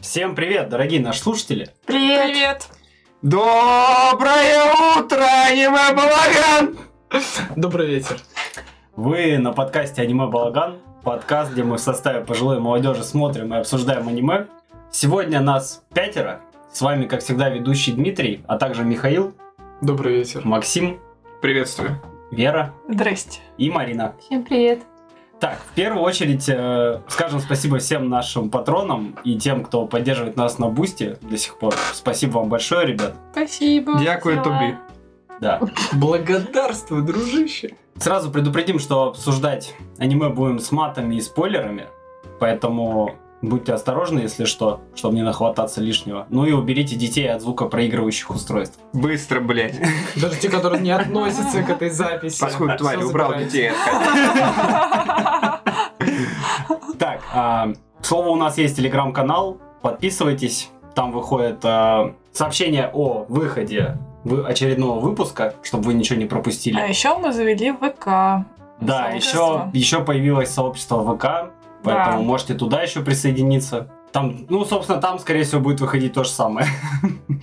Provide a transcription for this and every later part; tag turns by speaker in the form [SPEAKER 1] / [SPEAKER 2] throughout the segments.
[SPEAKER 1] Всем привет, дорогие наши слушатели!
[SPEAKER 2] Привет.
[SPEAKER 3] Доброе утро, аниме балаган!
[SPEAKER 4] Добрый вечер.
[SPEAKER 1] Вы на подкасте «Аниме Балаган», подкаст, где мы в составе пожилой молодежи смотрим и обсуждаем аниме. Сегодня нас пятеро, с вами, как всегда, ведущий Дмитрий, а также Михаил,
[SPEAKER 4] Добрый вечер.
[SPEAKER 1] Максим,
[SPEAKER 3] Приветствую.
[SPEAKER 1] Вера
[SPEAKER 2] Здрасте.
[SPEAKER 1] и Марина.
[SPEAKER 2] Всем привет.
[SPEAKER 1] Так, в первую очередь э, скажем спасибо всем нашим патронам и тем, кто поддерживает нас на бусте до сих пор. Спасибо вам большое, ребят.
[SPEAKER 2] Спасибо.
[SPEAKER 3] Дякую тобі.
[SPEAKER 1] Да.
[SPEAKER 4] Благодарствую, дружище.
[SPEAKER 1] Сразу предупредим, что обсуждать аниме будем с матами и спойлерами, поэтому будьте осторожны, если что, чтобы не нахвататься лишнего. Ну и уберите детей от звука проигрывающих устройств.
[SPEAKER 3] Быстро, блядь.
[SPEAKER 4] Даже те, которые не относятся к этой записи.
[SPEAKER 3] Паскуд, тварь,
[SPEAKER 4] Всё
[SPEAKER 3] убрал
[SPEAKER 4] забирайте.
[SPEAKER 3] детей. от хаты.
[SPEAKER 1] Так, а, к слову, у нас есть телеграм-канал, подписывайтесь, там выходит а, сообщение о выходе вы- очередного выпуска, чтобы вы ничего не пропустили.
[SPEAKER 2] А еще мы завели ВК.
[SPEAKER 1] Да, еще,
[SPEAKER 2] Сообщество.
[SPEAKER 1] еще появилось сообщество ВК, поэтому
[SPEAKER 2] Да.
[SPEAKER 1] можете туда еще присоединиться. Там, ну, собственно, там, скорее всего, будет выходить то же самое.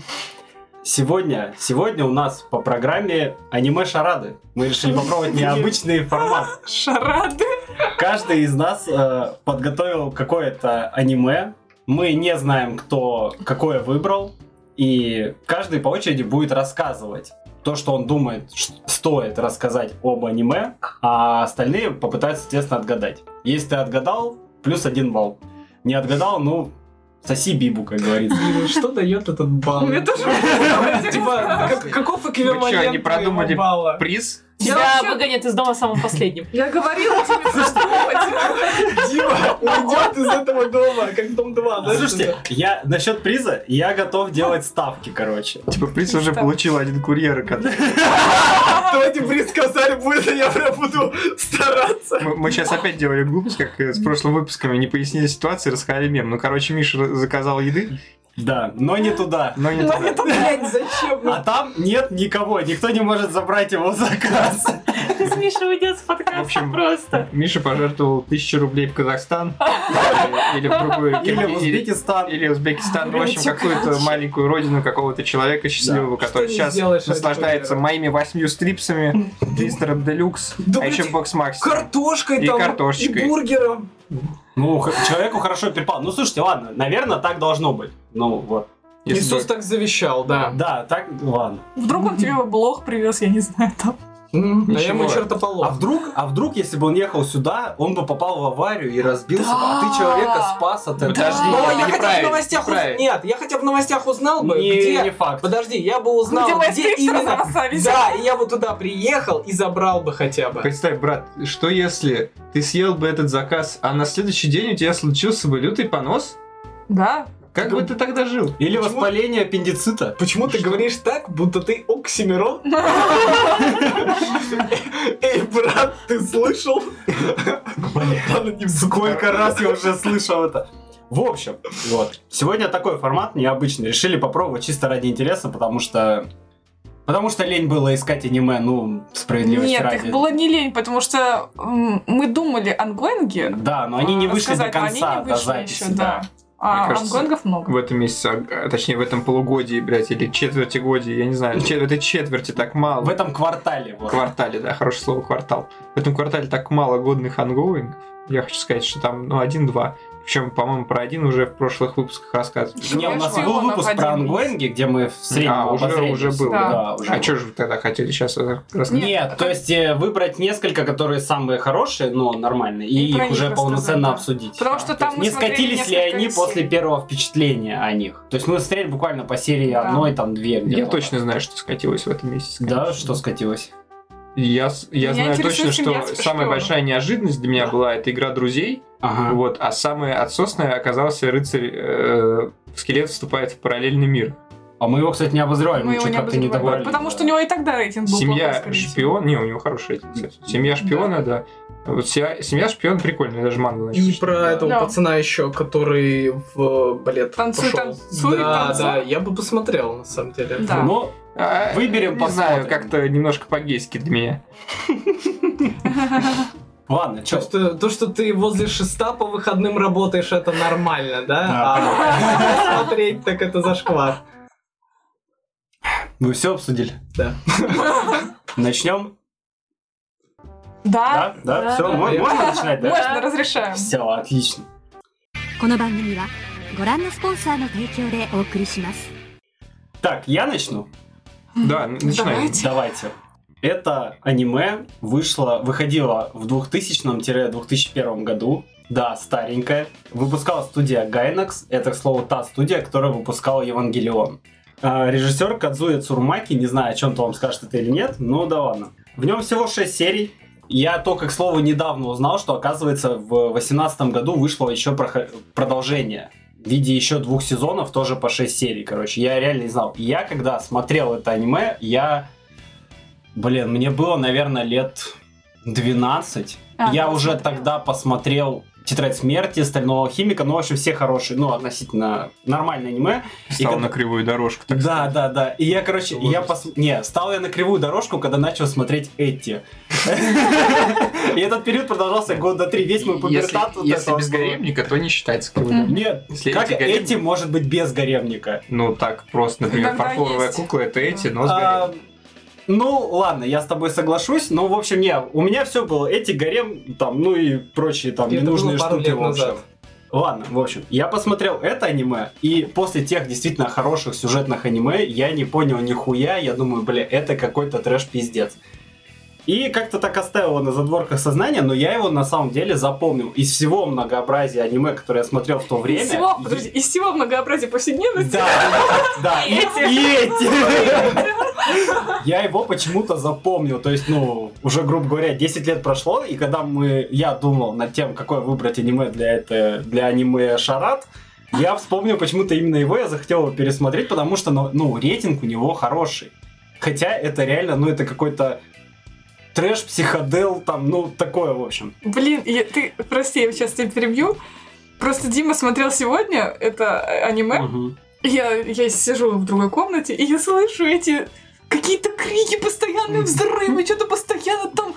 [SPEAKER 1] Сегодня, сегодня у нас по программе аниме-шарады. Мы решили попробовать необычный формат.
[SPEAKER 2] Шарады.
[SPEAKER 1] Каждый из нас э, подготовил какое-то аниме. Мы не знаем, кто какое выбрал. И каждый по очереди будет рассказывать то, что он думает, ш- стоит рассказать об аниме, а остальные попытаются, естественно, отгадать. Если ты отгадал, плюс один балл. Не отгадал, ну, соси бибу, как говорится.
[SPEAKER 4] Блин, Что дает этот балл?
[SPEAKER 2] Мне тоже
[SPEAKER 4] Типа, как- каков
[SPEAKER 3] Вы чё,
[SPEAKER 4] эквивалент
[SPEAKER 3] не продумали?
[SPEAKER 4] твоего балла?
[SPEAKER 3] Приз?
[SPEAKER 2] Я
[SPEAKER 5] Тебя
[SPEAKER 2] вообще-
[SPEAKER 5] выгонят из дома самым последним.
[SPEAKER 2] Я говорила тебе задумать.
[SPEAKER 4] Дима уйдет из этого дома, как дом 2. знаешь,
[SPEAKER 1] Слушайте,
[SPEAKER 4] это-
[SPEAKER 1] я насчет приза, я готов делать ставки, короче.
[SPEAKER 3] Типа приз уже
[SPEAKER 2] Что?
[SPEAKER 3] получил один курьер. который-
[SPEAKER 4] Давайте приз сказали будет, я прям буду стараться.
[SPEAKER 3] Мы, сейчас опять делали глупость, как э, с прошлым выпусками. Не пояснили ситуацию, рассказали мем. Ну, короче, Миша ра- заказал еды,
[SPEAKER 1] Да, но не туда.
[SPEAKER 3] но не туда.
[SPEAKER 4] Блять, зачем?
[SPEAKER 1] А там нет никого, никто не может забрать его заказ.
[SPEAKER 5] Миша уйдет с подкаста
[SPEAKER 3] В общем,
[SPEAKER 5] просто.
[SPEAKER 3] Миша пожертвовал тысячу рублей в Казахстан э, или в другую
[SPEAKER 1] Или в
[SPEAKER 3] Кирги-
[SPEAKER 1] Узбекистан.
[SPEAKER 3] или Узбекистан, ну, в общем, какую-то маленькую родину какого-то человека счастливого, который
[SPEAKER 4] Что не
[SPEAKER 3] сейчас
[SPEAKER 4] сделаешь ради
[SPEAKER 3] наслаждается
[SPEAKER 4] курьера?
[SPEAKER 3] моими восьмью стрипсами, твистером делюкс,
[SPEAKER 4] Да,
[SPEAKER 3] а
[SPEAKER 4] блядь,
[SPEAKER 3] еще бокс макс.
[SPEAKER 4] Картошкой
[SPEAKER 3] И
[SPEAKER 4] там,
[SPEAKER 3] картошечкой.
[SPEAKER 4] и бургером.
[SPEAKER 1] Ну, х- человеку хорошо перепало. Ну, слушайте, ладно, наверное, так должно быть. Ну, вот.
[SPEAKER 3] Если
[SPEAKER 4] Иисус
[SPEAKER 3] бы-
[SPEAKER 4] так завещал, да.
[SPEAKER 1] Да, так, ладно.
[SPEAKER 2] Вдруг он тебе блог привез, я не знаю. Там.
[SPEAKER 4] М, А я
[SPEAKER 3] Ничего.
[SPEAKER 4] ему
[SPEAKER 1] А
[SPEAKER 4] чертополох.
[SPEAKER 1] вдруг, а вдруг, если бы он ехал сюда, он бы попал в аварию и разбился, бы, а ты
[SPEAKER 2] Да.
[SPEAKER 1] человека спас от этого.
[SPEAKER 3] Подожди,
[SPEAKER 4] Но
[SPEAKER 3] это
[SPEAKER 4] я хотя бы в
[SPEAKER 3] неправильно,
[SPEAKER 4] новостях уз-
[SPEAKER 3] неправильно.
[SPEAKER 4] Нет, я хотя бы в новостях узнал бы,
[SPEAKER 1] Не,
[SPEAKER 4] где...
[SPEAKER 1] не факт.
[SPEAKER 4] Подожди, я бы узнал,
[SPEAKER 2] Где мои
[SPEAKER 4] где
[SPEAKER 2] стрипсеры
[SPEAKER 4] именно...
[SPEAKER 2] запасались?
[SPEAKER 4] Да, и я бы туда приехал и забрал бы хотя
[SPEAKER 1] Типа,
[SPEAKER 4] бы.
[SPEAKER 3] Представь, брат, что если ты съел бы этот заказ, а на следующий день у тебя случился бы лютый понос?
[SPEAKER 2] Да.
[SPEAKER 3] Как
[SPEAKER 1] Ну,
[SPEAKER 3] бы ты тогда жил?
[SPEAKER 1] Или
[SPEAKER 4] Почему?
[SPEAKER 1] воспаление аппендицита.
[SPEAKER 4] Почему ты говоришь так, будто ты Оксимирон? Эй, брат, ты слышал? Ладно, не вздумай.
[SPEAKER 1] Сколько раз я уже слышал это. В общем, вот. Сегодня такой формат необычный. Решили попробовать чисто ради интереса, потому что... Потому что лень было искать аниме, ну, справедливости
[SPEAKER 2] Нет,
[SPEAKER 1] ради.
[SPEAKER 2] их было не лень, потому что м, мы думали ангоинги.
[SPEAKER 1] Да, но они не
[SPEAKER 2] а,
[SPEAKER 1] вышли до
[SPEAKER 2] сказать, но они
[SPEAKER 1] конца,
[SPEAKER 2] не
[SPEAKER 1] до
[SPEAKER 2] вышли
[SPEAKER 1] записи.
[SPEAKER 2] еще, да.
[SPEAKER 3] Мне
[SPEAKER 2] А
[SPEAKER 3] кажется,
[SPEAKER 2] ангоингов много.
[SPEAKER 3] В этом месяце, а, а, точнее, в этом полугодии, блядь, или четверти годии, я не знаю, чет- в этой четверти так мало.
[SPEAKER 1] В этом квартале. вот.
[SPEAKER 3] квартале, да, хорошее слово квартал. В этом квартале так мало годных ангоингов. Я хочу сказать, что там, ну, один-два. Причем, по-моему, про один уже в прошлых выпусках рассказывали.
[SPEAKER 1] Не, у нас
[SPEAKER 2] Конечно,
[SPEAKER 1] был
[SPEAKER 2] он
[SPEAKER 1] выпуск про
[SPEAKER 2] необходим.
[SPEAKER 1] ангоинги, где мы в среднем
[SPEAKER 3] А, уже-
[SPEAKER 1] обозрелись.
[SPEAKER 3] уже был,
[SPEAKER 2] да.
[SPEAKER 1] Да, уже
[SPEAKER 3] А
[SPEAKER 1] был.
[SPEAKER 3] что же вы тогда хотели сейчас э,
[SPEAKER 1] Нет,
[SPEAKER 3] рассказать?
[SPEAKER 2] а
[SPEAKER 1] то есть э, выбрать несколько, которые самые хорошие, но нормальные, и,
[SPEAKER 2] И про
[SPEAKER 1] их
[SPEAKER 2] них
[SPEAKER 1] уже
[SPEAKER 2] рассказать,
[SPEAKER 1] полноценно
[SPEAKER 2] да.
[SPEAKER 1] обсудить.
[SPEAKER 2] Потому
[SPEAKER 1] Да,
[SPEAKER 2] что
[SPEAKER 1] то
[SPEAKER 2] там
[SPEAKER 1] есть
[SPEAKER 2] мы
[SPEAKER 1] не
[SPEAKER 2] смотрели
[SPEAKER 1] скатились ли
[SPEAKER 2] несколько
[SPEAKER 1] они
[SPEAKER 2] серий.
[SPEAKER 1] после первого впечатления о них. То есть мы смотрели буквально по серии
[SPEAKER 2] Да.
[SPEAKER 1] одной, там две.
[SPEAKER 3] Я
[SPEAKER 1] где-то.
[SPEAKER 3] точно знаю, что скатилось в этом месяце.
[SPEAKER 1] Да,
[SPEAKER 3] конечно.
[SPEAKER 1] что скатилось.
[SPEAKER 3] Я, с- я
[SPEAKER 2] Меня
[SPEAKER 3] знаю
[SPEAKER 2] интересует
[SPEAKER 3] точно,
[SPEAKER 2] семья
[SPEAKER 3] что
[SPEAKER 2] с
[SPEAKER 3] самая
[SPEAKER 2] шпионом.
[SPEAKER 3] большая неожиданность для меня была это игра друзей,
[SPEAKER 1] Ага.
[SPEAKER 3] вот, а самая отсосная оказался рыцарь э, скелет вступает в параллельный мир.
[SPEAKER 1] А мы его, кстати, не обозревали, мы,
[SPEAKER 2] Мы его
[SPEAKER 1] что
[SPEAKER 2] не
[SPEAKER 1] как-то не
[SPEAKER 2] обозревали,
[SPEAKER 1] добрались.
[SPEAKER 2] Потому что
[SPEAKER 1] да.
[SPEAKER 2] у него и тогда рейтинг был плохой,
[SPEAKER 3] Семья
[SPEAKER 2] скорее всего.
[SPEAKER 3] шпион. Не, у него хороший рейтинг, кстати. Семья шпиона, да. Вот ся- семья шпион прикольная, даже мангу начал
[SPEAKER 4] И
[SPEAKER 3] читать.
[SPEAKER 4] про этого
[SPEAKER 2] Да.
[SPEAKER 4] пацана еще, который в э, балет
[SPEAKER 2] Танцует,
[SPEAKER 4] пошел.
[SPEAKER 2] танцует,
[SPEAKER 4] да,
[SPEAKER 2] танцует.
[SPEAKER 4] да, я бы посмотрел, на самом деле.
[SPEAKER 2] Да.
[SPEAKER 1] Но
[SPEAKER 3] А,
[SPEAKER 1] Выберем,
[SPEAKER 3] не
[SPEAKER 1] посмотрим.
[SPEAKER 3] знаю, как-то немножко по-гейски для меня.
[SPEAKER 1] Ладно,
[SPEAKER 4] То,
[SPEAKER 1] чё?
[SPEAKER 4] что, то, что ты возле шеста по выходным работаешь, это нормально,
[SPEAKER 1] Да,
[SPEAKER 4] да? А смотреть, так это зашквар.
[SPEAKER 1] Мы все обсудили.
[SPEAKER 4] Да.
[SPEAKER 1] Начнем?
[SPEAKER 2] Да,
[SPEAKER 1] Да? Да,
[SPEAKER 5] да,
[SPEAKER 1] все,
[SPEAKER 5] да.
[SPEAKER 1] можно начинать, да?
[SPEAKER 2] А? можно, разрешаем.
[SPEAKER 1] Все, отлично.
[SPEAKER 6] この番組はご覧のスポンサーの提供でお送りします
[SPEAKER 1] Так, я начну?
[SPEAKER 3] Да, н- начинай.
[SPEAKER 2] Давайте.
[SPEAKER 1] Давайте. Это аниме вышло, выходило в 2000-2001 году. Да, старенькое. Выпускала студия Gainax. Это, к слову, та студия, которая выпускала Евангелион. А, Режиссер Кадзуя Цурмаки, не знаю, о чем-то вам скажет это или нет, ну да ладно. В нем всего 6 серий. Я только, к слову, недавно узнал, что, оказывается, в 2018 году вышло еще прохо- продолжение в виде еще двух сезонов, тоже по 6 серий, короче. Я реально не знал. Я, когда смотрел это аниме, я... Блин, мне было, наверное, лет 12.
[SPEAKER 2] А,
[SPEAKER 1] я
[SPEAKER 2] ты
[SPEAKER 1] уже
[SPEAKER 2] смотрела.
[SPEAKER 1] тогда посмотрел «Тетрадь смерти», «Стального алхимика», ну, вообще все хорошие, ну, относительно нормальное аниме.
[SPEAKER 3] Встал
[SPEAKER 1] когда-
[SPEAKER 3] на кривую дорожку. Так
[SPEAKER 1] Да, да, да. И я, короче,
[SPEAKER 3] Ужас.
[SPEAKER 1] я пос... Не, стал я на кривую дорожку, когда начал смотреть эти. И этот период продолжался года три. Весь мой пубертат. вот это
[SPEAKER 3] Если
[SPEAKER 1] вот
[SPEAKER 3] без
[SPEAKER 1] было.
[SPEAKER 3] гаремника, то не считается кривой
[SPEAKER 2] Мгм.
[SPEAKER 3] дорожкой.
[SPEAKER 1] Нет,
[SPEAKER 3] Если
[SPEAKER 1] как
[SPEAKER 3] эти гаремник-
[SPEAKER 1] эти может быть без гаремника?
[SPEAKER 3] Ну, так просто, например,
[SPEAKER 2] Иногда
[SPEAKER 3] фарфоровая
[SPEAKER 2] есть.
[SPEAKER 3] кукла это эти, но с
[SPEAKER 1] А,
[SPEAKER 3] гаремником.
[SPEAKER 1] Ну, ладно, я с тобой соглашусь. Ну, в общем, не, у меня все было. Эти гарем, там, ну и прочие там
[SPEAKER 4] И это
[SPEAKER 1] ненужные
[SPEAKER 4] было пару
[SPEAKER 1] штуки,
[SPEAKER 4] лет
[SPEAKER 1] в общем.
[SPEAKER 4] назад.
[SPEAKER 1] Ладно, в общем, я посмотрел это аниме, и после тех действительно хороших сюжетных аниме я не понял нихуя, я думаю, бля, это какой-то трэш-пиздец. И как-то так оставил его на задворках сознания, но я его на самом деле запомнил. Из всего многообразия аниме, которое я смотрел в то время...
[SPEAKER 2] Из всего, подожди, из всего многообразия повседневности.
[SPEAKER 1] Да, да, и
[SPEAKER 2] И
[SPEAKER 1] эти. Я его почему-то запомнил, то есть, ну, уже, грубо говоря, 10 лет прошло, и когда мы, я думал над тем, какое выбрать аниме для, это, для аниме Шарат, я вспомнил почему-то именно его, я захотел его пересмотреть, потому что, ну, ну, рейтинг у него хороший. Хотя это реально, ну, это какой-то трэш, психодел, там, ну, такое, в общем.
[SPEAKER 2] Блин, я- ты, прости, я сейчас тебя перебью. Просто Дима смотрел сегодня это э, аниме. и Я, я сижу в другой комнате, и я слышу эти какие-то крики, постоянные взрывы, что-то постоянно там,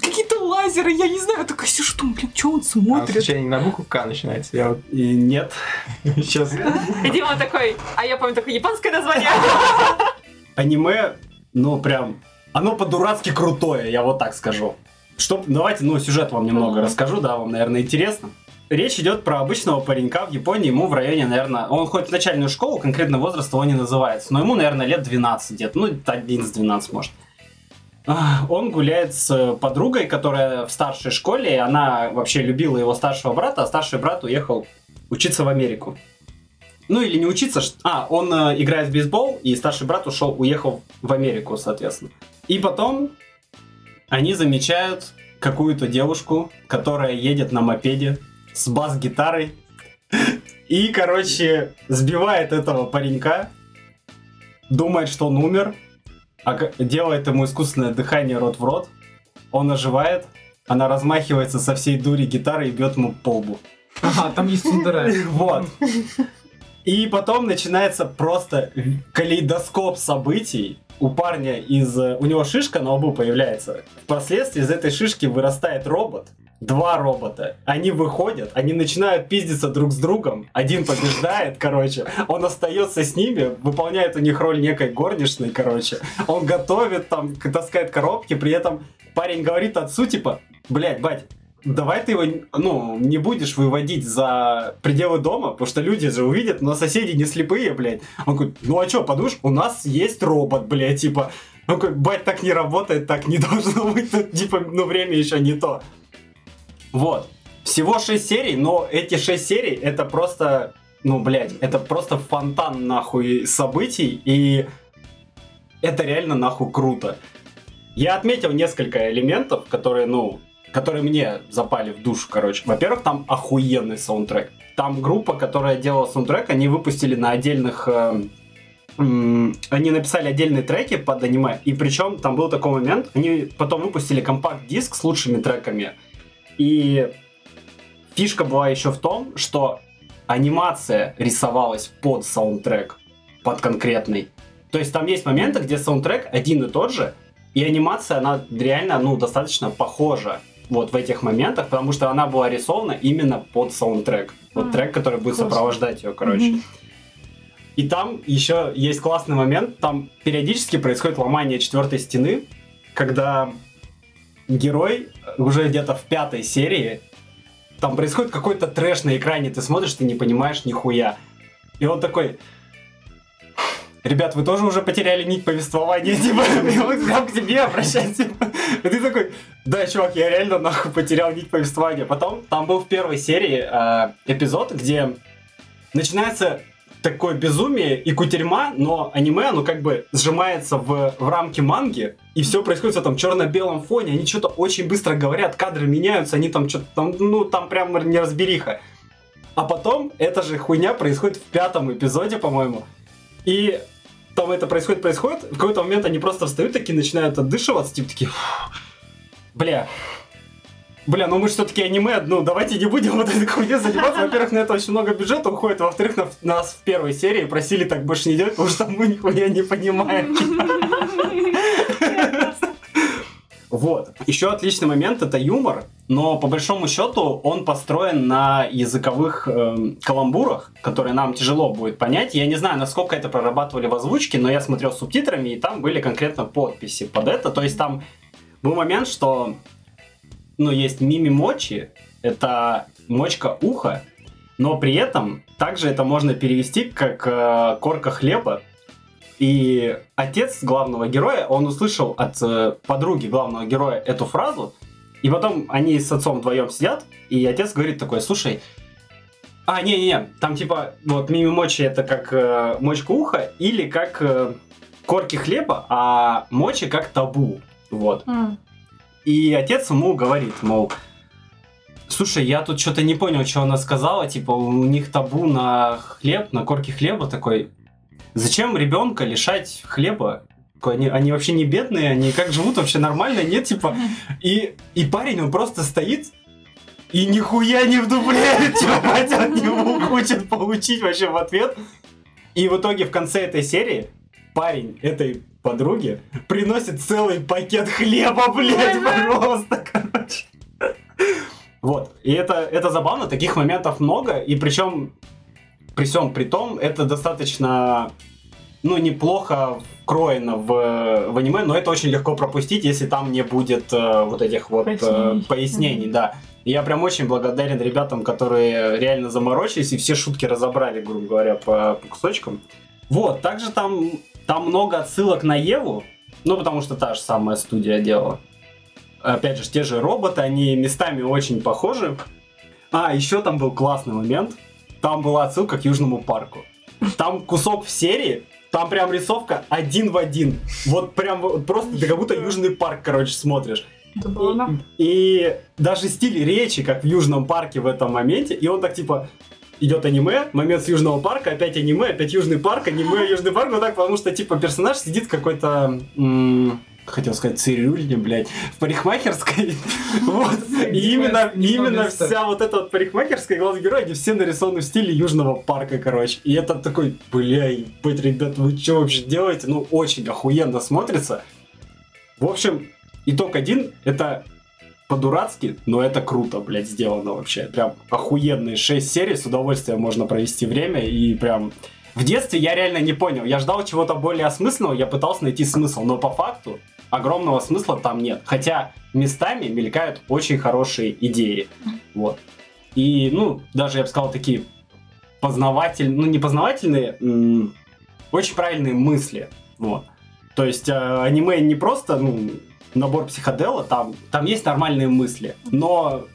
[SPEAKER 2] какие-то лазеры, я не знаю. Я такая сижу, думаю, блин, что он
[SPEAKER 3] А,
[SPEAKER 2] смотрит?
[SPEAKER 3] случайно не на букву К начинается. Я вот
[SPEAKER 1] И нет.
[SPEAKER 3] сейчас...
[SPEAKER 5] И Дима такой, а я помню такое японское название.
[SPEAKER 1] аниме, ну прям, оно по-дурацки крутое, я вот так скажу. Что, давайте, ну, сюжет вам немного
[SPEAKER 5] Мгм.
[SPEAKER 1] расскажу, да, вам, наверное, интересно. Речь идет про обычного паренька в Японии, ему в районе, наверное, он ходит в начальную школу, конкретно возраст его не называется, но ему, наверное, лет 12 где-то, ну, 11-12, может. Ах, Он гуляет с э, подругой, которая в старшей школе, и она вообще любила его старшего брата, а старший брат уехал учиться в Америку. Ну или не учиться, ш- а, он э, играет в бейсбол, и старший брат ушел, уехал в Америку, соответственно. И потом они замечают какую-то девушку, которая едет на мопеде с бас-гитарой и, короче, сбивает этого паренька, думает, что он умер, а к- делает ему искусственное дыхание рот в рот, он оживает, она размахивается со всей дури гитары и бьет ему по лбу.
[SPEAKER 4] Ага, там есть судорога.
[SPEAKER 1] Вот. И потом начинается просто калейдоскоп событий. У парня из... э, У него шишка на лбу появляется. Впоследствии из этой шишки вырастает робот. Два робота. Они выходят, они начинают пиздиться друг с другом. Один побеждает, короче. Он остается с ними, выполняет у них роль некой горничной, короче. Он готовит там, к- таскает коробки. При этом парень говорит отцу, типа, блядь, бать, Давай ты его, ну, не будешь выводить за пределы дома, потому что люди же увидят, но соседи не слепые, блядь. Он говорит, ну а чё, подумаешь, у нас есть робот, блядь, типа. Он говорит, бать, так не работает, так не должно быть, тут, типа, ну время еще не то. Вот. Всего 6 серий, но эти 6 серий это просто, ну, блядь, это просто фонтан, нахуй, событий, и это реально, нахуй, круто. Я отметил несколько элементов, которые, ну, которые мне запали в душу, короче. Во-первых, там охуенный саундтрек. Там группа, которая делала саундтрек, они выпустили на отдельных... эм, м, они написали отдельные треки под аниме, и причем там был такой момент, они потом выпустили компакт-диск с лучшими треками, и фишка была еще в том, что анимация рисовалась под саундтрек, под конкретный. То есть там есть моменты, где саундтрек один и тот же, и анимация, она реально, ну, достаточно похожа вот в этих моментах, потому что она была рисована именно под саундтрек. Вот
[SPEAKER 2] А,
[SPEAKER 1] трек, который будет
[SPEAKER 2] классно.
[SPEAKER 1] сопровождать ее, короче.
[SPEAKER 2] Мгм.
[SPEAKER 1] И там еще есть классный момент, там периодически происходит ломание четвертой стены, когда герой уже где-то в пятой серии, там происходит какой-то трэш на экране, ты смотришь, ты не понимаешь нихуя. И он такой, ребят, вы тоже уже потеряли нить повествования, типа, и он прям к тебе обращается. типа. И ты такой, да, чувак, я реально нахуй потерял нить повествования. Потом там был в первой серии э, эпизод, где начинается такое безумие и кутерьма, но аниме, оно как бы сжимается в, в рамки манги, и все происходит в этом черно-белом фоне, они что-то очень быстро говорят, кадры меняются, они там что-то там, ну, там прям неразбериха. А потом эта же хуйня происходит в пятом эпизоде, по-моему. И там это происходит, происходит, в какой-то момент они просто встают такие, начинают отдышиваться, типа такие, «Фух, бля, Бля, ну мы все-таки аниме, ну давайте не будем вот этой хуйней заниматься. Во-первых, на это очень много бюджета уходит, во-вторых, на- нас в первой серии просили так больше не делать, потому что мы нихуя не понимаем. Вот. Еще отличный момент это юмор, но по большому счету он построен на языковых эм, каламбурах, которые нам тяжело будет понять. Я не знаю, насколько это прорабатывали в озвучке, но я смотрел с субтитрами, и там были конкретно подписи под это. То есть там был момент, что ну, есть мими мочи, это мочка уха, но при этом также это можно перевести как э, корка хлеба. И отец главного героя, он услышал от э, подруги главного героя эту фразу, и потом они с отцом вдвоем сидят, и отец говорит такой, слушай, а, не-не-не, там типа, вот мими мочи это как э, мочка уха или как э, корки хлеба, а мочи как табу, вот.
[SPEAKER 2] М.
[SPEAKER 1] И отец ему говорит, мол, слушай, я тут что-то не понял, что она сказала, типа у них табу на хлеб, на корки хлеба такой. Зачем ребенка лишать хлеба? Такой, Они, они вообще не бедные, они как живут вообще нормально, нет, типа. И, и парень, он просто стоит и нихуя не вдупляет, что мать от него хочет получить вообще в ответ. И в итоге в конце этой серии парень этой подруги приносит целый пакет хлеба, блядь, пожалуйста, короче. Вот. И это, это забавно, таких моментов много, и причем при всем при том, это достаточно ну, неплохо вкроено в, в аниме, но это очень легко пропустить, если там не будет э, вот этих вот э,
[SPEAKER 5] Пояснений.
[SPEAKER 1] пояснений, да. И я прям очень благодарен ребятам, которые реально заморочились и все шутки разобрали, грубо говоря, по, по кусочкам. Вот, также там, там много отсылок на Еву, ну, потому что та же самая студия делала. Опять же, те же роботы, они местами очень похожи. А, еще там был классный момент. Там была отсылка к Южному парку. Там кусок в серии, там прям рисовка один в один. Вот прям вот просто ты как будто Южный парк, короче, смотришь.
[SPEAKER 2] Это было нам.
[SPEAKER 1] И даже стиль речи, как в Южном парке в этом моменте, и он так типа идет аниме, момент с Южного парка, опять аниме, опять Южный парк, аниме, Южный парк, вот так, потому что типа персонаж сидит в какой-то м, хотел сказать цирюльне, блядь, в парикмахерской, вот, и именно, именно
[SPEAKER 4] место.
[SPEAKER 1] вся вот эта вот парикмахерская, главный герой, они все нарисованы в стиле Южного парка, короче, и это такой, бля, ебать, ребят, вы что вообще делаете, ну, очень охуенно смотрится, в общем, итог один, это по-дурацки, но это круто, блядь, сделано вообще. Прям охуенные 6 серий, с удовольствием можно провести время и прям... В детстве я реально не понял, я ждал чего-то более осмысленного, я пытался найти смысл, но по факту огромного смысла там нет. Хотя местами мелькают очень хорошие идеи. Вот. И, ну, даже, я бы сказал, такие познавательные, ну, не познавательные, м, очень правильные мысли. Вот. То есть э, аниме не просто, ну, набор психодела, там, там есть нормальные мысли, но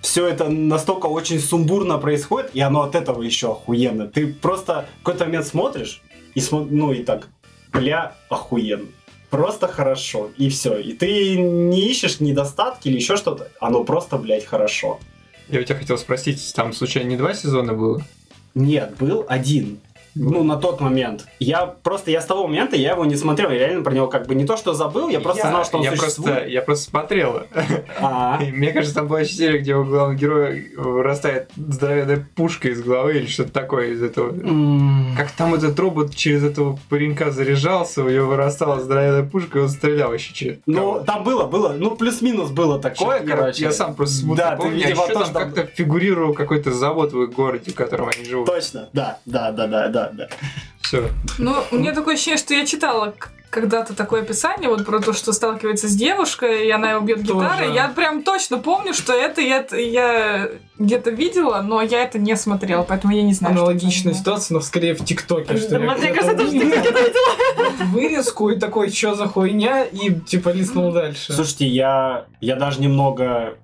[SPEAKER 1] все это настолько очень сумбурно происходит, и оно от этого еще охуенно. Ты просто в какой-то момент смотришь, и смо- ну и так, бля, охуенно. Просто хорошо, и все. И ты не ищешь недостатки или еще что-то, оно просто, блядь, хорошо.
[SPEAKER 3] Я у тебя хотел спросить, там случайно не два сезона было?
[SPEAKER 1] Нет, был один. Ну, на тот момент. Я просто, я с того момента, я его не смотрел. Я реально про него как бы не то, что забыл, я просто знал, что он
[SPEAKER 3] я
[SPEAKER 1] существует.
[SPEAKER 3] просто, я просто смотрел.
[SPEAKER 1] А,
[SPEAKER 3] И Мне кажется, там была серия, где у главного героя вырастает здоровенная пушка из головы или что-то такое из этого.
[SPEAKER 1] м,
[SPEAKER 3] Как там этот робот через этого паренька заряжался, у него вырастала здоровенная пушка, и он стрелял еще через...
[SPEAKER 1] Ну, там было, было, ну, плюс-минус было такое,
[SPEAKER 3] Чё-то я-
[SPEAKER 1] короче.
[SPEAKER 3] Я, сам просто смутно
[SPEAKER 1] Да, ты,
[SPEAKER 3] помню, а
[SPEAKER 1] видимо,
[SPEAKER 3] ещё
[SPEAKER 1] тоже
[SPEAKER 3] там
[SPEAKER 1] там-
[SPEAKER 3] как-то фигурировал какой-то завод в их городе, в котором они живут.
[SPEAKER 1] Точно, да, да, да, да, да, да.
[SPEAKER 3] Все.
[SPEAKER 2] Ну, у меня такое ощущение, что я читала к- когда-то такое описание, вот про то, что сталкивается с девушкой, и она его бьет гитарой. Я прям точно помню, что это я, я где-то видела, но я это не смотрела, поэтому я не знаю. что это
[SPEAKER 7] Аналогичная
[SPEAKER 2] за аниме.
[SPEAKER 7] ситуация, но скорее в ТикТоке, что я
[SPEAKER 5] Мне кажется,
[SPEAKER 7] когда-то
[SPEAKER 5] тоже так
[SPEAKER 7] увидел вырезку и такой, что за хуйня, и типа листнул дальше.
[SPEAKER 1] Слушайте, я, я даже немного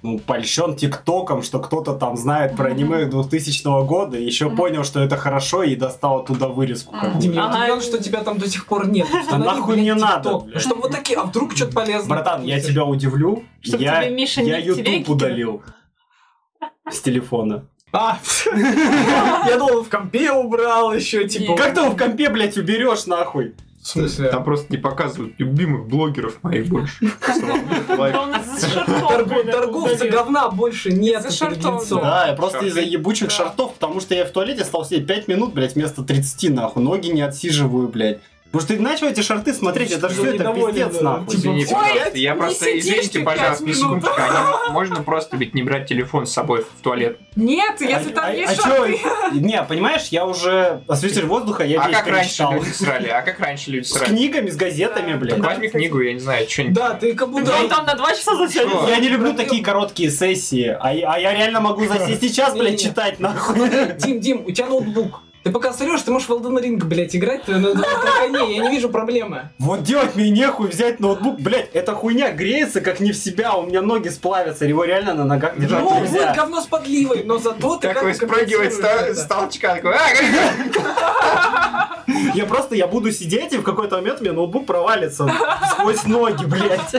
[SPEAKER 1] ну, польщен ТикТоком, что кто-то там знает про
[SPEAKER 2] Мгм.
[SPEAKER 1] аниме 2000 года, еще
[SPEAKER 2] Мгм.
[SPEAKER 1] понял, что это хорошо, и достал оттуда вырезку. как
[SPEAKER 2] Мгм.
[SPEAKER 1] бы.
[SPEAKER 7] Дим, я
[SPEAKER 5] Ага.
[SPEAKER 7] удивлен, что тебя там до сих пор нет. Установи,
[SPEAKER 1] А нахуй
[SPEAKER 7] блядь,
[SPEAKER 1] мне
[SPEAKER 7] TikTok.
[SPEAKER 1] надо, блядь.
[SPEAKER 7] Чтобы вот такие, а вдруг что-то полезное.
[SPEAKER 1] Братан, я тебя удивлю.
[SPEAKER 5] Чтоб
[SPEAKER 1] я
[SPEAKER 5] тебе Миша
[SPEAKER 1] я
[SPEAKER 5] не
[SPEAKER 1] YouTube
[SPEAKER 5] телегики.
[SPEAKER 1] удалил с телефона.
[SPEAKER 7] А, я думал, в компе убрал еще, типа...
[SPEAKER 1] Как ты его в компе, блядь, уберешь нахуй?
[SPEAKER 7] В смысле?
[SPEAKER 3] Там просто не показывают любимых блогеров моих больше.
[SPEAKER 5] Да он
[SPEAKER 7] Торгов-
[SPEAKER 5] зашортован.
[SPEAKER 7] Торговца говна больше нет
[SPEAKER 2] За
[SPEAKER 7] перед
[SPEAKER 2] шортом,
[SPEAKER 7] лицом.
[SPEAKER 1] Да, я просто
[SPEAKER 3] Шарты.
[SPEAKER 1] из-за ебучих
[SPEAKER 2] Да.
[SPEAKER 1] шартов, потому что я в туалете стал сидеть 5 минут, блядь, вместо 30, нахуй. Ноги не отсиживаю, блядь. Потому что иначе эти шарты смотреть, это
[SPEAKER 7] Ты
[SPEAKER 1] все это
[SPEAKER 7] недоволен,
[SPEAKER 1] пиздец,
[SPEAKER 7] да.
[SPEAKER 1] нахуй.
[SPEAKER 7] Типа,
[SPEAKER 3] Извини,
[SPEAKER 7] Ой,
[SPEAKER 3] пожалуйста, я
[SPEAKER 2] не
[SPEAKER 3] просто,
[SPEAKER 2] сидишь ты
[SPEAKER 3] извините,
[SPEAKER 2] пять
[SPEAKER 3] пожалуйста, не
[SPEAKER 2] минут.
[SPEAKER 3] секундочку, а не- можно просто ведь не брать телефон с собой в туалет.
[SPEAKER 2] Нет, если
[SPEAKER 1] А-
[SPEAKER 2] там
[SPEAKER 1] а-
[SPEAKER 2] есть
[SPEAKER 1] а чё?
[SPEAKER 2] шарты.
[SPEAKER 1] Не, понимаешь, я уже осветитель воздуха, я
[SPEAKER 3] А
[SPEAKER 1] весь
[SPEAKER 3] как раньше
[SPEAKER 1] перечитал.
[SPEAKER 3] люди срали? А как раньше люди
[SPEAKER 1] С
[SPEAKER 3] срали?
[SPEAKER 1] книгами, с газетами, блядь.
[SPEAKER 3] Так а возьми книгу, я не знаю, что-нибудь.
[SPEAKER 7] Да, ты как будто...
[SPEAKER 5] Он там на два часа затянет.
[SPEAKER 1] Я не люблю такие короткие сессии, а, я- а я реально могу засесть и час, блядь,
[SPEAKER 7] Не-не.
[SPEAKER 1] читать, нахуй.
[SPEAKER 7] Дим, Дим, у тебя ноутбук. Ты пока срешь, ты можешь в Elden Ring, блядь, играть, но на таракане, я не вижу проблемы.
[SPEAKER 1] Вот делать мне нехуй взять ноутбук, блядь, эта хуйня греется как не в себя, а у меня ноги сплавятся, его реально на ногах держать
[SPEAKER 7] Ну, будет
[SPEAKER 1] нельзя.
[SPEAKER 7] говно с подливой, но зато ты
[SPEAKER 3] Такой
[SPEAKER 7] как-то
[SPEAKER 3] спрыгивает
[SPEAKER 7] компенсируешь
[SPEAKER 3] с
[SPEAKER 7] это.
[SPEAKER 3] толчка, такой, «А!»
[SPEAKER 1] Я просто, я буду сидеть, и в какой-то момент у меня ноутбук провалится сквозь ноги, блядь.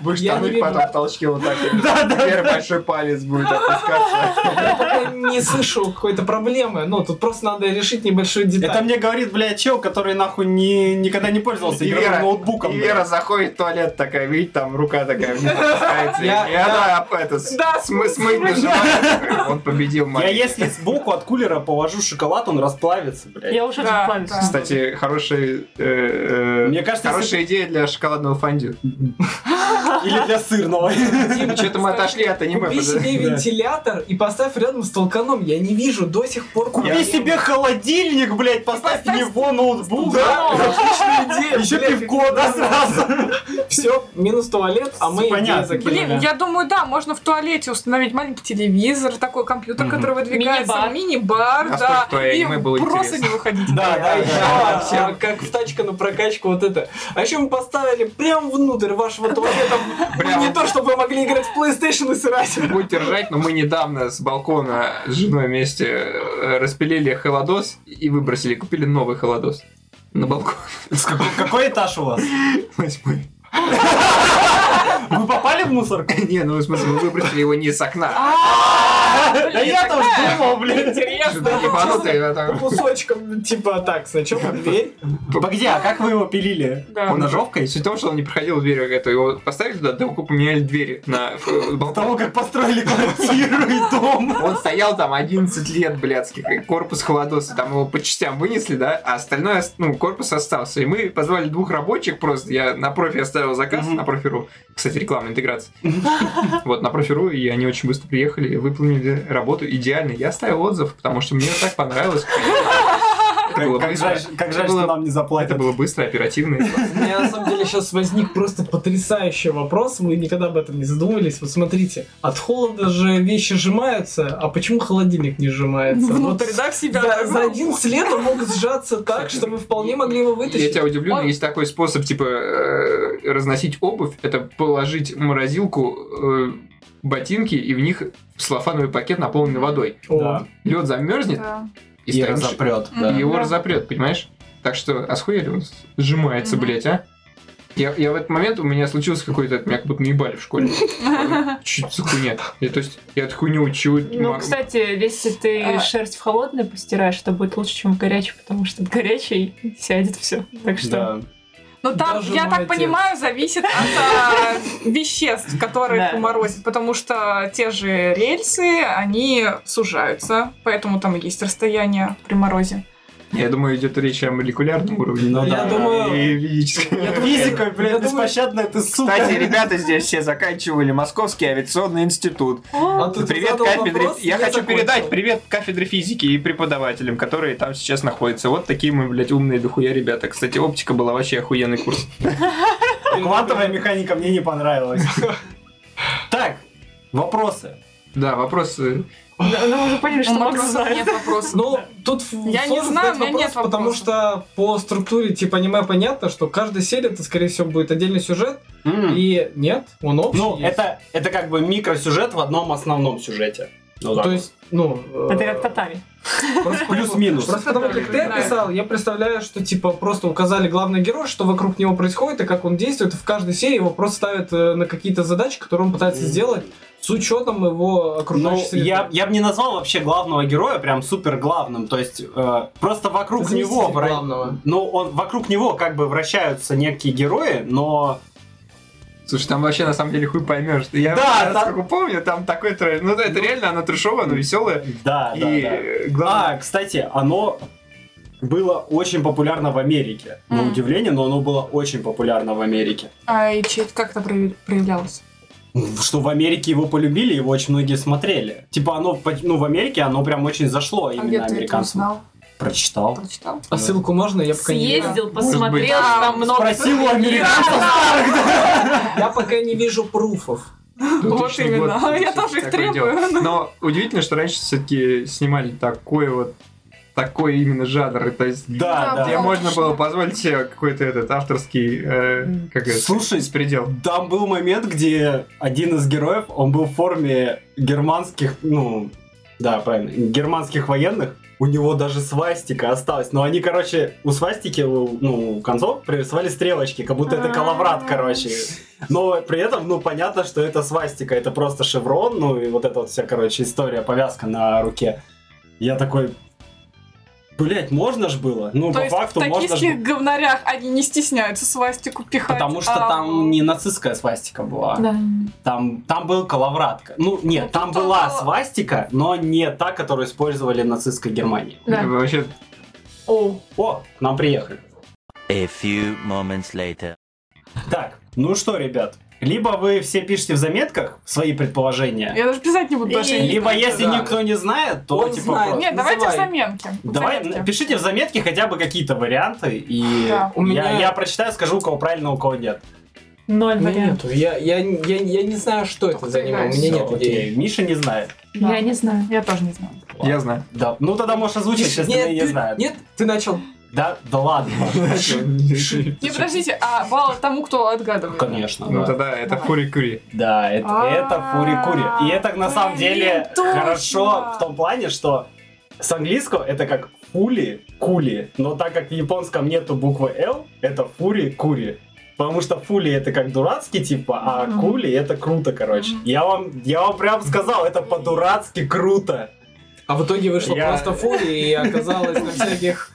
[SPEAKER 3] будешь
[SPEAKER 7] Я
[SPEAKER 3] там
[SPEAKER 7] не
[SPEAKER 3] и
[SPEAKER 7] верю.
[SPEAKER 3] потом в толчке вот так.
[SPEAKER 1] Да, да,
[SPEAKER 3] Первый большой палец будет опускаться.
[SPEAKER 7] Я пока не слышу какой-то проблемы. Ну, тут просто надо решить небольшую деталь.
[SPEAKER 1] Это мне говорит, блядь, чел, который нахуй не, никогда не пользовался
[SPEAKER 3] И Вера-
[SPEAKER 1] игровым ноутбуком.
[SPEAKER 3] И
[SPEAKER 1] блядь.
[SPEAKER 3] Вера заходит в туалет такая, видите, там рука такая вниз опускается. И и
[SPEAKER 7] Я-
[SPEAKER 3] она об- это с-
[SPEAKER 2] Да,
[SPEAKER 3] смы- смыть нажимает. Он победил
[SPEAKER 1] Я
[SPEAKER 3] Марию.
[SPEAKER 1] если сбоку от кулера положу шоколад, он расплавится, блядь.
[SPEAKER 5] Я уже
[SPEAKER 2] Да,
[SPEAKER 5] расплавился.
[SPEAKER 2] да.
[SPEAKER 3] Кстати, хорошая, э, э,
[SPEAKER 1] Мне кажется,
[SPEAKER 3] хорошая идея для шоколадного фондю.
[SPEAKER 1] Или для сырного.
[SPEAKER 7] Дим,
[SPEAKER 3] Что-то мы отошли от аниме.
[SPEAKER 7] Купи
[SPEAKER 3] подожди.
[SPEAKER 7] себе
[SPEAKER 1] Да.
[SPEAKER 7] вентилятор и поставь рядом с толканом. Я не вижу до сих пор.
[SPEAKER 1] Купи себе холодильник, блядь, поставь в него ноутбук.
[SPEAKER 7] Да, отличная идея.
[SPEAKER 1] Еще пивко, да, сразу.
[SPEAKER 7] Все, минус туалет, а мы
[SPEAKER 1] Понятно.
[SPEAKER 7] идею закинули.
[SPEAKER 2] Блин, я думаю, да, можно в туалете установить маленький телевизор, такой компьютер,
[SPEAKER 3] Мгм.
[SPEAKER 2] который выдвигается,
[SPEAKER 5] Мини-бар.
[SPEAKER 2] мини-бар,
[SPEAKER 3] Настолько
[SPEAKER 2] да,
[SPEAKER 3] твое
[SPEAKER 2] и
[SPEAKER 3] аниме было
[SPEAKER 2] просто
[SPEAKER 3] интересно.
[SPEAKER 2] не выходить.
[SPEAKER 1] Да, да,
[SPEAKER 7] А
[SPEAKER 1] да.
[SPEAKER 7] еще, как в тачка на прокачку вот это. А еще мы поставили прям внутрь вашего туалета.
[SPEAKER 3] Прям.
[SPEAKER 7] Ну, Не то, чтобы вы могли играть в PlayStation и срать.
[SPEAKER 3] Будете ржать, но мы недавно с балкона с женой вместе э, распилили холодос и выбросили, купили новый холодос. На балкон.
[SPEAKER 1] Какой этаж у вас?
[SPEAKER 3] Восьмой.
[SPEAKER 1] Вы попали в мусорку?
[SPEAKER 3] Не, ну в смысле, мы выбросили его не с окна. а
[SPEAKER 1] Да я тоже думал, блин.
[SPEAKER 3] Что-то ебанутое, я там-
[SPEAKER 7] Кусочком, типа так, сначала дверь.
[SPEAKER 1] Погоди, а как вы его пилили?
[SPEAKER 2] Да.
[SPEAKER 1] Ножовкой?
[SPEAKER 3] Суть в том, что он не проходил дверь эту, его поставили туда, да поменяли двери на ф-
[SPEAKER 1] До
[SPEAKER 3] балкон.
[SPEAKER 1] того, как построили квартиру и дом.
[SPEAKER 3] Он стоял там 11 лет, блядских, и корпус холодоса, там его по частям вынесли, да, а остальное, ост- ну, корпус остался. И мы позвали двух рабочих просто, я на профи оставил заказ,
[SPEAKER 1] Мгм.
[SPEAKER 3] на профи.ру, кстати, рекламная интеграция. Вот, на профи.ру, и они очень быстро приехали, выполнили работу идеально. Я оставил отзыв, потому что мне так понравилось. Это было
[SPEAKER 1] Как как
[SPEAKER 3] быстро.
[SPEAKER 1] жаль, как жаль,
[SPEAKER 3] Это было-
[SPEAKER 1] что нам не
[SPEAKER 3] Это
[SPEAKER 1] заплатят.
[SPEAKER 3] было быстро, оперативно. и классно.
[SPEAKER 7] У меня на самом деле сейчас возник просто потрясающий вопрос. Мы никогда об этом не задумывались. Вот смотрите, от холода же вещи сжимаются, а почему холодильник не сжимается? Вот
[SPEAKER 2] Внутрь, да, ну. в себя.
[SPEAKER 7] Ну, за, за 11 лет он мог сжаться так, что мы вполне могли его
[SPEAKER 3] Я
[SPEAKER 7] вытащить.
[SPEAKER 3] тебя удивлю, но
[SPEAKER 2] Он-
[SPEAKER 3] есть такой способ, типа, э, разносить обувь, это положить в морозилку э, ботинки, и в них слофановый пакет наполненный водой.
[SPEAKER 7] О,
[SPEAKER 1] Да.
[SPEAKER 3] Лед
[SPEAKER 2] Ну,
[SPEAKER 3] замерзнет, и,
[SPEAKER 1] И
[SPEAKER 3] станешь-
[SPEAKER 1] разопрет,
[SPEAKER 3] и
[SPEAKER 1] да.
[SPEAKER 3] его
[SPEAKER 2] Да.
[SPEAKER 3] разопрет, понимаешь? Так что, а схуяли он сжимается,
[SPEAKER 2] Мгм.
[SPEAKER 3] блять, а? Я, я в этот момент, у меня случился какой-то, меня как будто наебали в школе. Чуть за хуйня. Я, то есть, я эту хуйню учу.
[SPEAKER 5] Ну,
[SPEAKER 3] м-
[SPEAKER 5] кстати, если ты
[SPEAKER 2] А.
[SPEAKER 5] шерсть в холодной постираешь, то будет лучше, чем в горячей, потому что в горячей сядет все. Так что...
[SPEAKER 1] Да.
[SPEAKER 2] Но Ну, там,
[SPEAKER 7] Даже
[SPEAKER 2] я
[SPEAKER 7] мой
[SPEAKER 2] так
[SPEAKER 7] отец.
[SPEAKER 2] понимаю, зависит от э, веществ, которые
[SPEAKER 5] Да.
[SPEAKER 2] поморозит, потому что те же рельсы, они сужаются, поэтому там и есть расстояние при морозе.
[SPEAKER 3] Я думаю, идет речь о молекулярном уровне.
[SPEAKER 1] Ну да.
[SPEAKER 7] Я думаю...
[SPEAKER 3] И физическом.
[SPEAKER 7] я думаю-
[SPEAKER 1] Физика,
[SPEAKER 7] я
[SPEAKER 1] блядь,
[SPEAKER 7] думаю-
[SPEAKER 1] беспощадная ты, сука.
[SPEAKER 4] Кстати, ребята здесь все заканчивали Московский авиационный институт.
[SPEAKER 7] А тут
[SPEAKER 4] Привет
[SPEAKER 7] задал
[SPEAKER 4] кафедре.
[SPEAKER 7] вопрос,
[SPEAKER 4] я
[SPEAKER 7] и
[SPEAKER 4] хочу
[SPEAKER 7] закончил.
[SPEAKER 4] передать
[SPEAKER 3] Привет кафедре физики и преподавателям, которые там сейчас находятся. Вот такие мы, блядь, умные дохуя ребята. Кстати, оптика была вообще охуенный курс.
[SPEAKER 1] Квантовая механика мне не понравилась. Так, вопросы.
[SPEAKER 3] Да, вопрос. э,
[SPEAKER 5] Да, Ну, мы уже поняли, что
[SPEAKER 2] У
[SPEAKER 5] Макс
[SPEAKER 2] матросов
[SPEAKER 5] знает.
[SPEAKER 2] нет вопросов.
[SPEAKER 7] Ну, тут
[SPEAKER 2] Я не
[SPEAKER 7] сложно
[SPEAKER 2] знаю,
[SPEAKER 7] задать
[SPEAKER 2] у меня нет
[SPEAKER 7] вопрос, потому
[SPEAKER 2] вопроса.
[SPEAKER 7] что по структуре типа аниме понятно, что каждая серия это скорее всего будет отдельный сюжет,
[SPEAKER 1] М.
[SPEAKER 7] и нет, он общий.
[SPEAKER 1] Хм. Ну,
[SPEAKER 7] есть.
[SPEAKER 1] это, это как бы микросюжет в одном основном сюжете. Ну, да.
[SPEAKER 7] то есть, ну... э,
[SPEAKER 5] Это как татами.
[SPEAKER 7] просто-
[SPEAKER 1] Плюс-минус.
[SPEAKER 7] Просто потому как ты
[SPEAKER 2] Да.
[SPEAKER 7] описал, я представляю, что типа просто указали главный герой, что вокруг него происходит и как он действует. и В каждой серии его просто ставят э, на какие-то задачи, которые он пытается сделать с учетом его
[SPEAKER 1] Ну,
[SPEAKER 7] окружающей среды.
[SPEAKER 1] я, я бы не назвал вообще главного героя прям супер главным, то есть э, просто вокруг
[SPEAKER 7] Заместитель
[SPEAKER 1] него... вра-
[SPEAKER 7] главного.
[SPEAKER 1] Ну, он, вокруг него как бы вращаются некие герои, но...
[SPEAKER 3] Слушай, там вообще на самом деле хуй поймешь. Я
[SPEAKER 1] Да,
[SPEAKER 3] раз,
[SPEAKER 1] там-
[SPEAKER 3] сколько помню, там такой трэш. Ну да, это реально, она трешовая, но веселая.
[SPEAKER 1] Да,
[SPEAKER 3] И
[SPEAKER 1] да, да.
[SPEAKER 3] э,
[SPEAKER 1] А,
[SPEAKER 3] главное...
[SPEAKER 1] кстати, оно было очень популярно в Америке. На
[SPEAKER 2] Мгм.
[SPEAKER 1] удивление, но оно было очень популярно в Америке.
[SPEAKER 2] А и че- как это прояв- проявлялось?
[SPEAKER 1] Что в Америке его полюбили, его очень многие смотрели. Типа оно, по- ну, в Америке оно прям очень зашло
[SPEAKER 2] А
[SPEAKER 1] именно
[SPEAKER 2] где ты это
[SPEAKER 1] американцам.
[SPEAKER 2] узнал?
[SPEAKER 1] Прочитал.
[SPEAKER 2] Прочитал?
[SPEAKER 7] А ссылку можно? Я пока не вижу.
[SPEAKER 5] Съездил,
[SPEAKER 3] Может быть.
[SPEAKER 5] посмотрел, что там много...
[SPEAKER 1] Спросил у американцев.
[SPEAKER 7] Я пока не вижу пруфов.
[SPEAKER 2] Вот
[SPEAKER 3] 2000 год,
[SPEAKER 2] именно. Я
[SPEAKER 3] 2000
[SPEAKER 2] тоже их
[SPEAKER 3] такое дело.
[SPEAKER 2] требую.
[SPEAKER 3] Но удивительно, что раньше все-таки снимали такой вот такой именно жанр, то есть
[SPEAKER 1] Да,
[SPEAKER 2] Да,
[SPEAKER 1] да.
[SPEAKER 3] где
[SPEAKER 2] Конечно.
[SPEAKER 3] можно было позволить себе какой-то этот авторский, э, как это,
[SPEAKER 1] Слушай,
[SPEAKER 3] беспредел.
[SPEAKER 1] Там был момент, где один из героев, он был в форме германских, ну, да, правильно, германских военных. У него даже свастика осталась. Но они, короче, у свастики, у, ну, у концов пририсовали стрелочки, как будто это
[SPEAKER 5] А.
[SPEAKER 1] коловрат, короче. Но при этом, ну, понятно, что это свастика, это просто шеврон, ну, и вот эта вот вся, короче, история, повязка на руке. Я такой, блять, можно ж было? Ну,
[SPEAKER 2] То
[SPEAKER 1] по
[SPEAKER 2] есть
[SPEAKER 1] факту
[SPEAKER 2] в
[SPEAKER 1] можно ж
[SPEAKER 2] токийских
[SPEAKER 1] было.
[SPEAKER 2] говнарях они не стесняются свастику пихать.
[SPEAKER 1] Потому что
[SPEAKER 2] а,
[SPEAKER 1] там не нацистская свастика была.
[SPEAKER 5] Да.
[SPEAKER 1] Там, там был коловратка. Ну,
[SPEAKER 2] Ну,
[SPEAKER 1] нет,
[SPEAKER 2] тут
[SPEAKER 1] там
[SPEAKER 2] он
[SPEAKER 1] была
[SPEAKER 2] коло-
[SPEAKER 1] свастика, но не та, которую использовали в нацистской Германии.
[SPEAKER 5] Да.
[SPEAKER 3] Э, Вообще,
[SPEAKER 5] О,
[SPEAKER 1] О, к нам приехали.
[SPEAKER 8] A few moments later.
[SPEAKER 1] Так, ну что, ребят, либо вы все пишете в заметках свои предположения,
[SPEAKER 2] Я даже писать не буду, потому что я не
[SPEAKER 1] либо
[SPEAKER 2] знаю.
[SPEAKER 1] если
[SPEAKER 7] Да.
[SPEAKER 1] никто не знает, то
[SPEAKER 7] Он
[SPEAKER 1] типа...
[SPEAKER 7] знает.
[SPEAKER 1] просто-
[SPEAKER 2] Нет, давайте в
[SPEAKER 7] Называй.
[SPEAKER 2] заменке. В
[SPEAKER 1] Давай,
[SPEAKER 2] заметке.
[SPEAKER 1] пишите в заметке хотя бы какие-то варианты, и
[SPEAKER 2] Да.
[SPEAKER 7] У меня-
[SPEAKER 1] я, я прочитаю, скажу, у кого правильно, у кого нет.
[SPEAKER 5] ноль вариантов.
[SPEAKER 7] Нету. ну Я, я, я, я не знаю, что это
[SPEAKER 2] Ух
[SPEAKER 7] за
[SPEAKER 2] ты,
[SPEAKER 7] аниме. У
[SPEAKER 2] Настя.
[SPEAKER 7] меня
[SPEAKER 1] Всё,
[SPEAKER 7] нет идеи.
[SPEAKER 1] окей. Миша не знает.
[SPEAKER 2] Да.
[SPEAKER 5] Я не знаю.
[SPEAKER 2] Я тоже не знаю.
[SPEAKER 3] я знаю.
[SPEAKER 1] Да. Ну тогда можешь озвучить,
[SPEAKER 7] Тише,
[SPEAKER 1] если остальные не
[SPEAKER 7] ты-
[SPEAKER 1] знают.
[SPEAKER 7] нет, ты начал.
[SPEAKER 1] Да, да ладно.
[SPEAKER 2] Не, подождите, а балл тому, кто отгадывает?
[SPEAKER 1] Конечно.
[SPEAKER 3] Ну
[SPEAKER 1] да.
[SPEAKER 3] тогда это
[SPEAKER 2] Давай.
[SPEAKER 3] Фури-Кури.
[SPEAKER 1] Да, это,
[SPEAKER 2] А,
[SPEAKER 1] это фури-кури. И это на самом
[SPEAKER 2] блин,
[SPEAKER 1] деле
[SPEAKER 2] точно.
[SPEAKER 1] хорошо в том плане, что с английского это как фули, кули, но так как в японском нету буквы L, это фури-кури. Потому что фули это как дурацкий типа, а
[SPEAKER 5] Мгм.
[SPEAKER 1] кули это круто, короче. Я вам, я вам прям сказал, это по-дурацки круто.
[SPEAKER 7] А в итоге вышло
[SPEAKER 1] Я-
[SPEAKER 7] просто фури и оказалось на всяких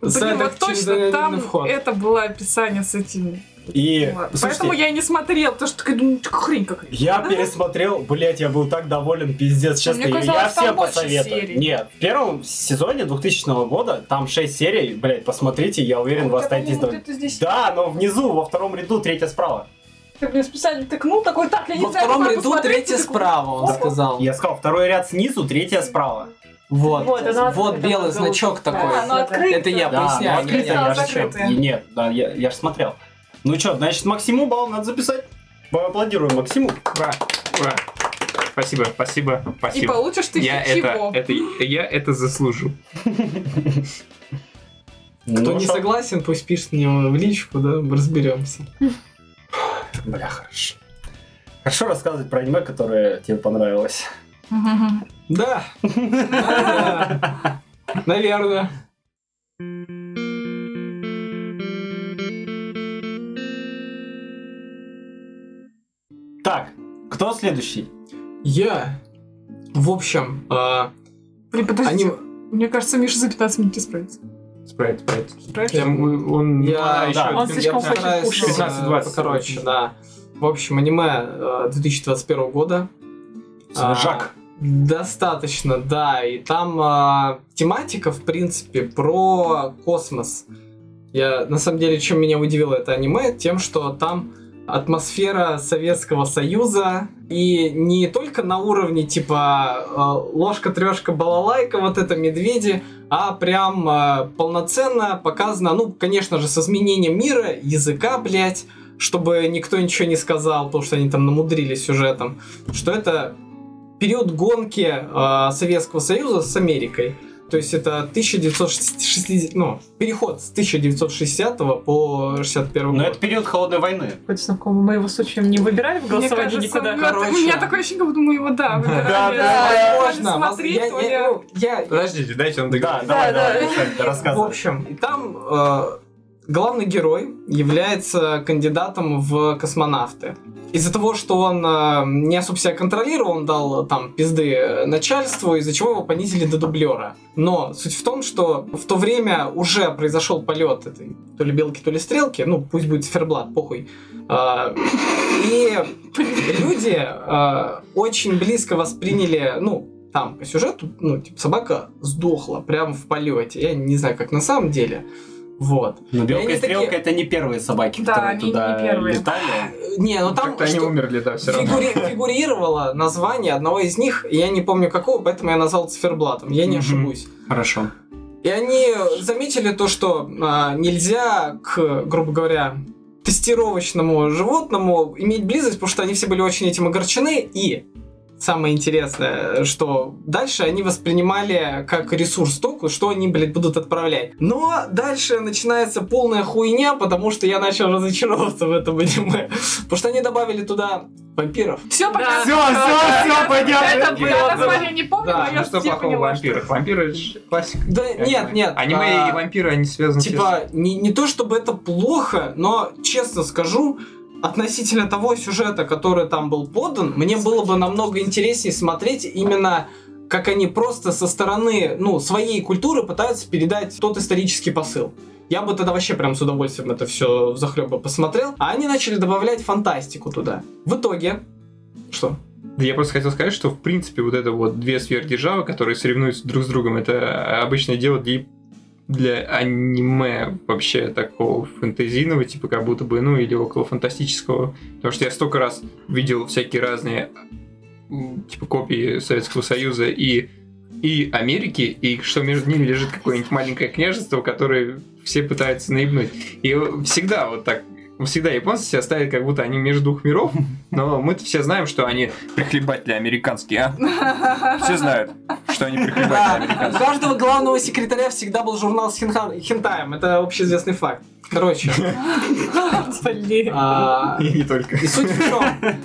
[SPEAKER 2] Блин,
[SPEAKER 7] сайтах
[SPEAKER 2] вот
[SPEAKER 7] через
[SPEAKER 2] точно там
[SPEAKER 7] отдельный вход.
[SPEAKER 2] это было описание с этим.
[SPEAKER 1] И
[SPEAKER 2] Вот.
[SPEAKER 1] слушайте,
[SPEAKER 2] Поэтому я и не смотрела, потому что такая думаю, «Чё, хрень какая.
[SPEAKER 1] Я пересмотрел, блять, я был так доволен, пиздец, честно.
[SPEAKER 2] мне
[SPEAKER 1] я- я
[SPEAKER 2] казалось, там
[SPEAKER 1] всем
[SPEAKER 2] больше
[SPEAKER 1] посоветую.
[SPEAKER 2] серий.
[SPEAKER 1] Нет, в первом сезоне 2000 года там 6 серий, блять, посмотрите, я уверен, вы
[SPEAKER 2] Я
[SPEAKER 1] останетесь
[SPEAKER 2] думала,
[SPEAKER 1] довольны.
[SPEAKER 2] где-то ну, здесь.
[SPEAKER 1] Да, но внизу, во втором ряду, третья справа.
[SPEAKER 2] Ты, блин, специально
[SPEAKER 5] ну,
[SPEAKER 2] тыкнул такой, так, я не
[SPEAKER 7] Во
[SPEAKER 2] знаю,
[SPEAKER 7] втором
[SPEAKER 2] куда
[SPEAKER 7] ряду
[SPEAKER 2] посмотреть».
[SPEAKER 7] третья
[SPEAKER 2] Ты такой,
[SPEAKER 7] справа, он
[SPEAKER 2] «Опа».
[SPEAKER 7] сказал.
[SPEAKER 1] Я сказал, второй ряд снизу, третья справа.
[SPEAKER 7] Вот,
[SPEAKER 5] Вот, она
[SPEAKER 7] вот
[SPEAKER 5] открыта,
[SPEAKER 7] белый
[SPEAKER 5] она
[SPEAKER 7] значок
[SPEAKER 5] голубая.
[SPEAKER 7] такой.
[SPEAKER 2] А, ну открыто.
[SPEAKER 7] Это я
[SPEAKER 1] Да,
[SPEAKER 7] поясняю,
[SPEAKER 1] ну,
[SPEAKER 7] я
[SPEAKER 1] открытая,
[SPEAKER 2] не
[SPEAKER 1] я,
[SPEAKER 2] знаю.
[SPEAKER 1] же чё,
[SPEAKER 2] Закрытая.
[SPEAKER 1] и Нет, да, я, я же смотрел. Ну что, значит, Максиму балл надо записать. Поаплодируем Максиму.
[SPEAKER 3] Ура, ура. Спасибо, спасибо,
[SPEAKER 2] И
[SPEAKER 3] спасибо.
[SPEAKER 2] получишь ты
[SPEAKER 3] я это,
[SPEAKER 2] ничего.
[SPEAKER 3] это, я это заслужу.
[SPEAKER 7] Кто
[SPEAKER 1] Ну
[SPEAKER 7] не
[SPEAKER 1] шо?
[SPEAKER 7] согласен, пусть пишет мне в личку, да, разберемся.
[SPEAKER 1] Бля, хорошо. Хорошо рассказывать про аниме, которое тебе понравилось. э,
[SPEAKER 2] Мгм.
[SPEAKER 7] Да. Наверное.
[SPEAKER 1] Так, кто следующий?
[SPEAKER 7] Я, в общем, а,
[SPEAKER 2] Блин, подожди.
[SPEAKER 7] они...
[SPEAKER 2] Мне кажется, Миша за 15 минут не справится.
[SPEAKER 3] Спрайт, спрайт.
[SPEAKER 2] Справишься?
[SPEAKER 7] Я-
[SPEAKER 3] Он,
[SPEAKER 7] Я,
[SPEAKER 3] а,
[SPEAKER 1] да.
[SPEAKER 3] еще-
[SPEAKER 5] Он
[SPEAKER 7] я
[SPEAKER 5] слишком хочет
[SPEAKER 7] постараюсь,
[SPEAKER 5] кушать.
[SPEAKER 3] 15-20,
[SPEAKER 7] э, Короче,
[SPEAKER 3] короче.
[SPEAKER 7] да. В общем, аниме э, 2021 года. А,
[SPEAKER 1] Жак.
[SPEAKER 7] Достаточно, да. И там а, тематика, в принципе, про космос. Я, на самом деле, чем меня удивило это аниме, тем, что там атмосфера Советского Союза, и не только на уровне типа э, ложка, трешка, балалайка, вот это медведи, а прям э, полноценно показано, ну, конечно же, с изменением мира, языка, блядь, чтобы никто ничего не сказал, потому что они там намудрили сюжетом, что это период гонки э, Советского Союза с Америкой. То есть это 1960, ну, переход с 1960 по 61
[SPEAKER 1] Но
[SPEAKER 7] год.
[SPEAKER 1] Ну, это период холодной войны.
[SPEAKER 5] Хоть знакомый, мы его случаем не выбирали в
[SPEAKER 2] Мне
[SPEAKER 5] голосовании
[SPEAKER 2] кажется,
[SPEAKER 5] никуда.
[SPEAKER 2] мы-
[SPEAKER 7] Короче.
[SPEAKER 2] у меня такое ощущение, как будто мы его, да, выбирали.
[SPEAKER 1] да,
[SPEAKER 2] То ли
[SPEAKER 7] Возможно, воз-
[SPEAKER 2] смотреть,
[SPEAKER 7] я-
[SPEAKER 2] то
[SPEAKER 7] я-
[SPEAKER 2] ли-
[SPEAKER 7] ну, я-
[SPEAKER 3] Подождите, дайте он
[SPEAKER 1] Да,
[SPEAKER 3] договорить.
[SPEAKER 1] давай,
[SPEAKER 5] да.
[SPEAKER 1] давай, Александр,
[SPEAKER 7] В
[SPEAKER 1] рассказывай.
[SPEAKER 7] общем, и там э, главный герой является кандидатом в космонавты. Из-за того, что он э, не особо себя контролировал, он дал э, там пизды э, начальству, из-за чего его понизили до дублера. Но суть в том, что в то время уже произошел полет этой то ли белки, то ли стрелки, ну пусть будет циферблат, похуй. Э, и люди э, очень близко восприняли, ну, там по сюжету, ну, типа, собака сдохла прямо в полете. Я не знаю, как на самом деле. Вот.
[SPEAKER 1] Но
[SPEAKER 7] они
[SPEAKER 1] Ну, белка и
[SPEAKER 7] такие-
[SPEAKER 1] стрелка это не первые собаки,
[SPEAKER 2] Да,
[SPEAKER 1] которые
[SPEAKER 2] они не
[SPEAKER 1] туда
[SPEAKER 2] первые.
[SPEAKER 1] летали.
[SPEAKER 7] Не, ну там
[SPEAKER 3] Как-то они
[SPEAKER 7] что-
[SPEAKER 3] умерли, да, все равно.
[SPEAKER 7] фигури- фигурировало название одного из них, и я не помню какого, поэтому я назвал циферблатом. Я не
[SPEAKER 1] Мгм.
[SPEAKER 7] ошибусь.
[SPEAKER 1] Хорошо.
[SPEAKER 7] И они заметили то, что а, нельзя к, грубо говоря, тестировочному животному иметь близость, потому что они все были очень этим огорчены. И самое интересное, что дальше они воспринимали как ресурс только, что они, блядь, будут отправлять. Но дальше начинается полная хуйня, потому что я начал разочаровываться в этом аниме. Потому что они добавили туда вампиров.
[SPEAKER 2] Все, понятно.
[SPEAKER 1] Всё, всё, всё, понятно.
[SPEAKER 2] Это
[SPEAKER 1] Да.
[SPEAKER 2] было. Я название не помню,
[SPEAKER 7] Да,
[SPEAKER 2] но
[SPEAKER 3] Ну
[SPEAKER 2] я
[SPEAKER 3] что
[SPEAKER 2] все
[SPEAKER 3] плохого в
[SPEAKER 2] поняла. что-
[SPEAKER 3] вампирах? Вампиры же классика.
[SPEAKER 7] Да,
[SPEAKER 3] Я
[SPEAKER 7] нет,
[SPEAKER 3] понимаю.
[SPEAKER 7] нет.
[SPEAKER 3] Аниме
[SPEAKER 7] а,
[SPEAKER 3] и вампиры, они связаны
[SPEAKER 7] Типа, не, не то чтобы это плохо, но, честно скажу, относительно того сюжета, который там был подан, мне было бы намного интереснее смотреть именно как они просто со стороны, ну, своей культуры пытаются передать тот исторический посыл. Я бы тогда вообще прям с удовольствием это все захлеба посмотрел. А они начали добавлять фантастику туда. В итоге... Что?
[SPEAKER 3] Да я просто хотел сказать, что в принципе вот это вот две сверхдержавы, которые соревнуются друг с другом, это обычное дело для, для аниме вообще такого фэнтезийного, типа как будто бы, ну или около фантастического. Потому что я столько раз видел всякие разные м, типа копии Советского Союза и и Америки, и что между ними лежит какое-нибудь маленькое княжество, которое все пытаются наебнуть. И всегда вот так, всегда японцы себя ставят, как будто они между двух миров, но мы-то все знаем, что они прихлебатели американские, а? Все знают, что они прихлебатели
[SPEAKER 7] Да, у
[SPEAKER 3] американские.
[SPEAKER 7] каждого главного секретаря всегда был журнал с хинха- хентаем. Это общеизвестный факт. Короче.
[SPEAKER 5] Блин.
[SPEAKER 7] а,
[SPEAKER 3] И не только.
[SPEAKER 7] И суть в чем?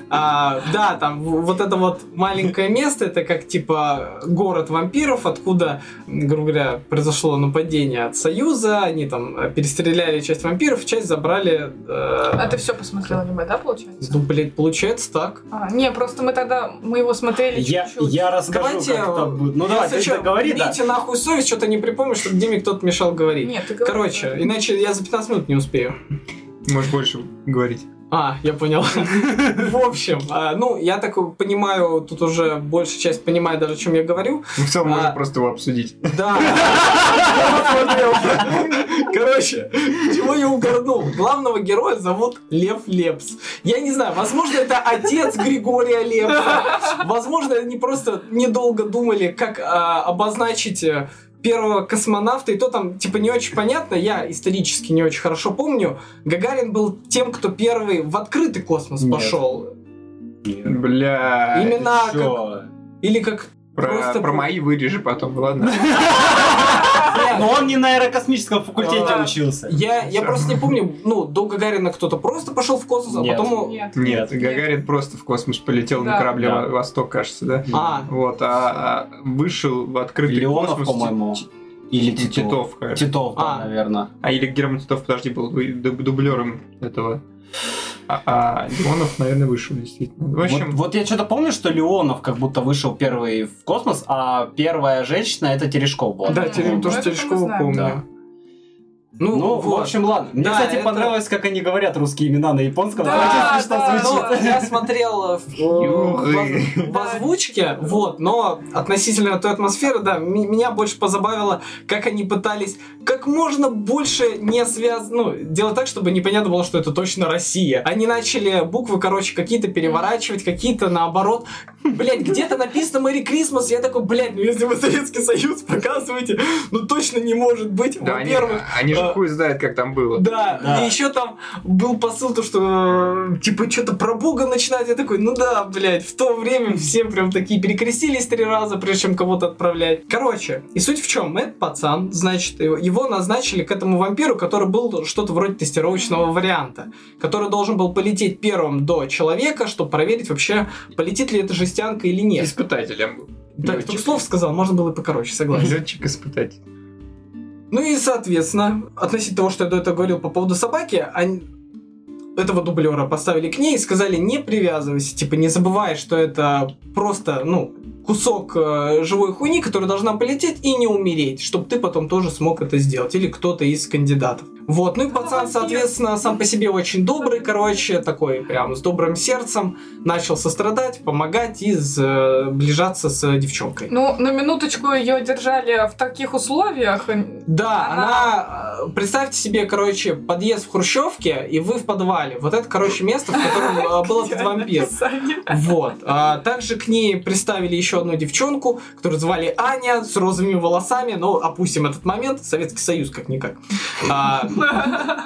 [SPEAKER 7] а, да, там в- вот это вот маленькое место, это как типа город вампиров, откуда, грубо говоря, произошло нападение от Союза, они там э, перестреляли часть вампиров, часть забрали...
[SPEAKER 2] А
[SPEAKER 7] э,
[SPEAKER 2] ты все посмотрел аниме, да, получается?
[SPEAKER 7] Ну, блядь, получается так.
[SPEAKER 2] А, не, просто мы тогда, мы его смотрели
[SPEAKER 1] Я,
[SPEAKER 2] чуть-чуть.
[SPEAKER 1] я расскажу, как это будет. Ну давай,
[SPEAKER 7] э, если
[SPEAKER 1] ты
[SPEAKER 7] чё,
[SPEAKER 1] договори, да.
[SPEAKER 7] берите нахуй совесть, что-то не припомню, чтобы Диме кто-то мешал говорить.
[SPEAKER 2] Нет, ты говори.
[SPEAKER 7] Короче, иначе я за 15 минут не успею.
[SPEAKER 3] Можешь больше говорить.
[SPEAKER 7] А, я понял. В общем, а, ну, я так понимаю, тут уже большая часть понимает даже, о чем я говорю.
[SPEAKER 3] Ну, в целом,
[SPEAKER 7] А.
[SPEAKER 3] можно просто его обсудить.
[SPEAKER 7] Да. Короче, чего я угорнул? Главного героя зовут Лев Лепс. Я не знаю, возможно, это отец Григория Лепса. Возможно, они просто недолго думали, как а, обозначить э, первого космонавта, и то там, типа, не очень понятно, я исторически не очень хорошо помню, Гагарин был тем, кто первый в открытый космос
[SPEAKER 1] Нет.
[SPEAKER 7] пошел.
[SPEAKER 1] Нет,
[SPEAKER 3] Бля.
[SPEAKER 7] Имена
[SPEAKER 1] ты чё?
[SPEAKER 7] Или как...
[SPEAKER 3] Про,
[SPEAKER 7] просто
[SPEAKER 3] про
[SPEAKER 7] пу-
[SPEAKER 3] мои вырежи потом, ладно.
[SPEAKER 1] Но Ну, он не на аэрокосмическом факультете
[SPEAKER 7] Да.
[SPEAKER 1] учился.
[SPEAKER 7] Я, я
[SPEAKER 3] Всё.
[SPEAKER 7] просто не помню, ну, до Гагарина кто-то просто пошел в космос, а
[SPEAKER 1] Нет.
[SPEAKER 7] потом...
[SPEAKER 2] Нет.
[SPEAKER 3] Нет,
[SPEAKER 1] Нет.
[SPEAKER 3] Гагарин просто в космос полетел на
[SPEAKER 2] Да.
[SPEAKER 3] корабле
[SPEAKER 1] Да.
[SPEAKER 3] «Во- Восток, кажется, да?
[SPEAKER 7] А,
[SPEAKER 3] Вот, а а вышел в открытый
[SPEAKER 1] Леонов,
[SPEAKER 3] космос.
[SPEAKER 1] по-моему.
[SPEAKER 3] Ти-
[SPEAKER 1] Или
[SPEAKER 3] Ти-
[SPEAKER 1] Титов.
[SPEAKER 3] Титов, э. кажется.
[SPEAKER 1] Титов, да,
[SPEAKER 7] А.
[SPEAKER 1] наверное.
[SPEAKER 3] А или Герман Титов, подожди, был дуб- дублером этого. А, а Леонов, наверное, вышел, действительно. В общем,
[SPEAKER 1] вот, вот я что-то помню, что Леонов как будто вышел первый в космос, а первая женщина это Терешков была.
[SPEAKER 7] Да,
[SPEAKER 2] Мгм,
[SPEAKER 7] Терем-
[SPEAKER 2] ну,
[SPEAKER 7] тоже
[SPEAKER 2] это мы
[SPEAKER 7] Терешкова
[SPEAKER 2] знаем.
[SPEAKER 1] Да.
[SPEAKER 7] помню.
[SPEAKER 1] Ну, в общем, ладно. Мне,
[SPEAKER 7] Да,
[SPEAKER 1] кстати,
[SPEAKER 7] это-
[SPEAKER 1] понравилось, как они говорят русские имена на японском.
[SPEAKER 2] Да,
[SPEAKER 1] Очень смешно
[SPEAKER 2] да,
[SPEAKER 1] звучит.
[SPEAKER 2] звучит.
[SPEAKER 7] Ну, я смотрел э, в,
[SPEAKER 3] Юры.
[SPEAKER 7] в- в озвучке, вот, но относительно той атмосферы, да, м- меня больше позабавило, как они пытались как можно больше не связ... ну, делать так, чтобы непонятно было, что это точно Россия. Они начали буквы, короче, какие-то переворачивать, какие-то наоборот. Блять, где-то написано Мэри Крисмас, я такой, блять, ну если вы Советский Союз показываете, ну точно не может быть.
[SPEAKER 3] да, они,
[SPEAKER 7] Во-первых,
[SPEAKER 3] они же
[SPEAKER 7] а,
[SPEAKER 3] хуй знает, как там было.
[SPEAKER 7] да,
[SPEAKER 1] Да.
[SPEAKER 7] и еще там был посыл, то, что э, типа что-то про Бога начинать. Я такой, ну да, блядь, в то время все прям такие перекрестились три раза, прежде чем кого-то отправлять. Короче, и суть в чем? Этот пацан, значит, его- его назначили к этому вампиру, который был что-то вроде тестировочного варианта, который должен был полететь первым до человека, чтобы проверить вообще, полетит ли эта жестянка или нет.
[SPEAKER 3] Испытателем был.
[SPEAKER 7] Так, тут слов сказал, можно было и покороче, согласен.
[SPEAKER 3] Летчик-испытатель.
[SPEAKER 7] Ну и, соответственно, относительно того, что я до этого говорил по поводу собаки, они этого дублера поставили к ней и сказали, не привязывайся, типа, не забывай, что это просто, ну, кусок э, живой хуйни, которая должна полететь и не умереть, чтобы ты потом тоже смог это сделать, или кто-то из кандидатов. Вот, ну и пацан,
[SPEAKER 2] вампир.
[SPEAKER 7] соответственно, сам по себе очень добрый, короче, такой прям с добрым сердцем, начал сострадать, помогать и сближаться с э, девчонкой.
[SPEAKER 2] Ну, на минуточку ее держали в таких условиях.
[SPEAKER 7] Да,
[SPEAKER 2] Она-
[SPEAKER 7] она... э, Представьте себе, короче, подъезд в Хрущевке, и вы в подвале. Вот это, короче, место, в котором э, был этот вампир. Вот. А также к ней приставили еще одну девчонку, которую звали Аня, с розовыми волосами. Ну, опустим этот момент. Советский Союз, как-никак. А,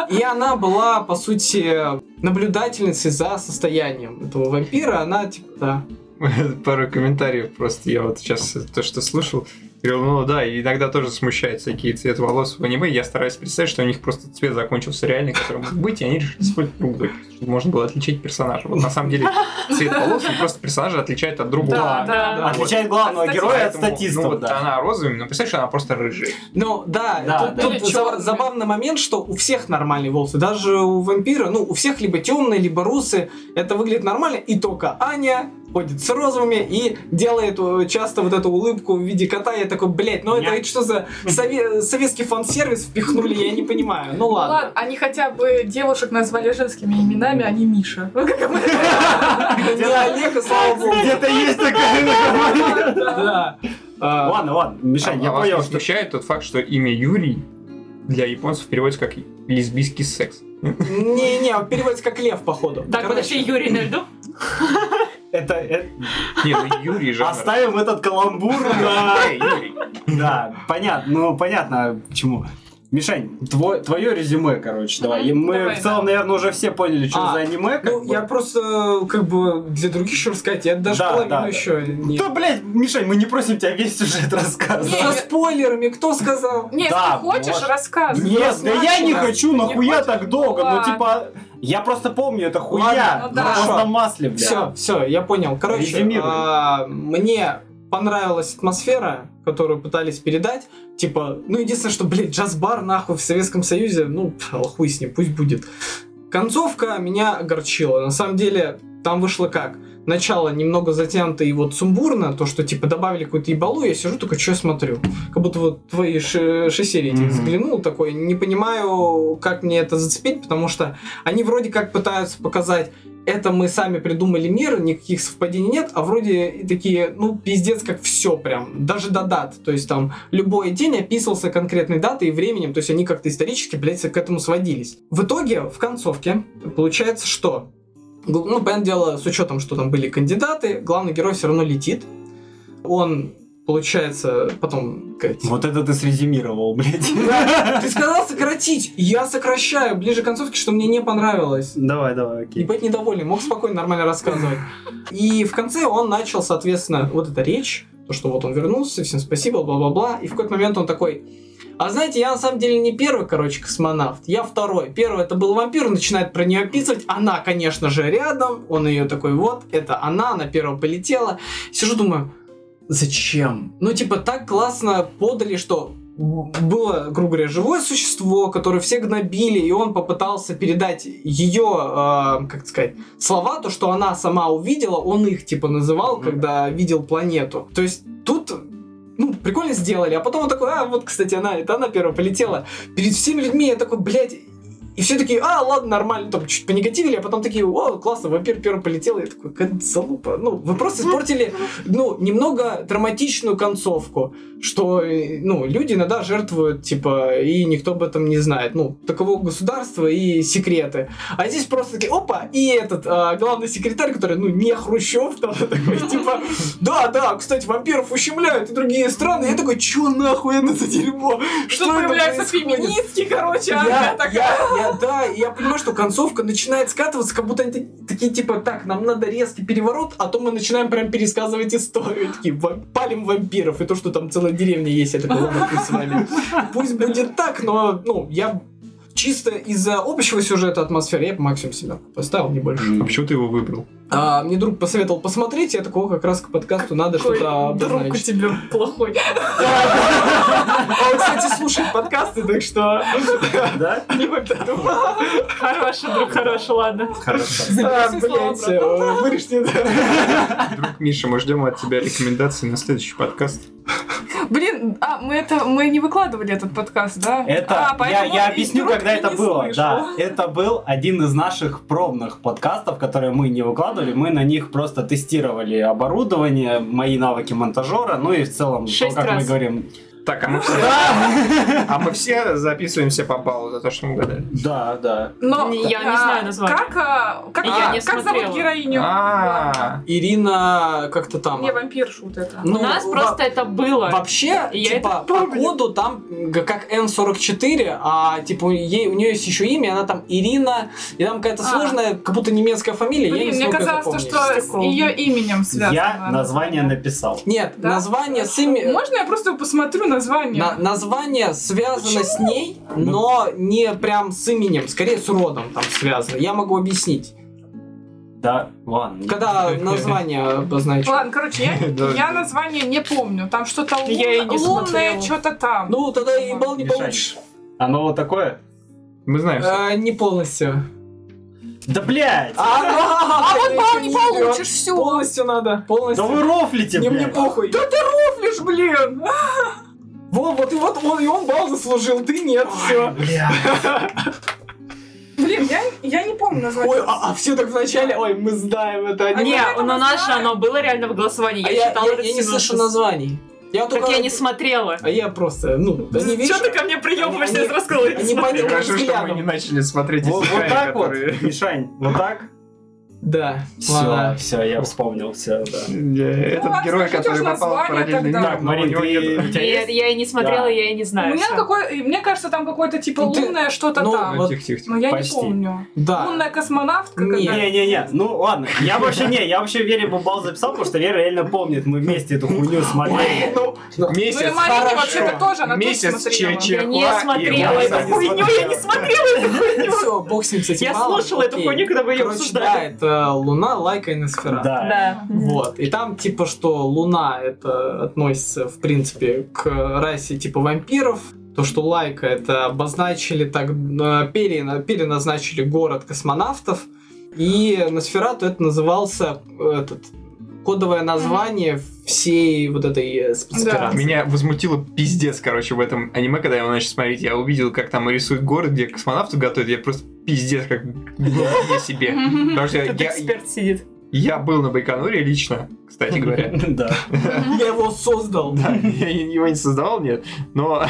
[SPEAKER 7] и она была, по сути, наблюдательницей за состоянием этого вампира. Она, типа, да.
[SPEAKER 3] пару комментариев просто я вот сейчас то, что слышал. Говорил, ну да, и иногда тоже смущает всякие цвет волос в аниме. Я стараюсь представить, что у них просто цвет закончился реально, который мог быть, и они решили использовать другой, чтобы можно было отличить персонажа. Вот на самом деле цвет волос он просто персонажа отличает от другого.
[SPEAKER 2] Да, да.
[SPEAKER 3] да.
[SPEAKER 1] Отличает А главного
[SPEAKER 2] От статистов.
[SPEAKER 1] героя от
[SPEAKER 3] Поэтому,
[SPEAKER 1] статистов,
[SPEAKER 3] ну, вот
[SPEAKER 1] да.
[SPEAKER 3] она розовым, но представляешь, она просто рыжая.
[SPEAKER 7] Ну да,
[SPEAKER 1] Да,
[SPEAKER 7] тут,
[SPEAKER 1] да.
[SPEAKER 7] тут
[SPEAKER 2] Или
[SPEAKER 7] за-
[SPEAKER 2] чёрные.
[SPEAKER 7] забавный момент, что у всех нормальные волосы, даже у вампира, ну у всех либо темные, либо русы, это выглядит нормально, и только Аня ходит с розовыми и делает э, часто вот эту улыбку в виде кота, я такой, блядь, ну это
[SPEAKER 1] Ня.
[SPEAKER 7] ведь что за сове- советский фан-сервис впихнули, я не понимаю, ну
[SPEAKER 2] Ладно,
[SPEAKER 7] ладно.
[SPEAKER 2] они хотя бы девушек назвали женскими именами, а не Миша.
[SPEAKER 7] Не Олега, слава богу.
[SPEAKER 1] Где-то есть такая.
[SPEAKER 7] Да. А,
[SPEAKER 1] Ладно, ладно, Мишань, я
[SPEAKER 3] а вас
[SPEAKER 1] понял,
[SPEAKER 3] не
[SPEAKER 1] что...
[SPEAKER 3] смущает тот факт, что имя Юрий для японцев переводится как лесбийский секс.
[SPEAKER 7] Не-не, переводится как лев, походу.
[SPEAKER 5] Так,
[SPEAKER 7] Короче,
[SPEAKER 5] подожди, Юрий на льду?
[SPEAKER 1] Это- это-
[SPEAKER 3] Не, ну Юрий же.
[SPEAKER 1] Оставим этот каламбур на...
[SPEAKER 3] Юрий.
[SPEAKER 1] Да, понятно, ну понятно почему. Мишань, тво- твое резюме, короче, давай. И мы
[SPEAKER 2] давай,
[SPEAKER 1] в целом, наверное, уже все поняли, что
[SPEAKER 7] А,
[SPEAKER 1] за аниме. как
[SPEAKER 7] Ну,
[SPEAKER 1] бы.
[SPEAKER 7] я просто, как бы, для других еще рассказать, я даже
[SPEAKER 1] Да,
[SPEAKER 7] половину
[SPEAKER 1] да, да.
[SPEAKER 7] еще не...
[SPEAKER 1] Да, блядь, Мишань, мы не просим тебя весь сюжет рассказывать.
[SPEAKER 7] Со спойлерами, кто сказал?
[SPEAKER 2] Не, если
[SPEAKER 1] Да,
[SPEAKER 2] хочешь,
[SPEAKER 1] вот.
[SPEAKER 2] рассказывай.
[SPEAKER 1] Нет, да я не
[SPEAKER 7] значит,
[SPEAKER 1] хочу, нахуя
[SPEAKER 2] хочешь?
[SPEAKER 1] так долго, ну
[SPEAKER 2] Ладно.
[SPEAKER 1] типа... Я просто помню, это
[SPEAKER 7] Ладно,
[SPEAKER 1] хуйня,
[SPEAKER 2] ну
[SPEAKER 1] на
[SPEAKER 2] да.
[SPEAKER 1] постном масле, блядь.
[SPEAKER 7] Все, все, я понял. Короче,
[SPEAKER 1] Резюмируй.
[SPEAKER 7] а, мне понравилась атмосфера, которую пытались передать. Типа, ну единственное, что, блядь, джаз-бар нахуй в Советском Союзе, ну, пф, хуй с ним, пусть будет. Концовка меня огорчила. На самом деле, там вышло как? Начало немного затянуто и вот сумбурно, то, что типа добавили какую-то ебалу, я сижу только что смотрю. Как будто вот твои ши- шесть серий этих
[SPEAKER 1] Мгм.
[SPEAKER 7] взглянул, такой, не понимаю, как мне это зацепить, потому что они вроде как пытаются показать, это мы сами придумали мир, никаких совпадений нет, а вроде и такие, ну, пиздец, как все прям, даже до дат, то есть там любой день описывался конкретной датой и временем, то есть они как-то исторически, блядь, к этому сводились. В итоге, в концовке, получается, что, гл- ну, понятное дело, с учетом, что там были кандидаты, главный герой все равно летит, он, получается, потом... как-
[SPEAKER 1] Вот это ты срезюмировал, блядь.
[SPEAKER 7] Ты сказал сократить! Я сокращаю ближе к концовке, что мне не понравилось.
[SPEAKER 1] Давай, давай,
[SPEAKER 7] И
[SPEAKER 1] окей.
[SPEAKER 7] быть недовольным, мог спокойно, нормально рассказывать. И в конце он начал, соответственно, вот эта речь, то, что вот он вернулся, всем спасибо, бла-бла-бла. И в какой-то момент он такой, а знаете, я на самом деле не первый, короче, космонавт, я второй. Первый это был вампир, он начинает про нее описывать, она, конечно же, рядом, он ее такой, вот, это она, она первая полетела. Сижу, думаю, зачем? Ну, типа, так классно подали, что было, грубо говоря, живое существо, которое все гнобили, и он попытался передать ее, э, как это сказать, слова, то, что она сама увидела, он их типа называл, когда видел планету. То есть тут ну, прикольно сделали, а потом он такой, а, вот, кстати, она, это она первая полетела. Перед всеми людьми я такой, блядь, и все такие, а, ладно, нормально, там чуть понегативили, а потом такие, о, классно, вампир первый полетел. Я такой, как залупа. Ну, вы просто испортили, ну, немного драматичную концовку, что, э, ну, люди иногда жертвуют, типа, и никто об этом не знает. Ну, таково государство и секреты. А здесь просто такие, опа, и этот а, главный секретарь, который, ну, не Хрущев, там такой, типа, да, да, кстати, вампиров ущемляют и другие страны. Я такой, чё нахуй это за дерьмо?
[SPEAKER 2] Что
[SPEAKER 7] это
[SPEAKER 2] появляются
[SPEAKER 7] происходит?»
[SPEAKER 2] феминистки, короче, а
[SPEAKER 7] я,
[SPEAKER 2] она такая.
[SPEAKER 7] я, я- да, и я понимаю, что концовка начинает скатываться, как будто они таки- такие, типа, так, нам надо резкий переворот, а то мы начинаем прям пересказывать историю, такие, «Вам- палим вампиров, и то, что там целая деревня есть, я такой, ладно, пусть с вами. Пусть будет так, но, ну, я чисто из-за общего сюжета атмосферы я бы максимум себя поставил небольшой.
[SPEAKER 3] А почему ты его выбрал?
[SPEAKER 7] А, мне друг посоветовал посмотреть, я такого как раз к подкасту надо что-то
[SPEAKER 2] друг у
[SPEAKER 7] обозначить.
[SPEAKER 2] тебя плохой.
[SPEAKER 7] А он, кстати, слушает подкасты, так что...
[SPEAKER 1] Да?
[SPEAKER 5] Хороший друг, хороший, ладно.
[SPEAKER 1] Хорошо.
[SPEAKER 7] А,
[SPEAKER 2] Запиши слова
[SPEAKER 7] блядь, э, вырежьте это.
[SPEAKER 3] Друг Миша, мы ждем от тебя рекомендации на следующий подкаст.
[SPEAKER 2] Блин, а мы это мы не выкладывали этот подкаст, да?
[SPEAKER 1] Это
[SPEAKER 2] А,
[SPEAKER 1] я,
[SPEAKER 2] поэтому
[SPEAKER 1] я
[SPEAKER 2] и
[SPEAKER 1] объясню,
[SPEAKER 2] вдруг
[SPEAKER 1] когда
[SPEAKER 2] ты
[SPEAKER 1] это
[SPEAKER 2] не
[SPEAKER 1] было.
[SPEAKER 2] слышал.
[SPEAKER 1] Да, это был один из наших пробных подкастов, которые мы не выкладывали. Мы на них просто тестировали оборудование, мои навыки монтажера, ну и в целом, то,
[SPEAKER 5] Шесть
[SPEAKER 1] как мы
[SPEAKER 5] раз.
[SPEAKER 1] говорим.
[SPEAKER 3] Так, а мы все, а мы все записываемся по баллу за то, что мы угадали.
[SPEAKER 1] Да, да.
[SPEAKER 2] Но
[SPEAKER 5] Не, я не
[SPEAKER 2] а,
[SPEAKER 5] знаю название.
[SPEAKER 2] Как, а, как,
[SPEAKER 5] Я
[SPEAKER 2] а,
[SPEAKER 5] не
[SPEAKER 2] как зовут
[SPEAKER 5] смотрела.
[SPEAKER 2] героиню?
[SPEAKER 3] А,
[SPEAKER 7] Ирина как-то там.
[SPEAKER 2] Не вампиршу вот это.
[SPEAKER 7] Ну,
[SPEAKER 5] У нас
[SPEAKER 7] во-
[SPEAKER 5] просто это было.
[SPEAKER 7] Вообще,
[SPEAKER 5] Я
[SPEAKER 7] типа, по коду там г- как N44, а типа у ей, у нее есть еще имя, она там Ирина, и там какая-то
[SPEAKER 2] А.
[SPEAKER 7] сложная, как будто немецкая фамилия, я не
[SPEAKER 2] Блин, мне
[SPEAKER 7] смог её
[SPEAKER 2] казалось, то,
[SPEAKER 7] запомнить.
[SPEAKER 2] что с
[SPEAKER 5] Такого.
[SPEAKER 2] ее именем связано.
[SPEAKER 1] Я название написал.
[SPEAKER 7] Нет,
[SPEAKER 2] Да?
[SPEAKER 7] название с име-
[SPEAKER 2] Можно я просто посмотрю название?
[SPEAKER 7] на- название связано с ней, но не прям с именем, скорее с родом там связано. Я могу объяснить.
[SPEAKER 1] Да, ладно.
[SPEAKER 7] Когда название обозначу.
[SPEAKER 2] Ладно, короче, я,
[SPEAKER 3] Да.
[SPEAKER 2] я название не помню. Там что-то лун-
[SPEAKER 5] Я и не
[SPEAKER 2] лунное,
[SPEAKER 5] смотрела.
[SPEAKER 2] что-то там.
[SPEAKER 7] Ну, тогда и балл не
[SPEAKER 1] Мешай.
[SPEAKER 7] получишь.
[SPEAKER 1] Оно вот такое?
[SPEAKER 3] мы знаем. всё.
[SPEAKER 7] Э, не полностью.
[SPEAKER 1] Да блять!
[SPEAKER 7] А,
[SPEAKER 2] а вот балл не получишь, все.
[SPEAKER 7] Полностью надо. Полностью.
[SPEAKER 1] Да вы рофлите,
[SPEAKER 7] Не, мне
[SPEAKER 1] блядь!
[SPEAKER 7] похуй. Да ты рофлишь, блин! Во, вот и вот он, и он балл заслужил, ты нет, все.
[SPEAKER 1] Бля.
[SPEAKER 2] Блин, я, я не помню название.
[SPEAKER 7] Ой, а, а все так вначале, ой, мы знаем это. они-
[SPEAKER 5] А Не,
[SPEAKER 2] я этого
[SPEAKER 5] но наше
[SPEAKER 2] знаю.
[SPEAKER 5] оно было реально в голосовании.
[SPEAKER 7] А
[SPEAKER 5] Я читала этот
[SPEAKER 7] я не слышу
[SPEAKER 5] синопсис.
[SPEAKER 7] названий. Я
[SPEAKER 5] Так
[SPEAKER 7] только-
[SPEAKER 5] я не смотрела.
[SPEAKER 7] А я просто, ну, да не
[SPEAKER 5] Чё
[SPEAKER 7] вижу.
[SPEAKER 5] ты ко мне приёбываешься?
[SPEAKER 7] Они-
[SPEAKER 5] Я рассказала, я не
[SPEAKER 7] они
[SPEAKER 5] смотрела.
[SPEAKER 7] поняли.
[SPEAKER 3] Хорошо, что мы
[SPEAKER 7] взглядом.
[SPEAKER 3] не начали смотреть
[SPEAKER 1] Вот, вот
[SPEAKER 3] «Исекай»,
[SPEAKER 1] так вот,
[SPEAKER 3] которые-
[SPEAKER 1] Мишань, вот так?
[SPEAKER 7] Да,
[SPEAKER 1] Все,
[SPEAKER 7] ладно.
[SPEAKER 1] все, я вспомнил, все, да.
[SPEAKER 2] Ну,
[SPEAKER 3] Я- Этот герой,
[SPEAKER 2] скажите
[SPEAKER 3] который
[SPEAKER 2] уж
[SPEAKER 3] попал в
[SPEAKER 2] название
[SPEAKER 3] параллельный
[SPEAKER 2] тогда.
[SPEAKER 3] мир,
[SPEAKER 1] Так,
[SPEAKER 3] но у
[SPEAKER 1] Марин,
[SPEAKER 3] него
[SPEAKER 1] ты-
[SPEAKER 3] нет-
[SPEAKER 1] у тебя
[SPEAKER 5] Я,
[SPEAKER 1] есть?
[SPEAKER 5] я и не смотрела,
[SPEAKER 1] Да.
[SPEAKER 5] Ну, я и не
[SPEAKER 2] У
[SPEAKER 5] знаю.
[SPEAKER 2] меня
[SPEAKER 5] всё.
[SPEAKER 2] какой, мне кажется, там какое-то типа
[SPEAKER 7] Ну, ты-
[SPEAKER 2] лунное что-то
[SPEAKER 7] ну,
[SPEAKER 2] там.
[SPEAKER 7] вот-
[SPEAKER 3] Тихо, тихо, тихо.
[SPEAKER 2] Но А, я
[SPEAKER 1] почти.
[SPEAKER 2] не помню.
[SPEAKER 5] Ну,
[SPEAKER 7] Да.
[SPEAKER 2] Лунная космонавтка?
[SPEAKER 7] Не.
[SPEAKER 2] когда-
[SPEAKER 1] Не-не-не, ну ладно, я вообще не, я вообще Вере бы балл записал, потому что Вера реально помнит, мы вместе эту хуйню смотрели.
[SPEAKER 2] Ну и Марине вообще-то тоже, она тоже
[SPEAKER 3] Месяц
[SPEAKER 2] смотрела.
[SPEAKER 3] че-
[SPEAKER 5] Я
[SPEAKER 3] Чехла
[SPEAKER 5] не
[SPEAKER 3] и
[SPEAKER 5] смотрела
[SPEAKER 1] Макса
[SPEAKER 5] эту
[SPEAKER 1] не
[SPEAKER 5] хуйню, я не смотрела эту хуйню.
[SPEAKER 7] Все, бог с ним, с этим
[SPEAKER 5] Я
[SPEAKER 7] баллом,
[SPEAKER 5] слушала эту
[SPEAKER 7] окей.
[SPEAKER 5] хуйню, когда вы ее
[SPEAKER 7] Короче, да,
[SPEAKER 5] обсуждали.
[SPEAKER 7] это Луна, а Лайка и
[SPEAKER 1] Да.
[SPEAKER 7] Носфера.
[SPEAKER 5] Да.
[SPEAKER 7] Вот. И там, типа, что Луна это относится, в принципе, к расе типа вампиров. То, что Лайка это обозначили так, э, перена- переназначили город космонавтов. И Носферату это назывался э, этот кодовое название всей вот этой э, спецоперации.
[SPEAKER 3] Меня возмутило пиздец, короче, в этом аниме, когда я его начал смотреть. Я увидел, как там рисуют город, где космонавту готовят. Я просто пиздец, как я себе. Потому что
[SPEAKER 5] Тут
[SPEAKER 3] я,
[SPEAKER 5] эксперт сидит.
[SPEAKER 3] я был на Байконуре лично, кстати говоря.
[SPEAKER 1] Да.
[SPEAKER 7] Я его создал.
[SPEAKER 3] Да, я его не создавал, нет, но...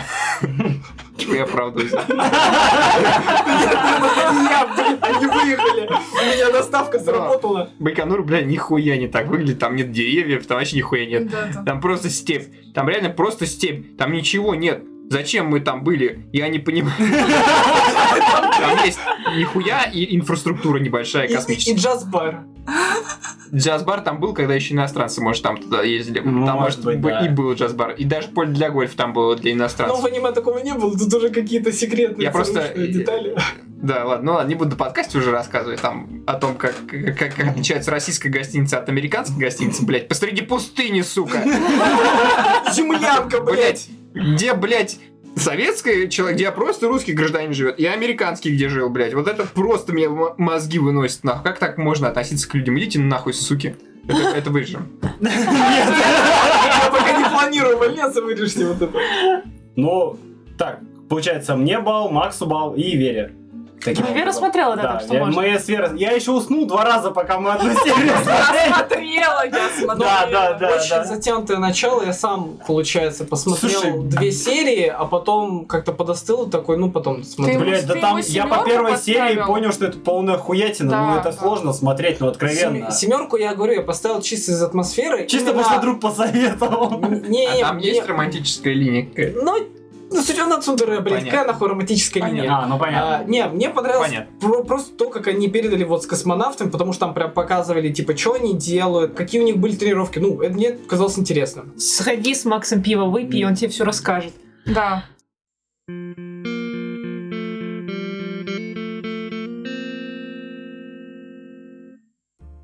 [SPEAKER 3] Чего я оправдываюсь?
[SPEAKER 7] Я, блин, они выехали. У меня доставка сработала.
[SPEAKER 3] Байконур, бля, нихуя не так выглядит, там нет деревьев, там вообще нихуя нет.
[SPEAKER 2] Да, да.
[SPEAKER 3] Там просто степь, там реально просто степь, там ничего нет. Зачем мы там были? Я не понимаю. Там есть нихуя и инфраструктура небольшая
[SPEAKER 7] И, и- и
[SPEAKER 3] космическая.
[SPEAKER 7] джаз-бар.
[SPEAKER 3] Джаз-бар там был, когда еще иностранцы, может, там туда ездили.
[SPEAKER 1] Может
[SPEAKER 3] Там, может,
[SPEAKER 1] быть,
[SPEAKER 3] бы-
[SPEAKER 1] да.
[SPEAKER 3] и был джаз-бар. И даже поле для гольфа там было для
[SPEAKER 7] Но в
[SPEAKER 3] иностранцев.
[SPEAKER 7] аниме такого не было, тут уже какие-то секретные
[SPEAKER 3] Я просто-
[SPEAKER 7] ценничные детали.
[SPEAKER 3] Да, ладно, ну ладно, не буду на подкасте уже рассказывать там о том, как, как, как отличается российская гостиница от американской гостиницы, блядь, посреди пустыни, сука.
[SPEAKER 7] Землянка, блядь!
[SPEAKER 3] Блядь, где, блядь, Советское человек, где просто русский гражданин живет, и американский где жил, блядь. Вот это просто мне м- мозги выносит нахуй. Как так можно относиться к людям? Идите нахуй, суки. Это, это вырежем.
[SPEAKER 7] Я пока не планирую увольняться, вырежьте вот это.
[SPEAKER 1] Ну, так, получается, мне бал, Максу бал и Вере. Таким
[SPEAKER 5] Ну, Вера
[SPEAKER 1] образом.
[SPEAKER 5] смотрела, да, так что
[SPEAKER 1] я,
[SPEAKER 5] можно.
[SPEAKER 1] мы с Верой- я еще уснул два раза, пока мы одну серию смотрели.
[SPEAKER 2] Смотрела, я смотрела.
[SPEAKER 1] Да, да, да.
[SPEAKER 7] Очень затянутое начало. Я сам, получается, посмотрел
[SPEAKER 1] Слушай,
[SPEAKER 7] две серии, а потом как-то подостыл такой, ну потом смотрю.
[SPEAKER 2] Ты-
[SPEAKER 1] Блять, да
[SPEAKER 2] ты
[SPEAKER 1] там
[SPEAKER 2] ему
[SPEAKER 1] я по
[SPEAKER 2] семерку
[SPEAKER 1] первой
[SPEAKER 2] поставил?
[SPEAKER 1] серии понял, что это полная хуятина,
[SPEAKER 2] Да,
[SPEAKER 1] ну это
[SPEAKER 2] да.
[SPEAKER 1] сложно смотреть, ну
[SPEAKER 7] Семи-
[SPEAKER 1] откровенно.
[SPEAKER 7] Семерку, я говорю, я поставил чисто из атмосферы.
[SPEAKER 1] Чисто
[SPEAKER 7] Именно-
[SPEAKER 1] потому что друг посоветовал.
[SPEAKER 7] Не,
[SPEAKER 3] А
[SPEAKER 7] не,
[SPEAKER 3] там
[SPEAKER 7] мне-
[SPEAKER 3] есть романтическая линия э, какая-то?
[SPEAKER 7] Ну, ну с учетом Цундера, блядь,
[SPEAKER 3] Понятно.
[SPEAKER 7] какая нахуй романтическая линия?
[SPEAKER 1] А, ну
[SPEAKER 7] А,
[SPEAKER 1] понятно.
[SPEAKER 7] не, мне понравилось
[SPEAKER 3] Понятно.
[SPEAKER 7] про- просто то, как они передали вот с космонавтами, потому что там прям показывали, типа, что они делают, какие у них были тренировки. Ну, это мне казалось интересным.
[SPEAKER 5] Сходи с Максом пиво выпей, он тебе все расскажет.
[SPEAKER 2] Да.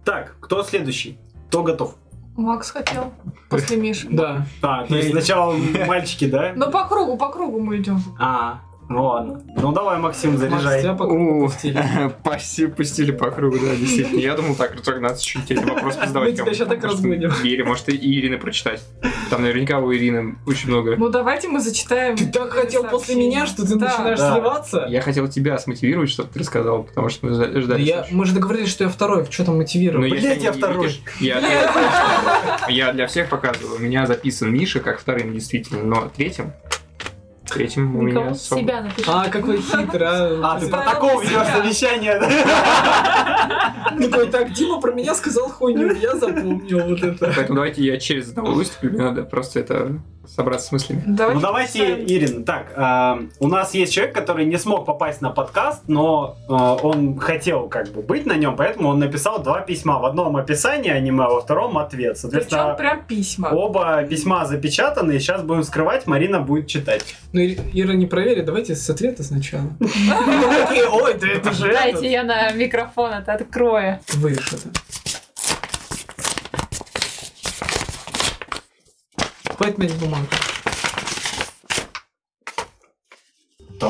[SPEAKER 1] Так, кто следующий? Кто готов?
[SPEAKER 2] Макс хотел. После Миши.
[SPEAKER 7] Да.
[SPEAKER 1] Так, то есть сначала мальчики, да?
[SPEAKER 2] Но по кругу, по кругу мы идем.
[SPEAKER 1] А, ну ладно. Ну давай, Максим,
[SPEAKER 7] Макс,
[SPEAKER 1] заряжай.
[SPEAKER 7] тебя пока
[SPEAKER 3] У,
[SPEAKER 7] пустили.
[SPEAKER 3] Пасти пустили по кругу, да, действительно. Я думал, так, Рцог, надо чуть эти вопросы задавать
[SPEAKER 7] Мы тебя
[SPEAKER 3] кому-то,
[SPEAKER 7] щас так
[SPEAKER 3] потому что
[SPEAKER 7] разгоним.
[SPEAKER 3] Вере, может, и Ирины прочитать. Там наверняка у Ирины очень много.
[SPEAKER 2] Ну давайте мы зачитаем.
[SPEAKER 7] Ты так хотел после
[SPEAKER 2] сообщение.
[SPEAKER 7] меня, что ты
[SPEAKER 2] Да.
[SPEAKER 7] начинаешь
[SPEAKER 1] Да.
[SPEAKER 7] сливаться?
[SPEAKER 3] Я хотел тебя смотивировать, чтобы ты рассказал, потому что мы за-
[SPEAKER 7] Да
[SPEAKER 3] ждали.
[SPEAKER 7] я, мы же договорились, что я второй, что там
[SPEAKER 3] Ну,
[SPEAKER 7] мотивировать?
[SPEAKER 3] если
[SPEAKER 1] Блядь, я
[SPEAKER 3] не
[SPEAKER 1] второй.
[SPEAKER 3] видишь, я, я- я для всех показываю. У меня записан Миша как вторым, действительно, но третьим... Третьим у меня...
[SPEAKER 5] Никого
[SPEAKER 3] свобод-
[SPEAKER 5] себя напиши.
[SPEAKER 7] А, как вы хитрый, а.
[SPEAKER 1] А, ты протокол ведешь совещание, да?
[SPEAKER 7] такой, так, Дима про меня сказал хуйню, я запомнил вот это.
[SPEAKER 3] Поэтому давайте я через одного выступлю, мне надо просто это собраться с мыслями.
[SPEAKER 2] Давайте.
[SPEAKER 1] Ну давайте,
[SPEAKER 2] почитаем.
[SPEAKER 1] Ирина, так, а, у нас есть человек, который не смог попасть на подкаст, но а, он хотел как бы быть на нем, поэтому он написал два письма. В одном описание а аниме, во втором ответ.
[SPEAKER 2] Причем
[SPEAKER 1] Соответственно,
[SPEAKER 2] прям письма.
[SPEAKER 1] оба письма запечатаны, сейчас будем скрывать, Марина будет читать.
[SPEAKER 7] Ну, Ир- Ира не проверит, давайте с ответа сначала. Ну, такие, Ой, да это же
[SPEAKER 5] Дайте
[SPEAKER 7] этот.
[SPEAKER 5] я на микрофон а это открою.
[SPEAKER 7] Вырежь это. Хватит мять бумагу.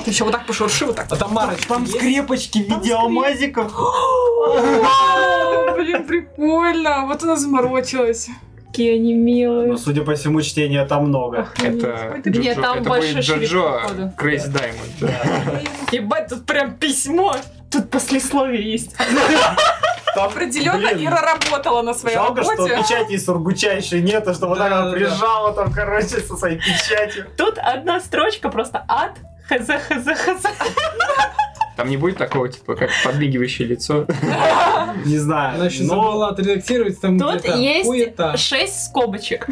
[SPEAKER 2] Ты еще вот так пошурши, вот так.
[SPEAKER 7] А там Марочка есть?
[SPEAKER 1] скрепочки в виде алмазиков.
[SPEAKER 2] О, Блин, прикольно. Вот она заморочилась.
[SPEAKER 5] Какие они милые.
[SPEAKER 1] Но, Ну, судя по всему, чтения там много.
[SPEAKER 3] Это
[SPEAKER 5] Ой, ты- Нет,
[SPEAKER 3] Джо-
[SPEAKER 5] там
[SPEAKER 3] это
[SPEAKER 5] больше
[SPEAKER 3] будет
[SPEAKER 5] шрифт,
[SPEAKER 3] Джо-Джо
[SPEAKER 5] походу.
[SPEAKER 3] Крейс Даймонд.
[SPEAKER 5] Ебать, тут прям письмо. Тут послесловие есть.
[SPEAKER 1] Там,
[SPEAKER 2] Определенно
[SPEAKER 1] блин,
[SPEAKER 2] Ира работала на своей
[SPEAKER 1] Жалко, что
[SPEAKER 2] работе.
[SPEAKER 1] печати из Сургуча еще нету, чтобы вот так она
[SPEAKER 7] Да-да-да.
[SPEAKER 1] приезжала там, короче, со своей печатью.
[SPEAKER 5] Тут одна строчка просто ад. Хз, хз, хз.
[SPEAKER 3] Там не будет такого, типа, как подмигивающее лицо.
[SPEAKER 1] Не знаю.
[SPEAKER 7] Она еще
[SPEAKER 1] но-
[SPEAKER 7] забыла отредактировать там
[SPEAKER 5] Тут
[SPEAKER 7] где-то.
[SPEAKER 5] есть
[SPEAKER 7] Хуета.
[SPEAKER 5] шесть скобочек.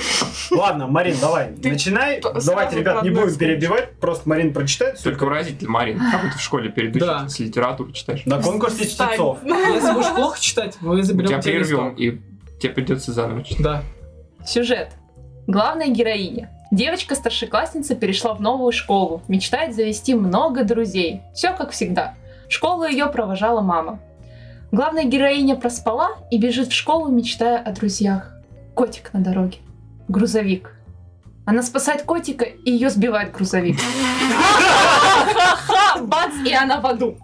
[SPEAKER 1] Ладно, Марин, давай,
[SPEAKER 2] Ты
[SPEAKER 1] начинай.
[SPEAKER 2] п-
[SPEAKER 1] Давайте,
[SPEAKER 2] сразу
[SPEAKER 1] ребят,
[SPEAKER 2] про
[SPEAKER 1] не
[SPEAKER 2] одно
[SPEAKER 1] будем
[SPEAKER 2] скажешь.
[SPEAKER 1] перебивать, просто Марин прочитает. всё.
[SPEAKER 3] Только выразитель, Марин. Как будто в школе перед
[SPEAKER 7] Да.
[SPEAKER 3] учительницей литературу читаешь.
[SPEAKER 1] На конкурсе
[SPEAKER 2] Встань. Ну.
[SPEAKER 1] чтецов.
[SPEAKER 7] Если будешь плохо читать, мы заберем
[SPEAKER 3] Тебя
[SPEAKER 7] тебе
[SPEAKER 3] прервем,
[SPEAKER 7] листок.
[SPEAKER 3] и тебе придется заново читать.
[SPEAKER 7] Да.
[SPEAKER 5] Сюжет. Главная героиня. Девочка-старшеклассница перешла в новую школу, мечтает завести много друзей. Все как всегда. В школу ее провожала мама. Главная героиня проспала и бежит в школу, мечтая о друзьях. Котик на дороге. Грузовик. Она спасает котика, и ее сбивает грузовик. Ха-ха-ха! Бац, и она в аду.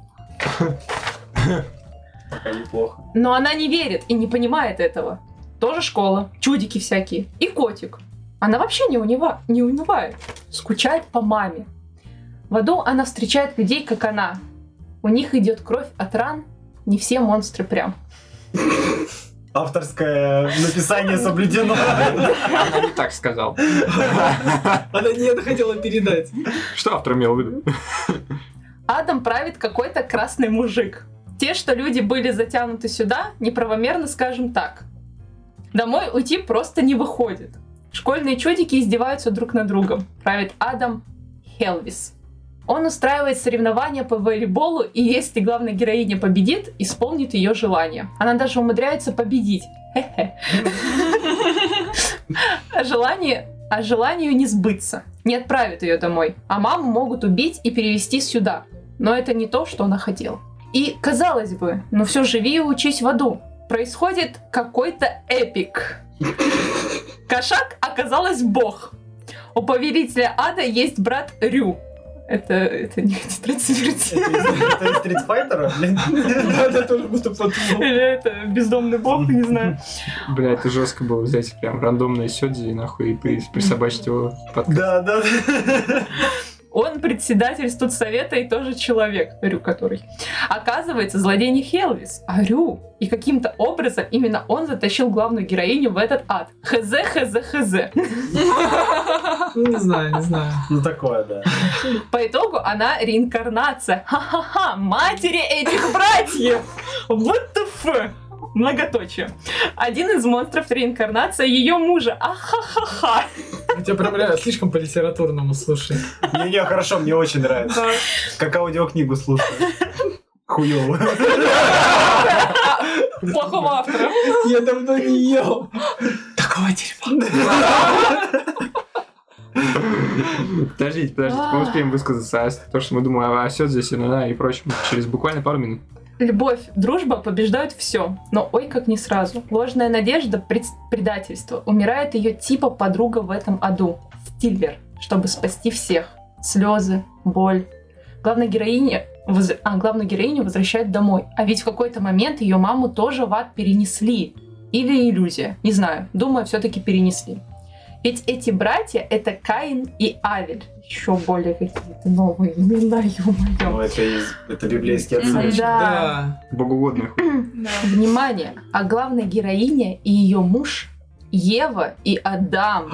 [SPEAKER 1] Пока неплохо.
[SPEAKER 5] Но она не верит и не понимает этого. Тоже школа, чудики всякие и котик. Она вообще не, унива- не унывает, скучает по маме. В аду она встречает людей, как она. У них идет кровь от ран, не все монстры прям.
[SPEAKER 1] Авторское написание соблюдено.
[SPEAKER 3] Она не так сказал.
[SPEAKER 7] Она не это хотела передать.
[SPEAKER 3] Что автор имел в виду?
[SPEAKER 5] Адом правит какой-то красный мужик. Те, что люди были затянуты сюда, неправомерно скажем так. Домой уйти просто не выходит. Школьные чудики издеваются друг над другом. Правит Адам Хелвис. Он устраивает соревнования по волейболу, и если главная героиня победит, исполнит ее желание. Она даже умудряется победить. Хе-хе. А Желание, а желанию не сбыться. Не отправят ее домой. А маму могут убить и перевести сюда. Но это не то, что она хотела. И, казалось бы, ну все, живи и учись в аду. Происходит какой-то эпик. Кошак оказалась бог. У повелителя ада есть брат Рю. Это, это не тетрадь смерти.
[SPEAKER 4] Это из- это из Street Fighter, блин. Да, да, тоже будто подумал.
[SPEAKER 5] Или это бездомный бог, не знаю.
[SPEAKER 3] Бля, это жестко было взять прям рандомное сёдзи и нахуй и при- присобачить его под...
[SPEAKER 4] Да, да.
[SPEAKER 5] Он председатель студсовета и тоже человек, Рю который. Оказывается, злодей не Хелвис, а Рю. И каким-то образом именно он затащил главную героиню в этот ад. Хз, хз, хз.
[SPEAKER 7] Ну, не знаю, не знаю.
[SPEAKER 4] Ну такое, да.
[SPEAKER 5] По итогу она реинкарнация. Ха-ха-ха, матери этих братьев! What the f? Многоточие. Один из монстров реинкарнация ее мужа. Ахахаха.
[SPEAKER 7] У тебя прям реально слишком по литературному слушай.
[SPEAKER 4] Не-не, хорошо, мне очень нравится. Как аудиокнигу слушаю. Хуёво.
[SPEAKER 5] Плохого автора.
[SPEAKER 4] Я давно не ел.
[SPEAKER 7] Такого дерьма.
[SPEAKER 3] Подождите, подождите, мы успеем высказаться о с- то, что мы думаем о сёдзи, синана и прочем через буквально пару минут.
[SPEAKER 5] Любовь, дружба побеждают все, но ой как не сразу. Ложная надежда, пред- предательство. Умирает ее типа подруга в этом аду. Стиллер, чтобы спасти всех. Слезы, боль. Главная героиня, воз- а, главную героиню возвращают домой. А ведь в какой-то момент ее маму тоже в ад перенесли. Или иллюзия. Не знаю. Думаю, все-таки перенесли. Ведь эти братья это Каин и Авель. Еще более какие-то новые имена, ё-моё.
[SPEAKER 4] Ну, это из... Это библейский
[SPEAKER 2] Мгм.
[SPEAKER 4] отсылки.
[SPEAKER 7] Да.
[SPEAKER 3] Богоугодных.
[SPEAKER 2] Да.
[SPEAKER 5] Внимание! А главная героиня и ее муж Ева и Адам.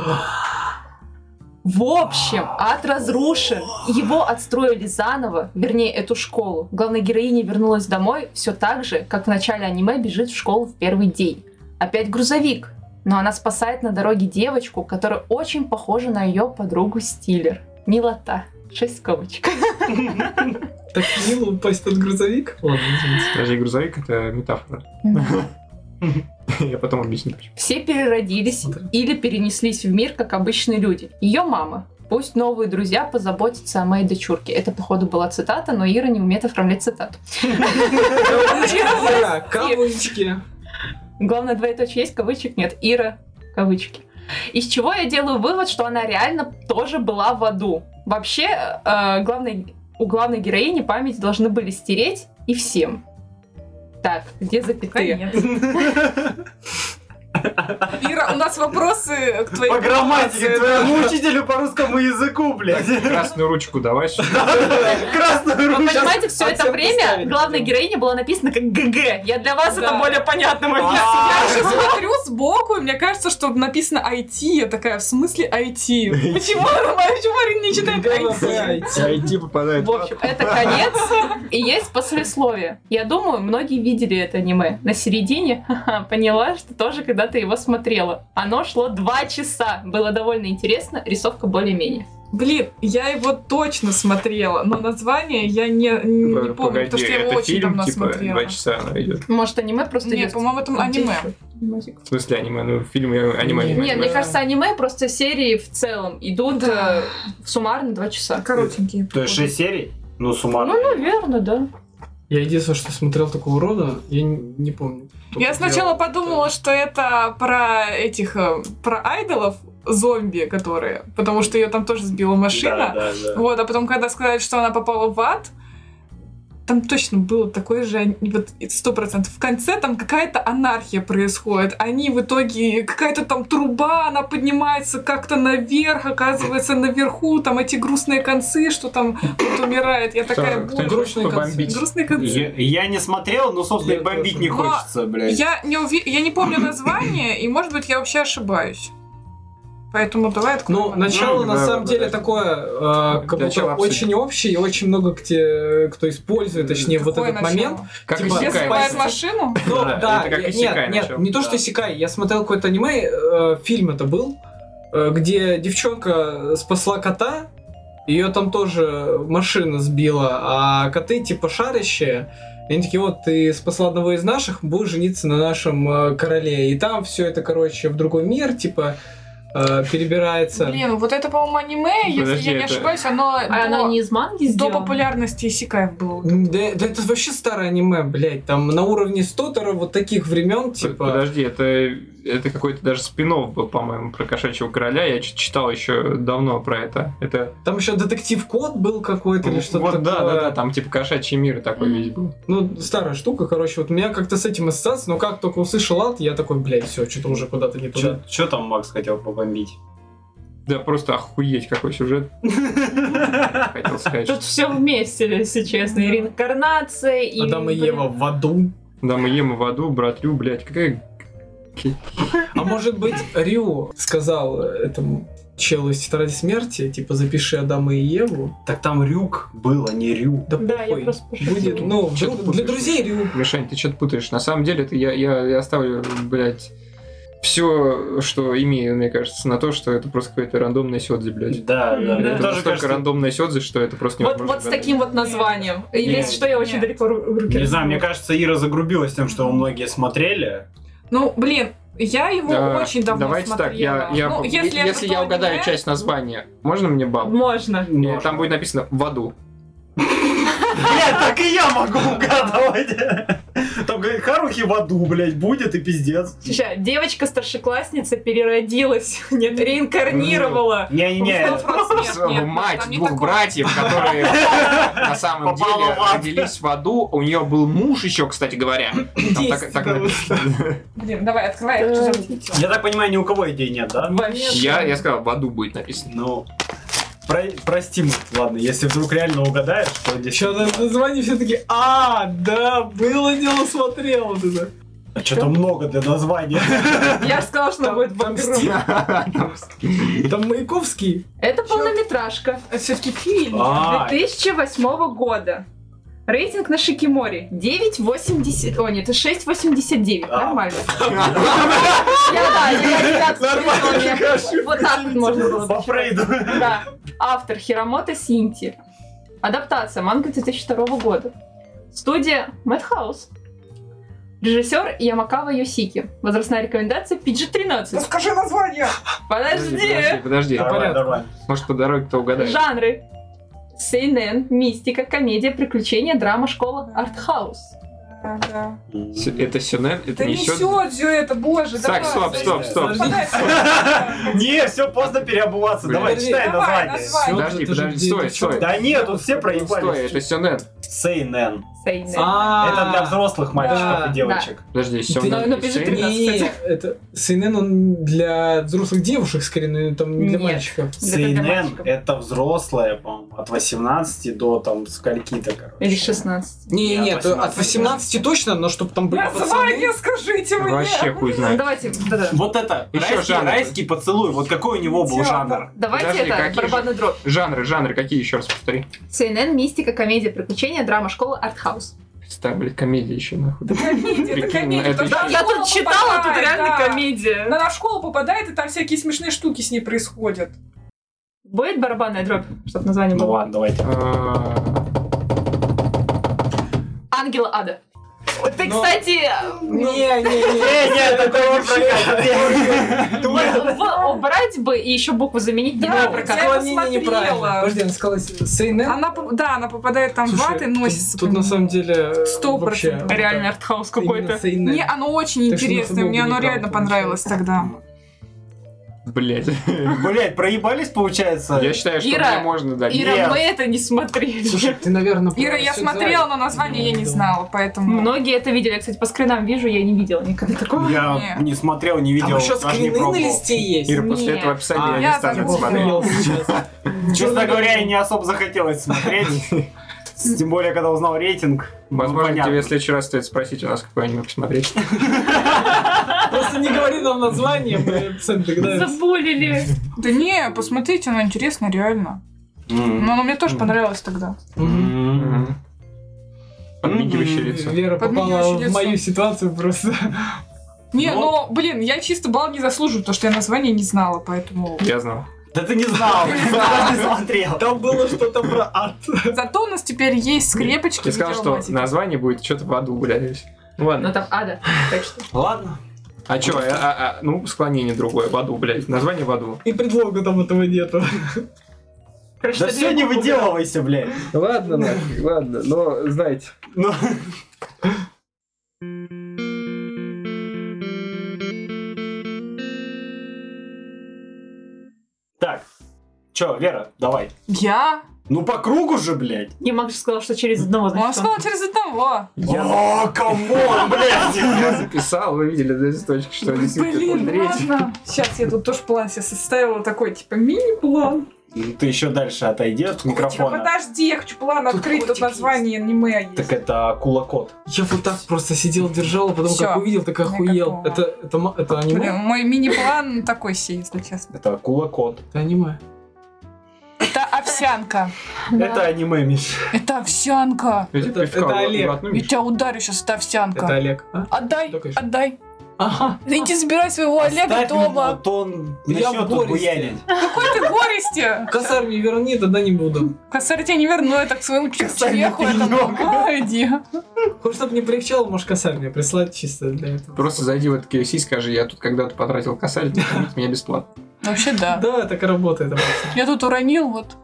[SPEAKER 5] В общем, ад разрушен. Его отстроили заново, вернее, эту школу. Главная героиня вернулась домой все так же, как в начале аниме бежит в школу в первый день. Опять грузовик. Но она спасает на дороге девочку, которая очень похожа на ее подругу Стиллер. Милота. Шесть скобочек.
[SPEAKER 7] Так мило упасть под грузовик. Ладно, извините.
[SPEAKER 3] Подожди, грузовик — это метафора. Я потом объясню, почему.
[SPEAKER 5] Все переродились
[SPEAKER 7] Да.
[SPEAKER 5] или перенеслись в мир, как обычные люди. Ее мама. Пусть новые друзья позаботятся о моей дочурке. Это, походу, была цитата, но Ира не умеет оформлять цитату.
[SPEAKER 7] Да, кавычки.
[SPEAKER 5] Главное, двоеточие есть, кавычек нет. Ира, кавычки. Из чего я делаю вывод, что она реально тоже была в аду. Вообще, э, главной- у главной героини память должны были стереть и всем. Так, где запятые?
[SPEAKER 2] Ира, у нас вопросы к твоей
[SPEAKER 4] По грамматике,
[SPEAKER 2] презентации.
[SPEAKER 4] твоему учителю по русскому языку, блядь.
[SPEAKER 3] Красную ручку давай сюда.
[SPEAKER 4] Красную
[SPEAKER 5] Вы
[SPEAKER 4] ручку.
[SPEAKER 5] понимаете, все это
[SPEAKER 7] оценку
[SPEAKER 5] время
[SPEAKER 7] ставить
[SPEAKER 5] главная
[SPEAKER 7] будем.
[SPEAKER 5] героиня была написана как ГГ. Я для вас это
[SPEAKER 2] Да.
[SPEAKER 5] более понятно
[SPEAKER 2] Я
[SPEAKER 5] магистр.
[SPEAKER 2] же смотрю сбоку, и мне кажется, что написано IT. Я такая, в смысле IT? Почему почему Арина не читает IT?
[SPEAKER 3] Айти А попадает.
[SPEAKER 5] В общем, это конец и есть послесловие. Я думаю, многие видели это аниме. На середине ха-ха, поняла, что тоже когда-то его смотрела. Оно шло два часа. Было довольно интересно, рисовка более-менее.
[SPEAKER 2] Блин, я его точно смотрела, но название я не, не помню, потому что я его
[SPEAKER 3] Типа, это
[SPEAKER 2] очень
[SPEAKER 3] фильм,
[SPEAKER 2] давно
[SPEAKER 3] типа,
[SPEAKER 2] смотрела.
[SPEAKER 3] два часа она идет.
[SPEAKER 5] Может, аниме просто
[SPEAKER 2] Нет,
[SPEAKER 5] есть?
[SPEAKER 2] по-моему, это аниме.
[SPEAKER 3] В смысле аниме? Ну, фильм я аниме.
[SPEAKER 7] Нет,
[SPEAKER 5] Нет,
[SPEAKER 3] аниме.
[SPEAKER 5] мне кажется, аниме просто серии в целом идут
[SPEAKER 2] Да.
[SPEAKER 5] э, суммарно два часа.
[SPEAKER 2] Коротенькие.
[SPEAKER 1] То есть 6 серий? Ну, суммарно.
[SPEAKER 5] Ну, наверное, да.
[SPEAKER 7] Я единственное, что смотрел такого рода, я н- не помню.
[SPEAKER 2] Я сначала подумала, что это про этих, э, про айдолов, зомби, которые, потому что ее там тоже сбила машина.
[SPEAKER 1] Да, да, да.
[SPEAKER 2] Вот, а потом, когда сказали, что она попала в ад, там точно было такое же, они- вот сто процентов. В конце там какая-то анархия происходит. Они в итоге, какая-то там труба, она поднимается как-то наверх, оказывается наверху, там эти грустные концы, что там вот умирает. Я
[SPEAKER 3] Кто-
[SPEAKER 2] такая,
[SPEAKER 3] кто-нибудь
[SPEAKER 2] «Боже,
[SPEAKER 7] грустный
[SPEAKER 3] хочет
[SPEAKER 7] концерт.
[SPEAKER 3] побомбить?
[SPEAKER 2] грустные концы.
[SPEAKER 1] Я, я не смотрел, но, собственно,
[SPEAKER 7] Я
[SPEAKER 1] и бомбить не
[SPEAKER 7] тоже.
[SPEAKER 1] хочется, блядь.
[SPEAKER 2] Я не, уви- я не помню название, и, может быть, я вообще ошибаюсь. Поэтому давай откроем.
[SPEAKER 7] Ну,
[SPEAKER 2] анализ.
[SPEAKER 7] начало
[SPEAKER 3] Ну,
[SPEAKER 7] на
[SPEAKER 3] да,
[SPEAKER 7] самом
[SPEAKER 3] да,
[SPEAKER 7] деле
[SPEAKER 3] да.
[SPEAKER 7] такое, э, как
[SPEAKER 3] Начало
[SPEAKER 7] будто очень общее и очень много где- кто использует, точнее, вот
[SPEAKER 2] Какое
[SPEAKER 7] этот
[SPEAKER 2] начало?
[SPEAKER 7] момент.
[SPEAKER 3] Как
[SPEAKER 7] Типа,
[SPEAKER 2] Я
[SPEAKER 7] Исекай.
[SPEAKER 2] сбивает
[SPEAKER 7] Спасибо.
[SPEAKER 2] машину?
[SPEAKER 7] Ну,
[SPEAKER 3] Да,
[SPEAKER 7] да,
[SPEAKER 3] это как
[SPEAKER 7] я-
[SPEAKER 3] иссякай
[SPEAKER 7] нет, нет,
[SPEAKER 3] начало.
[SPEAKER 7] не то, что Сикай. Я смотрел какое-то аниме, э, фильм это был, э, где девчонка спасла кота, ее там тоже машина сбила, а коты типа шарящие. И они такие, вот, ты спасла одного из наших, будешь жениться на нашем э, короле. И там все это, короче, в другой мир, типа, э, перебирается.
[SPEAKER 2] Блин, вот это, по-моему, аниме, если
[SPEAKER 3] Подожди,
[SPEAKER 2] я не
[SPEAKER 3] это-
[SPEAKER 2] ошибаюсь, оно
[SPEAKER 5] А она
[SPEAKER 2] до-
[SPEAKER 5] не из манги
[SPEAKER 2] до
[SPEAKER 5] сделана?
[SPEAKER 2] популярности Исикаев было.
[SPEAKER 7] М, Да, да это вообще старое аниме, блядь. Там на уровне Стотера вот таких времен, типа...
[SPEAKER 3] Подожди, это, это какой-то даже спин был, по-моему, про кошачьего короля. Я чё-то читал еще давно про это. Это
[SPEAKER 7] Там еще детектив Кот был какой-то или что-то
[SPEAKER 3] вот
[SPEAKER 7] такое.
[SPEAKER 3] да, да, да, там типа кошачий мир такой
[SPEAKER 5] Мгм.
[SPEAKER 3] весь был.
[SPEAKER 7] Ну, старая штука, короче, вот у меня как-то с этим ассоциация, но как только услышал ад, я такой, блядь, все, что-то уже куда-то не туда.
[SPEAKER 1] Что там Макс хотел побомбить?
[SPEAKER 3] Да просто охуеть какой сюжет. Хотел сказать.
[SPEAKER 5] Тут
[SPEAKER 3] что-
[SPEAKER 5] все вместе, если честно. И реинкарнация, и...
[SPEAKER 7] Адам и
[SPEAKER 5] блин,
[SPEAKER 7] Ева в аду.
[SPEAKER 3] Да мы ем и в аду, братлю, блядь, какая...
[SPEAKER 7] А может быть, Рю сказал этому челу из тетради смерти, типа, запиши Адама и Еву.
[SPEAKER 1] Так там Рюк был, а не Рю.
[SPEAKER 7] Да,
[SPEAKER 5] Да,
[SPEAKER 7] похуй.
[SPEAKER 5] я просто пошутила.
[SPEAKER 7] Будет, ну,
[SPEAKER 3] Чё
[SPEAKER 7] вдруг
[SPEAKER 3] ты
[SPEAKER 7] для
[SPEAKER 3] путаешь?
[SPEAKER 7] друзей Рю.
[SPEAKER 3] Мишань, ты что-то путаешь. На самом деле, это я, я, я оставлю, блядь, все, что имею, мне кажется, на то, что это просто какой-то рандомный сёдзи, блядь.
[SPEAKER 1] Да, да.
[SPEAKER 5] Да.
[SPEAKER 1] Мне
[SPEAKER 3] Это
[SPEAKER 1] тоже
[SPEAKER 3] настолько
[SPEAKER 1] кажется-
[SPEAKER 3] рандомный сёдзи, что это просто
[SPEAKER 5] Вот,
[SPEAKER 3] невозможно.
[SPEAKER 5] вот с
[SPEAKER 3] угадать.
[SPEAKER 5] таким вот названием. И
[SPEAKER 2] Нет.
[SPEAKER 5] Если что, я очень
[SPEAKER 2] Нет.
[SPEAKER 5] далеко ру- руки
[SPEAKER 1] Не знаю, мне
[SPEAKER 5] развела.
[SPEAKER 1] кажется, Ира загрубилась тем, что его многие смотрели.
[SPEAKER 2] Ну, блин, я его
[SPEAKER 3] Да,
[SPEAKER 2] очень давно
[SPEAKER 3] Давайте так, я,
[SPEAKER 2] смотрела.
[SPEAKER 3] я,
[SPEAKER 2] Ну,
[SPEAKER 3] если,
[SPEAKER 2] это то
[SPEAKER 3] я угадаю
[SPEAKER 2] аниме,
[SPEAKER 3] часть названия, можно мне бабу?
[SPEAKER 5] Ну, Можно.
[SPEAKER 1] Можно.
[SPEAKER 3] Там будет написано «в аду».
[SPEAKER 1] Блядь, так и я могу угадывать. Там, говорит, Харухи в аду, блядь, будет и пиздец.
[SPEAKER 5] Слушай, девочка-старшеклассница переродилась, нет, реинкарнировала.
[SPEAKER 1] Не-не-не,
[SPEAKER 2] Нет,
[SPEAKER 3] В
[SPEAKER 2] нет,
[SPEAKER 3] мать
[SPEAKER 2] там не
[SPEAKER 3] двух
[SPEAKER 2] такое.
[SPEAKER 3] братьев, которые на самом
[SPEAKER 1] Попала
[SPEAKER 3] деле
[SPEAKER 1] в ад.
[SPEAKER 3] родились в аду. У нее был муж еще, кстати говоря. Там так- так написано.
[SPEAKER 2] Блин, давай, открывай, я хочу замутить.
[SPEAKER 1] я так понимаю, ни у кого идей нет, да?
[SPEAKER 5] Вообще.
[SPEAKER 3] Я я сказал, в аду будет написано.
[SPEAKER 1] Ну, про- прости, мы, ладно, если вдруг реально угадаешь, то
[SPEAKER 7] Еще
[SPEAKER 1] действительно...
[SPEAKER 7] на названии все такие, а, да, было дело, смотрел. вот это».
[SPEAKER 1] Что-то много для названия.
[SPEAKER 5] Я же сказала, что она
[SPEAKER 7] Там,
[SPEAKER 5] будет
[SPEAKER 7] там
[SPEAKER 5] вампиром.
[SPEAKER 7] Стив- там Маяковский.
[SPEAKER 5] Это полнометражка.
[SPEAKER 2] Это все-таки фильм.
[SPEAKER 1] А,
[SPEAKER 5] 2008 года. Рейтинг на Шикиморе 9,80... О, нет, это 6,89.
[SPEAKER 1] А.
[SPEAKER 5] Нормально. Я, да, я девятку
[SPEAKER 1] Нормально,
[SPEAKER 5] сделала, я-
[SPEAKER 1] какая ошибка,
[SPEAKER 5] Вот так вот можно было.
[SPEAKER 1] по Фрейду.
[SPEAKER 5] Да. Автор Хиромото Синти. Адаптация манга 2002 года. Студия Madhouse. Режиссер Ямакава Юсики. Возрастная рекомендация PG-13.
[SPEAKER 2] Ну, Скажи название!
[SPEAKER 5] Подожди.
[SPEAKER 3] подожди.
[SPEAKER 1] Нормально,
[SPEAKER 7] порядку.
[SPEAKER 1] нормально.
[SPEAKER 3] Может, по дороге-то угадаешь.
[SPEAKER 5] Жанры. Сейнен, мистика, комедия, приключения, драма, школа, артхаус.
[SPEAKER 2] Да, да.
[SPEAKER 3] Сё- Это Сюнен, это
[SPEAKER 2] Да
[SPEAKER 3] не
[SPEAKER 2] не
[SPEAKER 3] Сюнен.
[SPEAKER 2] все, это, боже, давай.
[SPEAKER 3] Так, стоп, стоп, стоп.
[SPEAKER 2] Подожди.
[SPEAKER 1] Не, все, поздно переобуваться.
[SPEAKER 3] Блин.
[SPEAKER 1] Давай, читай
[SPEAKER 2] Давай,
[SPEAKER 1] название.
[SPEAKER 2] название.
[SPEAKER 3] Подожди,
[SPEAKER 7] Это же
[SPEAKER 3] подожди,
[SPEAKER 7] где-
[SPEAKER 3] стой,
[SPEAKER 7] это чё?
[SPEAKER 3] стой.
[SPEAKER 1] Да нет, тут все
[SPEAKER 3] Стой,
[SPEAKER 1] проебались.
[SPEAKER 3] это Сюнен.
[SPEAKER 1] Сейнен.
[SPEAKER 5] Сейнен.
[SPEAKER 7] А,
[SPEAKER 1] Это для взрослых мальчиков
[SPEAKER 7] Да.
[SPEAKER 1] и девочек.
[SPEAKER 3] Подожди,
[SPEAKER 5] Да,
[SPEAKER 3] Сюнен.
[SPEAKER 5] ну,
[SPEAKER 3] и
[SPEAKER 5] бежит
[SPEAKER 3] Сейнен.
[SPEAKER 5] ребенок.
[SPEAKER 7] Не, это CNN, он для взрослых девушек, скорее, ну, там не для
[SPEAKER 5] Нет.
[SPEAKER 7] мальчиков.
[SPEAKER 5] Это для
[SPEAKER 1] Сейнен
[SPEAKER 5] мальчиков.
[SPEAKER 1] это взрослая, по-моему, от 18 до там скольки-то, короче.
[SPEAKER 5] Или 16.
[SPEAKER 7] Не,
[SPEAKER 1] Я
[SPEAKER 7] нет,
[SPEAKER 1] 18
[SPEAKER 7] от 18 точно, но чтобы там были пацаны.
[SPEAKER 2] Название скажите мне!
[SPEAKER 3] Вообще хуй
[SPEAKER 5] Ну,
[SPEAKER 3] знает.
[SPEAKER 5] давайте, да-да.
[SPEAKER 1] Вот это,
[SPEAKER 3] Ещё
[SPEAKER 1] райский,
[SPEAKER 3] жанр.
[SPEAKER 1] райский поцелуй, вот какой у него был жанр?
[SPEAKER 5] давайте
[SPEAKER 3] Подожди,
[SPEAKER 5] это,
[SPEAKER 3] какие
[SPEAKER 5] барабанный дробь.
[SPEAKER 3] Жанры, жанры, какие еще раз повтори?
[SPEAKER 5] CNN, мистика, комедия, приключения, драма, школа, артхаус.
[SPEAKER 3] Там, блядь, комедия еще нахуй.
[SPEAKER 2] Комедия, это
[SPEAKER 3] Прикинь,
[SPEAKER 2] комедия.
[SPEAKER 3] это
[SPEAKER 2] потому что
[SPEAKER 3] Да,
[SPEAKER 2] она
[SPEAKER 5] я
[SPEAKER 2] в школу
[SPEAKER 5] тут читала, тут
[SPEAKER 2] попадает,
[SPEAKER 5] реально
[SPEAKER 2] да.
[SPEAKER 5] комедия.
[SPEAKER 2] Она в школу попадает, и там всякие смешные штуки с ней происходят.
[SPEAKER 5] Будет барабанная дробь, чтобы название
[SPEAKER 1] Ну
[SPEAKER 5] было?
[SPEAKER 1] ладно, давайте.
[SPEAKER 3] А,
[SPEAKER 5] Ангела Ада. а- Вот ты,
[SPEAKER 7] Но-
[SPEAKER 5] кстати,
[SPEAKER 7] Не, не, не.
[SPEAKER 1] Не, не, такой не прокатит.
[SPEAKER 5] вот в- убрать бы и еще букву заменить не
[SPEAKER 2] Да,
[SPEAKER 5] было про
[SPEAKER 2] я
[SPEAKER 5] как.
[SPEAKER 2] его
[SPEAKER 7] Отклонение неправильно.
[SPEAKER 2] смотрела.
[SPEAKER 7] Подожди, она сказала CNN.
[SPEAKER 2] Она, поп- да, она попадает там в ад и
[SPEAKER 7] Слушай,
[SPEAKER 2] носится.
[SPEAKER 7] тут, тут на самом деле э,
[SPEAKER 2] Сто
[SPEAKER 7] вообще,
[SPEAKER 2] процентов.
[SPEAKER 7] вот
[SPEAKER 5] Реально
[SPEAKER 7] так.
[SPEAKER 5] артхаус
[SPEAKER 7] Именно
[SPEAKER 5] какой-то.
[SPEAKER 7] CNN.
[SPEAKER 2] Не, оно очень
[SPEAKER 7] Ты ж на
[SPEAKER 2] интересное, мне
[SPEAKER 7] футболку
[SPEAKER 2] оно
[SPEAKER 7] не
[SPEAKER 2] реально
[SPEAKER 7] играл, получается.
[SPEAKER 2] понравилось тогда.
[SPEAKER 3] Блядь.
[SPEAKER 1] Блять, проебались, получается?
[SPEAKER 3] Я считаю, что
[SPEAKER 5] Ира,
[SPEAKER 3] мне можно дать.
[SPEAKER 5] Ира,
[SPEAKER 1] Нет.
[SPEAKER 5] мы это не смотрели.
[SPEAKER 7] Слушай, ты, наверное,
[SPEAKER 2] Ира, я смотрела, но название я не знала, поэтому...
[SPEAKER 5] Многие это видели. Я, кстати, по скринам вижу, я не видела никогда такого.
[SPEAKER 1] Я
[SPEAKER 2] Нет.
[SPEAKER 1] не смотрел, не видел,
[SPEAKER 7] Там еще
[SPEAKER 1] даже не
[SPEAKER 7] скрины на
[SPEAKER 1] пробовал.
[SPEAKER 7] листе есть.
[SPEAKER 3] Ира, после
[SPEAKER 5] Нет.
[SPEAKER 3] этого описания
[SPEAKER 7] А,
[SPEAKER 3] я
[SPEAKER 2] я
[SPEAKER 3] не стану
[SPEAKER 1] Ну,
[SPEAKER 2] забыла.
[SPEAKER 3] смотреть.
[SPEAKER 7] Смотрел сейчас.
[SPEAKER 1] Честно говоря, и не особо захотелось смотреть. Тем более, когда узнал рейтинг. Ну,
[SPEAKER 3] Возможно,
[SPEAKER 1] понятно.
[SPEAKER 3] тебе в следующий раз стоит спросить у нас, какое аниме посмотреть.
[SPEAKER 7] Просто не говори нам название, мы сами догадаемся.
[SPEAKER 5] Заболели.
[SPEAKER 2] Да не, посмотрите, оно интересно, реально.
[SPEAKER 1] М.
[SPEAKER 2] Но оно мне тоже понравилось тогда.
[SPEAKER 7] Мгм.
[SPEAKER 3] Мгм. Подмигивающее лицо.
[SPEAKER 7] Вера попала
[SPEAKER 2] Подменяющее
[SPEAKER 7] в мою
[SPEAKER 2] лицо.
[SPEAKER 7] ситуацию просто.
[SPEAKER 2] Не,
[SPEAKER 7] Ну.
[SPEAKER 1] Но-
[SPEAKER 2] но, блин, я чисто балл не заслуживаю, потому что я название не знала, поэтому...
[SPEAKER 3] Я знал.
[SPEAKER 1] Да ты не знал, ты даже не смотрел.
[SPEAKER 7] Там было что-то про ад.
[SPEAKER 2] Зато у нас теперь есть скрепочки
[SPEAKER 3] Ты сказал, что
[SPEAKER 2] видеоматики.
[SPEAKER 3] название будет что-то в аду, блядь. Ну
[SPEAKER 5] Ну
[SPEAKER 3] Ладно.
[SPEAKER 5] там Ада, так что.
[SPEAKER 1] Ладно.
[SPEAKER 3] А чё, а- а- а, ну, склонение другое, в аду, блядь, название в аду.
[SPEAKER 7] И предлога там этого нету.
[SPEAKER 5] Короче,
[SPEAKER 1] Да
[SPEAKER 5] ты
[SPEAKER 1] все,
[SPEAKER 5] две
[SPEAKER 1] не
[SPEAKER 5] буквы
[SPEAKER 1] выделывайся, блядь.
[SPEAKER 3] Ладно, нахуй, ладно, но, знаете.
[SPEAKER 1] Ну, Так, чё, Вера, давай.
[SPEAKER 2] Я?
[SPEAKER 1] Ну по кругу же, блядь.
[SPEAKER 5] Не Макс же сказал, Ну что через одного
[SPEAKER 2] Он
[SPEAKER 5] значит,
[SPEAKER 2] сказал через одного.
[SPEAKER 1] О, А, камон,
[SPEAKER 3] Я
[SPEAKER 1] блядь.
[SPEAKER 3] записал, вы видели, да, из точки, что действительно
[SPEAKER 2] Блин,
[SPEAKER 3] третий.
[SPEAKER 2] ладно. Сейчас я тут тоже план себе составила такой, типа, мини-план.
[SPEAKER 1] Ну, Ты еще дальше отойди от
[SPEAKER 2] Типа,
[SPEAKER 1] микрофона.
[SPEAKER 2] подожди, я хочу план открыть, тут
[SPEAKER 7] котик
[SPEAKER 2] название аниме есть.
[SPEAKER 1] Так это кулакот.
[SPEAKER 7] Я вот так просто сидел, держал, а потом
[SPEAKER 2] Всё.
[SPEAKER 7] как увидел, так охуел.
[SPEAKER 2] Никакого.
[SPEAKER 7] Это, это, ма- это
[SPEAKER 2] Блин,
[SPEAKER 7] аниме?
[SPEAKER 2] мой мини-план такой себе, если честно.
[SPEAKER 1] Это кулакот.
[SPEAKER 7] Это аниме.
[SPEAKER 2] Ну Это овсянка.
[SPEAKER 5] Да.
[SPEAKER 1] Это аниме, Миш.
[SPEAKER 2] Это овсянка.
[SPEAKER 3] Я тебе
[SPEAKER 7] Это-
[SPEAKER 3] пивка
[SPEAKER 7] это
[SPEAKER 3] в-
[SPEAKER 7] Олег.
[SPEAKER 3] в одну
[SPEAKER 2] Я
[SPEAKER 3] вещь.
[SPEAKER 2] тебя ударю сейчас, это
[SPEAKER 7] Это
[SPEAKER 2] овсянка.
[SPEAKER 7] Олег. а?
[SPEAKER 2] Отдай,
[SPEAKER 7] Да, конечно.
[SPEAKER 2] отдай.
[SPEAKER 7] Ага.
[SPEAKER 2] Иди забирай своего Олега
[SPEAKER 1] Оставь его,
[SPEAKER 2] дома.
[SPEAKER 1] то он
[SPEAKER 7] Я в
[SPEAKER 1] начнет тут
[SPEAKER 7] горести.
[SPEAKER 1] буянить.
[SPEAKER 2] Какой ты горести?
[SPEAKER 7] Косарь мне верни, тогда не буду.
[SPEAKER 2] Косарь тебя не верну, я так к своему чеху
[SPEAKER 1] пенёк.
[SPEAKER 2] этому. А, Иди.
[SPEAKER 7] Хоть чтобы не полегчало, может косарь мне прислать чисто для этого.
[SPEAKER 3] Просто зайди в этот KFC и скажи, я тут когда-то потратил косарь, не кормите меня бесплатно.
[SPEAKER 2] Вообще да.
[SPEAKER 7] Да, так и работает обычно.
[SPEAKER 2] Я тут уронил, вот.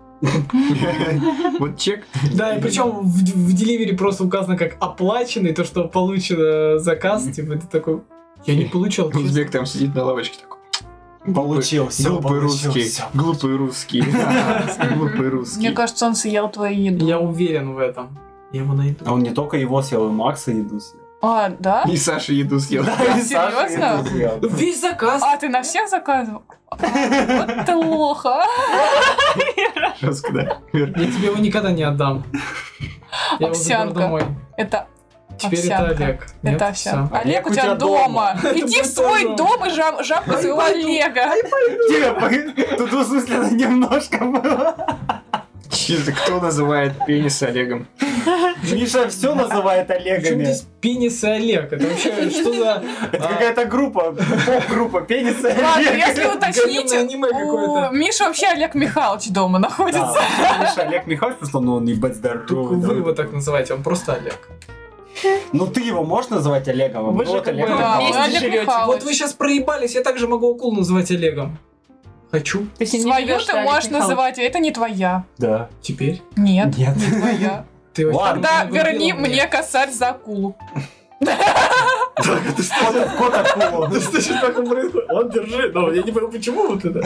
[SPEAKER 3] Вот чек.
[SPEAKER 7] Да, и причем в, в деливере просто указано как оплаченный, то, что получено заказ, типа ты такой, я не получал. честно».
[SPEAKER 3] Узбек там сидит на лавочке такой.
[SPEAKER 1] Получил, все,
[SPEAKER 3] Глупые
[SPEAKER 1] получил,
[SPEAKER 3] русские,
[SPEAKER 1] всё.
[SPEAKER 3] глупые русские, глупые
[SPEAKER 2] Мне
[SPEAKER 3] русские.
[SPEAKER 2] кажется, он съел твою еду.
[SPEAKER 7] Я уверен в этом. Я его найду.
[SPEAKER 1] А он не только его съел, и Макса еду съел.
[SPEAKER 2] А, да?
[SPEAKER 3] И Саша еду съел.
[SPEAKER 1] И Саша
[SPEAKER 2] серьезно?
[SPEAKER 1] еду съел.
[SPEAKER 7] Весь заказ!
[SPEAKER 2] А, ты на всех заказывал? А, Вот ты лоха.
[SPEAKER 3] Жестко, да. Вер,
[SPEAKER 7] Я тебе его никогда не отдам. Я его заберу
[SPEAKER 2] Овсянка.
[SPEAKER 7] домой.
[SPEAKER 2] Это
[SPEAKER 7] Теперь это
[SPEAKER 2] Овсянка.
[SPEAKER 7] Олег. Нет,
[SPEAKER 2] это
[SPEAKER 7] всё.
[SPEAKER 2] овсянка. Олег у тебя дома. Иди в
[SPEAKER 7] Это
[SPEAKER 2] свой
[SPEAKER 7] потом.
[SPEAKER 2] дом и жам- жампай своего Олега.
[SPEAKER 1] Тихо, тут двусмысленно немножко было.
[SPEAKER 3] чисто кто называет пенис Олегом?
[SPEAKER 1] Миша все называет
[SPEAKER 7] Почему
[SPEAKER 1] Олегами.
[SPEAKER 7] здесь пенис и Олег? Это вообще что за...
[SPEAKER 1] Это какая-то группа, поп-группа, пенисы
[SPEAKER 2] Ладно,
[SPEAKER 1] Олег.
[SPEAKER 2] если уточните,
[SPEAKER 7] Говенное аниме
[SPEAKER 2] у
[SPEAKER 7] какое-то.
[SPEAKER 2] Миша вообще Олег Михайлович дома находится.
[SPEAKER 1] Да, А, Миша, Олег Михайлович, просто ну, он ебать
[SPEAKER 7] Только
[SPEAKER 1] здоровый.
[SPEAKER 7] вы
[SPEAKER 1] да.
[SPEAKER 7] его так называете, он просто Олег.
[SPEAKER 1] Ну ты его можешь называть Олегом? а
[SPEAKER 5] Вы
[SPEAKER 1] мне
[SPEAKER 5] же
[SPEAKER 1] вот
[SPEAKER 5] как
[SPEAKER 1] Олег
[SPEAKER 5] бы
[SPEAKER 2] Да,
[SPEAKER 1] Михайлович.
[SPEAKER 2] он
[SPEAKER 5] вместе
[SPEAKER 2] Олег
[SPEAKER 5] живете.
[SPEAKER 2] Михайлович.
[SPEAKER 7] Вот вы сейчас проебались, я также могу акул называть Олегом. Хочу
[SPEAKER 5] Ты с ним не
[SPEAKER 2] Свою
[SPEAKER 5] живешь,
[SPEAKER 2] ты
[SPEAKER 5] Олег
[SPEAKER 2] можешь
[SPEAKER 5] Михайлович.
[SPEAKER 2] называть, а это не твоя.
[SPEAKER 1] Да.
[SPEAKER 7] теперь.
[SPEAKER 2] Нет,
[SPEAKER 1] Нет.
[SPEAKER 2] не твоя.
[SPEAKER 7] Ты очень
[SPEAKER 1] Ладно.
[SPEAKER 2] Тогда
[SPEAKER 7] много
[SPEAKER 2] верни
[SPEAKER 7] говорила
[SPEAKER 2] мне косарь за акулу.
[SPEAKER 1] Кот- Кот акула.
[SPEAKER 7] Что сейчас такое происходит? Ладно, держи, но Ну, я не понимаю, почему вот это.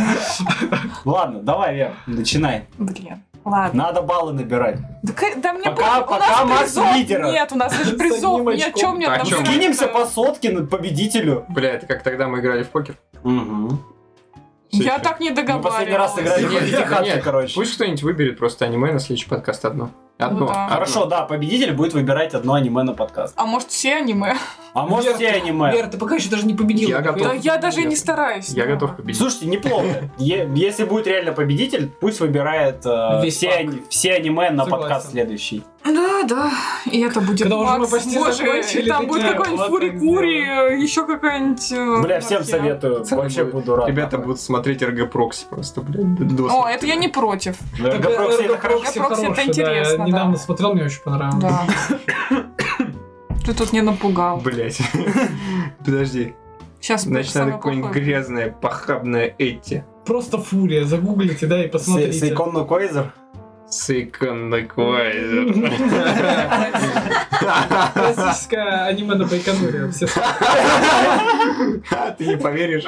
[SPEAKER 1] Ладно, давай, Вер, начинай.
[SPEAKER 2] Блин. Ладно.
[SPEAKER 1] Надо баллы набирать.
[SPEAKER 2] Да, к- да мне
[SPEAKER 1] Ну, Пока-
[SPEAKER 2] пофиг, у
[SPEAKER 1] пока
[SPEAKER 2] нас
[SPEAKER 1] масс
[SPEAKER 2] призов
[SPEAKER 1] лидера.
[SPEAKER 2] нет, у нас даже
[SPEAKER 7] С
[SPEAKER 2] призов
[SPEAKER 7] одним
[SPEAKER 2] нет,
[SPEAKER 7] очком.
[SPEAKER 2] чем мне
[SPEAKER 3] А
[SPEAKER 2] там
[SPEAKER 3] чё,
[SPEAKER 2] за-
[SPEAKER 1] Скинемся по сотке на- победителю.
[SPEAKER 3] Бля, это как тогда мы играли в покер.
[SPEAKER 1] Угу.
[SPEAKER 3] Всё
[SPEAKER 2] Я
[SPEAKER 3] еще.
[SPEAKER 2] так не
[SPEAKER 1] Мы последний раз играли в
[SPEAKER 2] договаривалась.
[SPEAKER 3] Нет,
[SPEAKER 1] «Квартиры
[SPEAKER 3] нет,
[SPEAKER 1] Хаты»,
[SPEAKER 3] нет.
[SPEAKER 1] короче.
[SPEAKER 3] Пусть кто-нибудь выберет просто аниме на следующий подкаст одно. Одно.
[SPEAKER 2] Ну да.
[SPEAKER 3] одно.
[SPEAKER 1] Хорошо, да, победитель будет выбирать одно аниме на подкаст.
[SPEAKER 2] А может все аниме?
[SPEAKER 1] А может
[SPEAKER 7] Вер,
[SPEAKER 1] все аниме?
[SPEAKER 7] Вер, ты пока еще даже не победил.
[SPEAKER 3] Я готов.
[SPEAKER 2] Да
[SPEAKER 3] Готов?
[SPEAKER 2] я даже и не
[SPEAKER 3] Нет.
[SPEAKER 2] стараюсь.
[SPEAKER 3] Я
[SPEAKER 2] да.
[SPEAKER 3] готов победить.
[SPEAKER 1] Слушайте, неплохо. Е- Если будет реально победитель, пусть выбирает э,
[SPEAKER 7] Весь
[SPEAKER 1] все,
[SPEAKER 7] пак.
[SPEAKER 1] ани- все аниме на
[SPEAKER 7] Согласен.
[SPEAKER 1] подкаст следующий.
[SPEAKER 2] Да, да. И это будет
[SPEAKER 7] Когда уже мы
[SPEAKER 2] Макс,
[SPEAKER 7] почти
[SPEAKER 2] боже,
[SPEAKER 7] закончили,
[SPEAKER 2] и там будет
[SPEAKER 7] такие,
[SPEAKER 2] какой-нибудь
[SPEAKER 7] вот так
[SPEAKER 2] фури-кури, еще какая-нибудь... э,
[SPEAKER 1] Бля, всем
[SPEAKER 2] вообще.
[SPEAKER 1] советую.
[SPEAKER 3] Пацаны
[SPEAKER 1] Вообще
[SPEAKER 3] будут.
[SPEAKER 1] буду рад.
[SPEAKER 3] Ребята будут смотреть РГ-прокси просто, блядь, до- до
[SPEAKER 2] О,
[SPEAKER 3] смерти.
[SPEAKER 2] это я не против.
[SPEAKER 1] Да,
[SPEAKER 7] Так,
[SPEAKER 1] Гопрокси это
[SPEAKER 7] Эрго
[SPEAKER 1] хорошо.
[SPEAKER 7] Прокси
[SPEAKER 2] Эрго Прокси это
[SPEAKER 7] хороший,
[SPEAKER 2] интересно, да.
[SPEAKER 7] Я недавно смотрел, мне очень понравилось.
[SPEAKER 2] Да. Ты тут не напугал.
[SPEAKER 3] Блять. Подожди.
[SPEAKER 2] Сейчас
[SPEAKER 3] Значит, надо
[SPEAKER 2] самое
[SPEAKER 3] какое-нибудь
[SPEAKER 2] плохое.
[SPEAKER 3] грязное, похабное эти.
[SPEAKER 7] Просто фурия, загуглите, да, и
[SPEAKER 1] С-
[SPEAKER 7] посмотрите.
[SPEAKER 1] Сейкон Койзер.
[SPEAKER 3] Сейкон
[SPEAKER 7] Классическое аниме на Байконуре. Все
[SPEAKER 3] Ты не поверишь.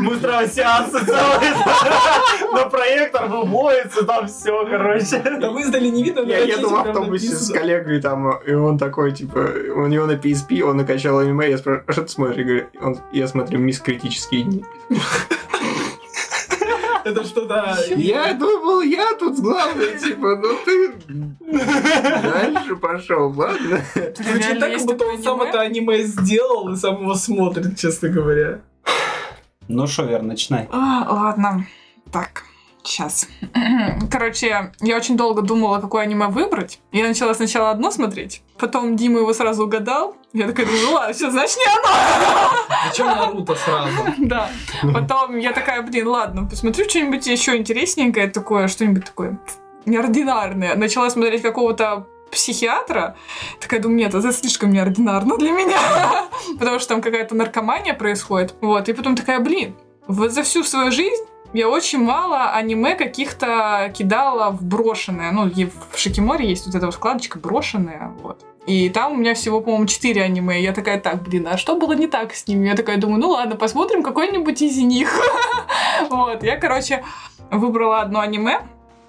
[SPEAKER 1] Мы устраиваем сеансы целые. На проектор выводится, там все, короче.
[SPEAKER 7] там издали не видно, но
[SPEAKER 3] Я
[SPEAKER 7] на
[SPEAKER 3] еду в
[SPEAKER 7] чеке прям
[SPEAKER 3] автобусе с
[SPEAKER 7] написано.
[SPEAKER 3] коллегой, там, и он такой, типа, у него на PSP, он накачал аниме, я спрашиваю, а что ты смотришь? Я говорю, «Он- я смотрю Мисс Критические дни.
[SPEAKER 7] Это что, да.
[SPEAKER 3] Я думал, я тут главный, типа, ну ты дальше пошел, ладно?
[SPEAKER 2] Ты
[SPEAKER 7] Звучит так,
[SPEAKER 2] реально
[SPEAKER 7] как
[SPEAKER 2] есть
[SPEAKER 7] будто
[SPEAKER 2] такое
[SPEAKER 7] он сам
[SPEAKER 2] аниме?
[SPEAKER 7] это аниме сделал и сам его смотрит, честно говоря.
[SPEAKER 1] Ну что, Вер, начинай.
[SPEAKER 2] А, ладно. Так, сейчас. Короче, я очень долго думала, какое аниме выбрать. Я начала сначала одно смотреть, потом Дима его сразу угадал. Я такая думаю, ну ладно, все, значит не оно.
[SPEAKER 7] Зачем Наруто сразу?
[SPEAKER 2] Да. Потом я такая, блин, ладно, посмотрю что-нибудь еще интересненькое такое, что-нибудь такое неординарное. Начала смотреть какого-то психиатра. Такая думаю, нет, это слишком неординарно для меня. Потому что там какая-то наркомания происходит. Вот. И потом такая, блин, вот за всю свою жизнь я очень мало аниме каких-то кидала в брошенное. Ну, и в Шикиморе есть вот эта вот вкладочка брошенная, вот. И там у меня всего, по-моему, 4 аниме. И я такая, так, блин, а что было не так с ними? Я такая думаю, ну ладно, посмотрим какой-нибудь из них. Вот, я, короче, выбрала одно аниме.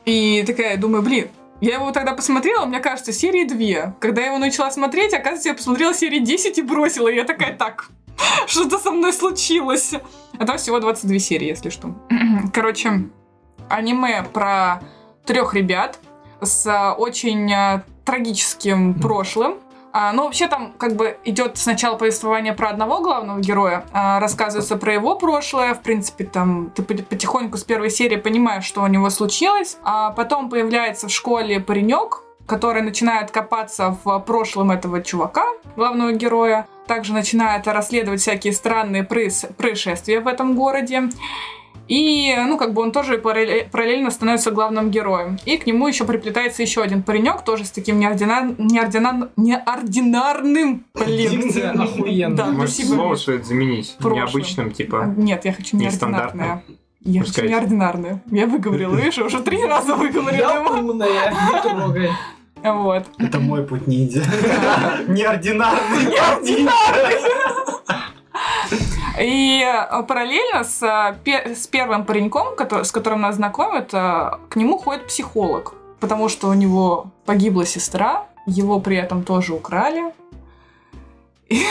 [SPEAKER 2] И такая, думаю, блин, я его тогда посмотрела, мне кажется, серии 2. Когда я его начала смотреть, оказывается, я посмотрела серии 10 и бросила. И я такая, так, что-то со мной случилось. А там всего 22 серии, если что. Короче, аниме про трех ребят с очень э, трагическим прошлым. А, ну, вообще там как бы идет сначала повествование про одного главного героя, а, рассказывается про его прошлое, в принципе, там ты по- потихоньку с первой серии понимаешь, что у него случилось, а потом появляется в школе паренек, который начинает копаться в прошлом этого чувака, главного героя, также начинает расследовать всякие странные прыс- происшествия в этом городе. И, ну, как бы он тоже паралле- параллельно становится главным героем. И к нему еще приплетается еще один паренек, тоже с таким неординар... неординар... неординарным, блин.
[SPEAKER 7] Дикция охуенная.
[SPEAKER 2] Да,
[SPEAKER 3] Может,
[SPEAKER 2] спасибо.
[SPEAKER 3] слово стоит заменить
[SPEAKER 2] Прошлым.
[SPEAKER 3] необычным, типа.
[SPEAKER 2] Нет, я хочу неординарное.
[SPEAKER 3] Нестандартное.
[SPEAKER 2] Я хочу
[SPEAKER 3] Пускай.
[SPEAKER 2] неординарное. Я выговорила, видишь, уже три раза
[SPEAKER 7] Я
[SPEAKER 2] выговорила.
[SPEAKER 7] умная, не трогай.
[SPEAKER 2] Вот.
[SPEAKER 4] Это мой путь ниндзя. Неординарный.
[SPEAKER 2] И э, параллельно с, э, пе- с первым пареньком, кото- с которым нас знакомят, э, к нему ходит психолог, потому что у него погибла сестра, его при этом тоже украли. И,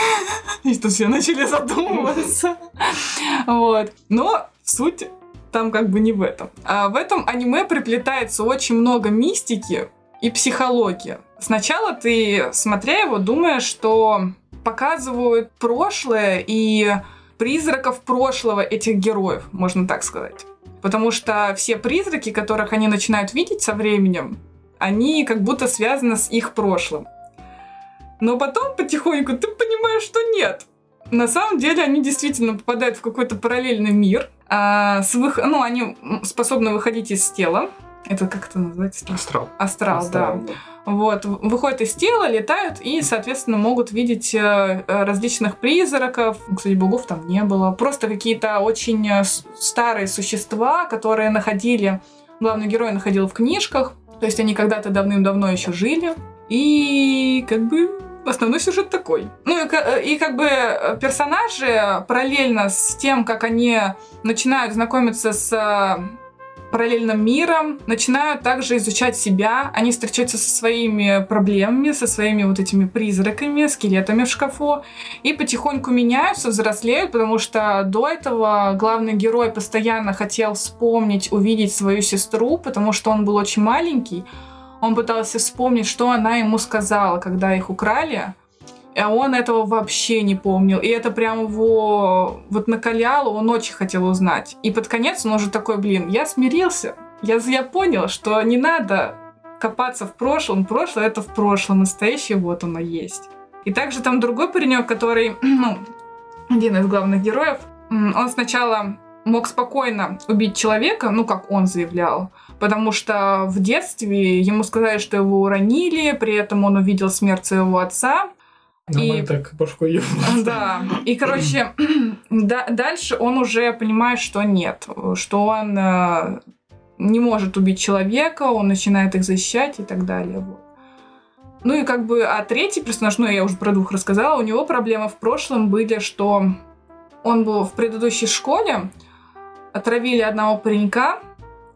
[SPEAKER 2] и тут все начали задумываться. Вот. Но суть там как бы не в этом. А в этом аниме приплетается очень много мистики и психологии. Сначала ты, смотря его, думаешь, что показывают прошлое и призраков прошлого этих героев, можно так сказать. Потому что все призраки, которых они начинают видеть со временем, они как будто связаны с их прошлым. Но потом потихоньку ты понимаешь, что нет. На самом деле они действительно попадают в какой-то параллельный мир. а, с вых- Ну, они м, способны выходить из тела. Это как это называется? там?
[SPEAKER 3] Астрал.
[SPEAKER 2] Астрал, да. Вот, в- выходят из тела, летают и, соответственно, могут видеть э, э, различных призраков. Ну, Кстати, богов там не было. Просто какие-то очень э, с- старые существа, которые находили, главный герой находил в книжках. То есть они когда-то давным-давно еще жили. И как бы основной сюжет такой. Ну и, ка- э, и как бы э, персонажи параллельно с тем, как они начинают знакомиться с э, параллельным миром, начинают также изучать себя, они встречаются со своими проблемами, со своими вот этими призраками, скелетами в шкафу, и потихоньку меняются, взрослеют, потому что до этого главный герой постоянно хотел вспомнить, увидеть свою сестру, потому что он был очень маленький, он пытался вспомнить, что она ему сказала, когда их украли, а он этого вообще не помнил. И это прям его вот накаляло, он очень хотел узнать. И под конец он уже такой, блин, я смирился. Я, я понял, что не надо копаться в прошлом. Прошлое это в прошлом, настоящее вот оно есть. И также там другой паренек, который, ну, один из главных героев, м, он сначала мог спокойно убить человека, ну, как он заявлял, потому что в детстве ему сказали, что его уронили, при этом он увидел смерть своего отца,
[SPEAKER 7] Нормально
[SPEAKER 2] И-
[SPEAKER 7] так башку ебнула.
[SPEAKER 2] да. И, короче, да- дальше он уже понимает, что нет, что он э, не может убить человека, он начинает их защищать и так далее. вот. Ну и как бы, а третий персонаж, ну я уже про двух рассказала, у него проблемы в прошлом были, что он был в предыдущей школе, отравили одного паренька,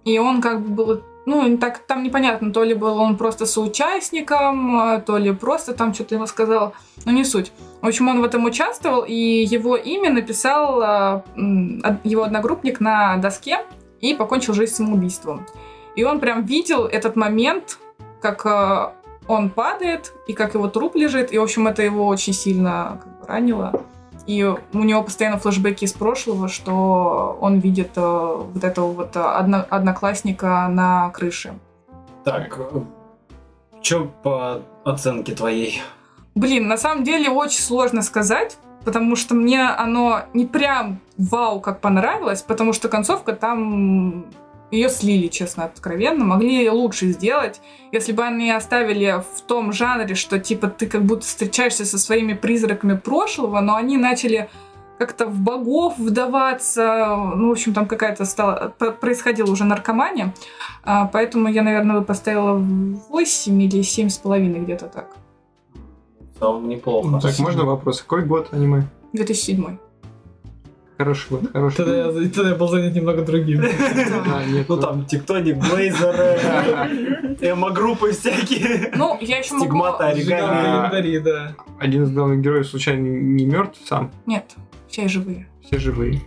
[SPEAKER 2] и он как бы был, ну, не так, там непонятно, то ли был он просто соучастником, э, то ли просто там что-то ему сказал, но не суть. В общем, он в этом участвовал, и его имя написал э, м, од- его одногруппник на доске и покончил жизнь самоубийством. И он прям видел этот момент, как э, он падает, и как его труп лежит, и, в общем, это его очень сильно как бы, ранило. И у него постоянно флешбеки из прошлого, что он видит э, вот этого вот э, одно- одноклассника на крыше.
[SPEAKER 4] Так, что по оценке твоей?
[SPEAKER 2] Блин, на самом деле очень сложно сказать, потому что мне оно не прям вау как понравилось, потому что концовка там Ее слили, честно, откровенно. Могли ее лучше сделать, если бы они оставили в том жанре, что типа ты как будто встречаешься со своими призраками прошлого, но они начали как-то в богов вдаваться. Ну, в общем, там какая-то стала... п- происходила уже наркомания. А, поэтому я, наверное, бы поставила 8 или семь с половиной где-то так.
[SPEAKER 1] Там неплохо.
[SPEAKER 3] Так, можно вопрос? Какой год аниме?
[SPEAKER 2] 2007.
[SPEAKER 3] Хороший год, хороший
[SPEAKER 7] Тогда
[SPEAKER 3] год.
[SPEAKER 7] я, тогда я был занят немного другим.
[SPEAKER 3] Да, нет,
[SPEAKER 4] Ну там тектоник, блейзеры, эмо-группы всякие.
[SPEAKER 2] Ну, я еще могу...
[SPEAKER 4] Стигмата, оригами.
[SPEAKER 7] Календари, да.
[SPEAKER 3] Один из главных героев случайно не мертв сам,
[SPEAKER 2] Нет, все живые.
[SPEAKER 3] все живые.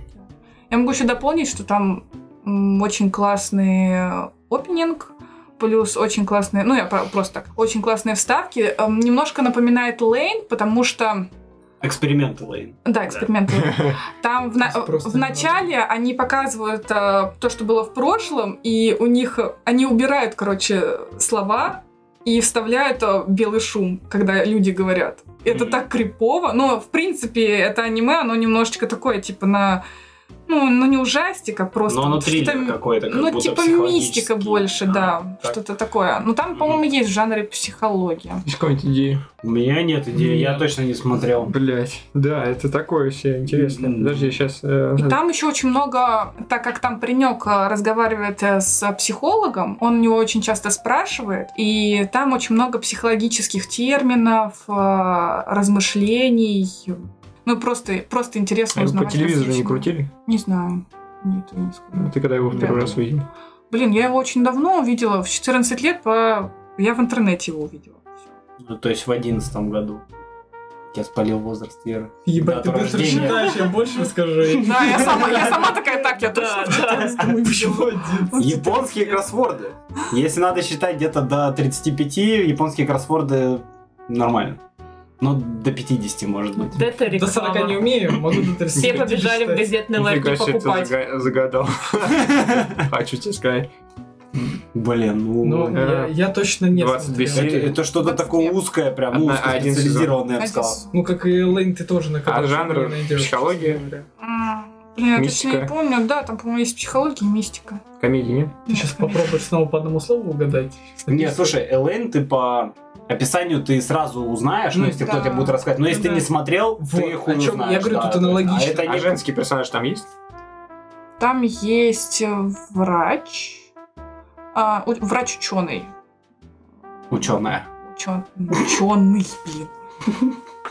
[SPEAKER 2] Я могу еще дополнить, что там м, очень классный э, опенинг, плюс очень классные, ну я про- просто так, очень классные вставки. Эм, Немножко напоминает Лейн, потому что,
[SPEAKER 4] Эксперименты, Лейн.
[SPEAKER 2] да, эксперименты. Там в, на-
[SPEAKER 7] Просто просто
[SPEAKER 2] в начале они показывают э, то, что было в прошлом, и у них э, они убирают, короче, слова и вставляют э, белый шум, когда люди говорят. Это
[SPEAKER 4] Мгм.
[SPEAKER 2] так крипово, но в принципе это аниме, оно немножечко такое, типа на, ну, ну не ужастик, а просто
[SPEAKER 4] Но Ну, оно
[SPEAKER 2] вот
[SPEAKER 4] триллер
[SPEAKER 2] что-то-
[SPEAKER 4] какой-то, как
[SPEAKER 2] ну
[SPEAKER 4] будто
[SPEAKER 2] типа
[SPEAKER 4] психологический.
[SPEAKER 2] мистика больше,
[SPEAKER 4] А,
[SPEAKER 2] да,
[SPEAKER 4] так.
[SPEAKER 2] что-то такое. Ну там,
[SPEAKER 4] Мгм.
[SPEAKER 2] по-моему, есть в жанре психология.
[SPEAKER 3] Есть какая-нибудь идея?
[SPEAKER 1] У меня нет идеи, я точно не смотрел.
[SPEAKER 3] Блять, да, это такое все интересно.
[SPEAKER 1] М.
[SPEAKER 3] Подожди, э, сейчас...
[SPEAKER 2] И там еще очень много, так как там паренек э, разговаривает э, с психологом, он у него очень часто спрашивает, и там очень много психологических терминов, э, размышлений. Ну, просто, просто интересно
[SPEAKER 3] Ну, По
[SPEAKER 2] узнавать.
[SPEAKER 3] телевизору не
[SPEAKER 2] различные.
[SPEAKER 3] крутили?
[SPEAKER 2] Не знаю. Нет, я не скажу.
[SPEAKER 3] Ну, Ты когда его в первый
[SPEAKER 2] Да.
[SPEAKER 3] раз увидел?
[SPEAKER 2] Блин, я его очень давно увидела, в 14 лет по... я в интернете его увидела.
[SPEAKER 1] Ну, то есть в одиннадцатом году. Я спалил возраст Веры.
[SPEAKER 7] Ебать, ты
[SPEAKER 1] Дату
[SPEAKER 7] быстро
[SPEAKER 1] рождения.
[SPEAKER 7] считаешь, я больше расскажу.
[SPEAKER 2] Да, я сама, я сама такая, так, я точно в 14
[SPEAKER 7] Почему один?
[SPEAKER 1] Японские кроссворды. Если надо считать где-то до 35, японские кроссворды нормально. Ну, до 50, может быть.
[SPEAKER 5] Да это
[SPEAKER 7] До
[SPEAKER 5] реклама.
[SPEAKER 7] 40 не умею, могу до 30.
[SPEAKER 5] Все побежали в газетные ларьки
[SPEAKER 3] Нифига себе, ты
[SPEAKER 5] покупать.
[SPEAKER 3] зага- загадал. Хочу тебе сказать.
[SPEAKER 1] Блин, ну...
[SPEAKER 7] Ну, я, я точно не
[SPEAKER 3] 22
[SPEAKER 7] смотрел.
[SPEAKER 1] это, это что-то такое узкое, прям, ну,
[SPEAKER 3] Одна- один
[SPEAKER 1] узкоспециализированное, я бы сказал.
[SPEAKER 2] Один-
[SPEAKER 7] Ну, как и Лейн, ты тоже на
[SPEAKER 3] А
[SPEAKER 7] кого-то не
[SPEAKER 3] жанр
[SPEAKER 7] найдёшь,
[SPEAKER 3] психология,
[SPEAKER 7] честно говоря.
[SPEAKER 2] М, Блин, я точно не
[SPEAKER 3] Мистика.
[SPEAKER 2] помню, да, там, по-моему, есть психология и мистика.
[SPEAKER 3] комедии, нет?
[SPEAKER 7] Ты сейчас попробуешь снова по одному слову угадать.
[SPEAKER 1] Не, слушай, Элэйн, ты по описанию ты сразу узнаешь, ну,
[SPEAKER 7] Ну,
[SPEAKER 1] если
[SPEAKER 2] да.
[SPEAKER 1] кто тебе будет рассказывать. Но если
[SPEAKER 7] Да.
[SPEAKER 1] ты не смотрел,
[SPEAKER 7] Вот,
[SPEAKER 1] ты хуй
[SPEAKER 7] о чём я
[SPEAKER 1] узнаешь.
[SPEAKER 7] говорю,
[SPEAKER 1] да,
[SPEAKER 7] тут
[SPEAKER 1] то есть,
[SPEAKER 7] аналогично.
[SPEAKER 1] А это
[SPEAKER 3] А
[SPEAKER 1] не
[SPEAKER 3] женский персонаж там есть?
[SPEAKER 2] Там есть э, врач, а, у- врач-ученый.
[SPEAKER 1] ученая.
[SPEAKER 2] Учен- Ученый, блин.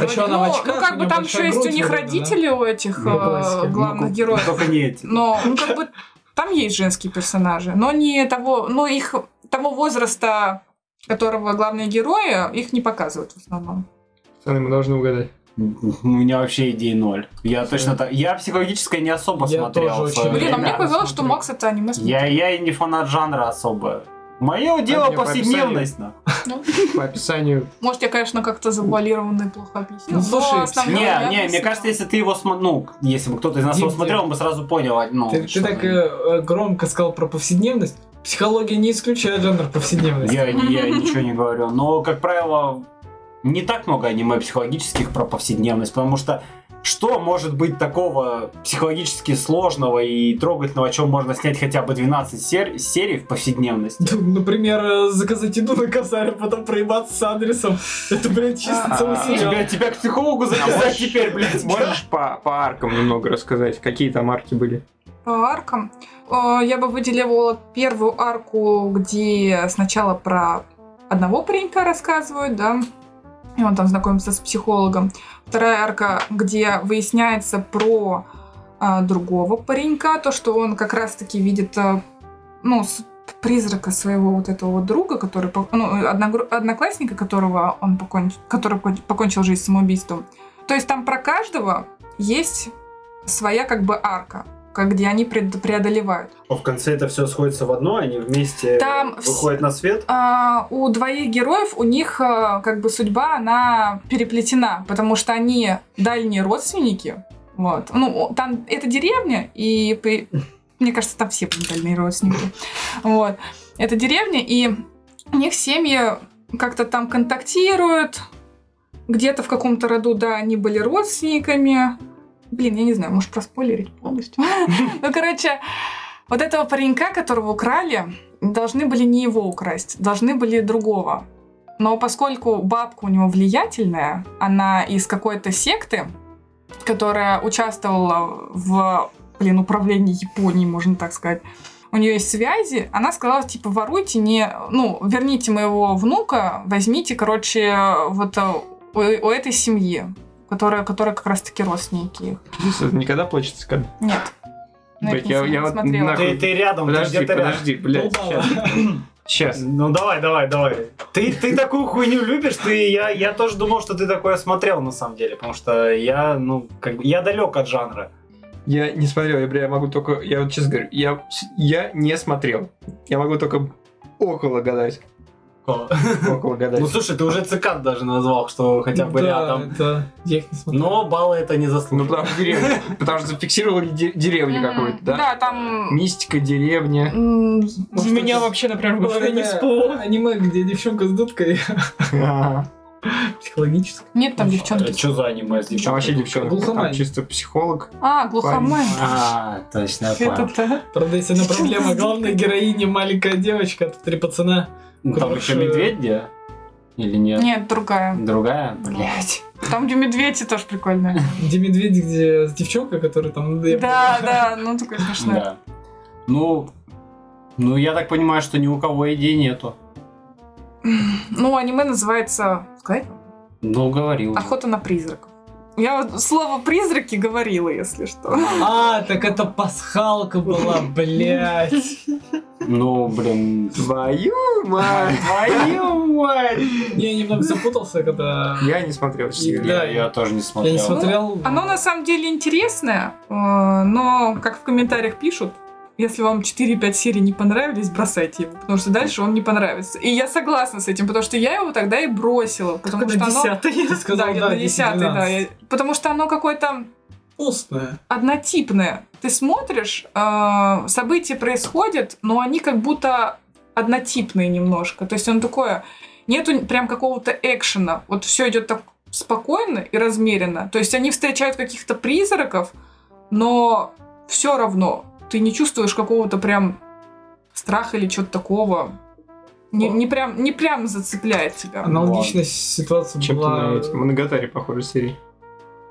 [SPEAKER 7] А чё, она в
[SPEAKER 2] Ну,
[SPEAKER 7] очках,
[SPEAKER 2] Ну,
[SPEAKER 7] у
[SPEAKER 2] как бы
[SPEAKER 7] неё
[SPEAKER 2] там
[SPEAKER 7] большая
[SPEAKER 2] еще есть у
[SPEAKER 7] грудь
[SPEAKER 2] них
[SPEAKER 7] вроде, да?
[SPEAKER 2] родители у этих
[SPEAKER 7] По
[SPEAKER 2] э,
[SPEAKER 7] классике.
[SPEAKER 2] главных героев.
[SPEAKER 1] Ну, Только не эти.
[SPEAKER 2] Но, ну, как бы, там есть женские персонажи, но не того, но их того возраста, которого главные герои, их не показывают в основном.
[SPEAKER 3] Пацаны, мы должны угадать.
[SPEAKER 1] У меня вообще идей ноль. Я точно так. Я психологическое не особо
[SPEAKER 7] Я
[SPEAKER 1] смотрел.
[SPEAKER 7] тоже
[SPEAKER 1] в своё
[SPEAKER 7] очень.
[SPEAKER 2] Блин, а
[SPEAKER 1] время.
[SPEAKER 2] мне казалось, что
[SPEAKER 7] смотрю.
[SPEAKER 2] Макс это аниме
[SPEAKER 1] Я, я и не фанат жанра особо. Мое дело
[SPEAKER 3] мне по
[SPEAKER 1] повседневность. нах.
[SPEAKER 3] По описанию...
[SPEAKER 2] Может, я, конечно, как-то завуалированно и плохо объяснила.
[SPEAKER 7] Ну, слушай,
[SPEAKER 2] но основное
[SPEAKER 1] Не,
[SPEAKER 2] я
[SPEAKER 1] не, мне
[SPEAKER 2] объяснила.
[SPEAKER 1] кажется, если ты его смотрел, ну, если бы кто-то из нас
[SPEAKER 7] Дим,
[SPEAKER 1] его смотрел,
[SPEAKER 7] Дим.
[SPEAKER 1] он бы сразу понял. Ну,
[SPEAKER 7] Ты, ты
[SPEAKER 1] что
[SPEAKER 7] так
[SPEAKER 1] за-
[SPEAKER 7] э, э, громко сказал про повседневность. Психология не исключает жанр повседневности.
[SPEAKER 1] Я, я ничего не говорю. Но, как правило, не так много аниме психологических про повседневность, потому что что может быть такого психологически сложного и трогательного, о чем можно снять хотя бы 12 сер- серий в повседневности?
[SPEAKER 7] Ну, Например, э, заказать еду на косаре, потом проебаться с адресом. Это, блядь,
[SPEAKER 4] А,
[SPEAKER 7] чисто целый сериал.
[SPEAKER 1] Тебя, тебя к психологу записать теперь, блядь.
[SPEAKER 3] Можешь по, по аркам немного рассказать, какие там арки были?
[SPEAKER 2] По аркам. э, Я бы выделила первую арку, где сначала про одного паренька рассказывают, да, и он там знакомится с психологом. Вторая арка, где выясняется про а, другого паренька, то, что он как раз-таки видит, а, ну, с- призрака своего вот этого вот друга, который, по- ну, одногру- одноклассника, которого он поконч- который покон- покончил жизнь самоубийством. То есть там про каждого есть своя как бы арка, как где они пред- преодолевают.
[SPEAKER 4] В конце это все сходится в одно, они вместе
[SPEAKER 2] Там вс-
[SPEAKER 4] выходят на свет.
[SPEAKER 2] А, у двоих героев у них а, как бы судьба она переплетена, потому что они дальние родственники. Вот. Ну, о- там это деревня, и при- мне кажется, там все были дальние родственники. Вот. Это деревня, и у них семьи как-то там контактируют. Где-то в каком-то роду, да, они были родственниками. Блин, я не знаю, может проспойлерить полностью. Ну, короче, вот этого паренька, которого украли, должны были не его украсть, должны были другого. Но поскольку бабка у него влиятельная, она из какой-то секты, которая участвовала в, блин, управлении Японией, можно так сказать, у нее есть связи, она сказала, типа, воруйте не, ну, верните моего внука, возьмите, короче, вот э, у, у этой семьи, которая, которая как раз-таки родственники их.
[SPEAKER 3] Никогда плачется, когда...
[SPEAKER 2] Нет. Ну,
[SPEAKER 3] Блять,
[SPEAKER 2] я
[SPEAKER 3] я,
[SPEAKER 2] не
[SPEAKER 3] я вот
[SPEAKER 2] смотрела.
[SPEAKER 3] нахуй-
[SPEAKER 4] Ты, ты рядом,
[SPEAKER 3] Подожди,
[SPEAKER 4] ты где-то рядом.
[SPEAKER 3] подожди, блядь.
[SPEAKER 7] Полбалла.
[SPEAKER 3] Сейчас.
[SPEAKER 4] Ну давай, давай, давай. Ты, ты такую хуйню любишь, ты, я, я тоже думал, что ты такое смотрел на самом деле, потому что я, ну, как бы, я далек от жанра.
[SPEAKER 3] Я не смотрел, я, бля, я могу только... Я вот честно говорю, я, с- я не смотрел. Я могу только около гадать.
[SPEAKER 4] О.
[SPEAKER 3] Около гадать.
[SPEAKER 4] Ну слушай, ты уже цикад даже назвал, что хотя бы рядом.
[SPEAKER 7] это- я их не смотрел.
[SPEAKER 4] Но баллы это не
[SPEAKER 3] Ну,
[SPEAKER 4] заслуживает.
[SPEAKER 3] потому что деревня. Потому что зафиксировали де- деревню
[SPEAKER 2] Мгм.
[SPEAKER 3] какую-то, да?
[SPEAKER 2] Да, там...
[SPEAKER 3] Мистика, деревня.
[SPEAKER 2] м,
[SPEAKER 7] Может,
[SPEAKER 5] У меня
[SPEAKER 7] это
[SPEAKER 5] вообще, например, в голове не
[SPEAKER 7] половина
[SPEAKER 5] всплыло.
[SPEAKER 7] Аниме, где девчонка с дудкой
[SPEAKER 3] Ага.
[SPEAKER 7] психологически.
[SPEAKER 2] Нет
[SPEAKER 3] ну,
[SPEAKER 2] там девчонки.
[SPEAKER 4] Что за аниме с
[SPEAKER 3] Там
[SPEAKER 4] девчонкой?
[SPEAKER 3] вообще девчонка. Там
[SPEAKER 7] Глухомань.
[SPEAKER 3] чисто психолог.
[SPEAKER 2] А, глухомань.
[SPEAKER 1] А, точно.
[SPEAKER 2] Это
[SPEAKER 1] понял.
[SPEAKER 2] да.
[SPEAKER 7] Правда, если она
[SPEAKER 2] Девчонка с
[SPEAKER 7] проблема
[SPEAKER 2] дудкой.
[SPEAKER 7] главной героини маленькая девочка, а тут три пацана.
[SPEAKER 1] Ну, Там еще
[SPEAKER 7] Хорошая.
[SPEAKER 1] медведь где? Или нет?
[SPEAKER 2] Нет, другая.
[SPEAKER 1] Другая? Блять.
[SPEAKER 2] Там, где медведи тоже прикольные.
[SPEAKER 7] Где медведь, где девчонка, которая там... ну, я
[SPEAKER 2] Да, да, ну такое смешное.
[SPEAKER 1] Да. Ну, ну, я так понимаю, что ни у кого идей нету.
[SPEAKER 2] Ну, аниме называется... Сказать?
[SPEAKER 1] Ну, говорил.
[SPEAKER 2] Охота на призраков. Я вот слово призраки говорила, если что.
[SPEAKER 7] А, так это пасхалка была, блядь.
[SPEAKER 1] Ну, блин.
[SPEAKER 3] Твою мать!
[SPEAKER 1] Твою мать!
[SPEAKER 7] Я немного запутался, когда...
[SPEAKER 3] Я не смотрел, честно
[SPEAKER 7] И-
[SPEAKER 3] говоря.
[SPEAKER 7] Да,
[SPEAKER 1] Я, я тоже не
[SPEAKER 7] Я
[SPEAKER 1] смотрел.
[SPEAKER 7] не смотрел.
[SPEAKER 2] Ну, Оно на самом деле интересное, э, но, как в комментариях пишут, если вам 4-5 серий не понравились, бросайте его, потому что дальше он не понравится. И я согласна с этим, потому что я его тогда и бросила, потому что оно...
[SPEAKER 7] Ты
[SPEAKER 2] Да,
[SPEAKER 7] сказал,
[SPEAKER 2] где-то на 10 да.
[SPEAKER 7] 10-12.
[SPEAKER 2] я- Потому что оно какое-то
[SPEAKER 7] Вкусное.
[SPEAKER 2] однотипное. Ты смотришь, э, события происходят, но они как будто однотипные немножко. То есть он такое, нету прям какого-то экшена. Вот все идет так спокойно и размеренно. То есть они встречают каких-то призраков, но все равно ты не чувствуешь какого-то прям страха или чего-то такого. Не, не прям, не прям зацепляет тебя.
[SPEAKER 7] Аналогичная ситуация
[SPEAKER 3] Чем-то на
[SPEAKER 7] была...
[SPEAKER 3] эти Моногатари, похоже, серии.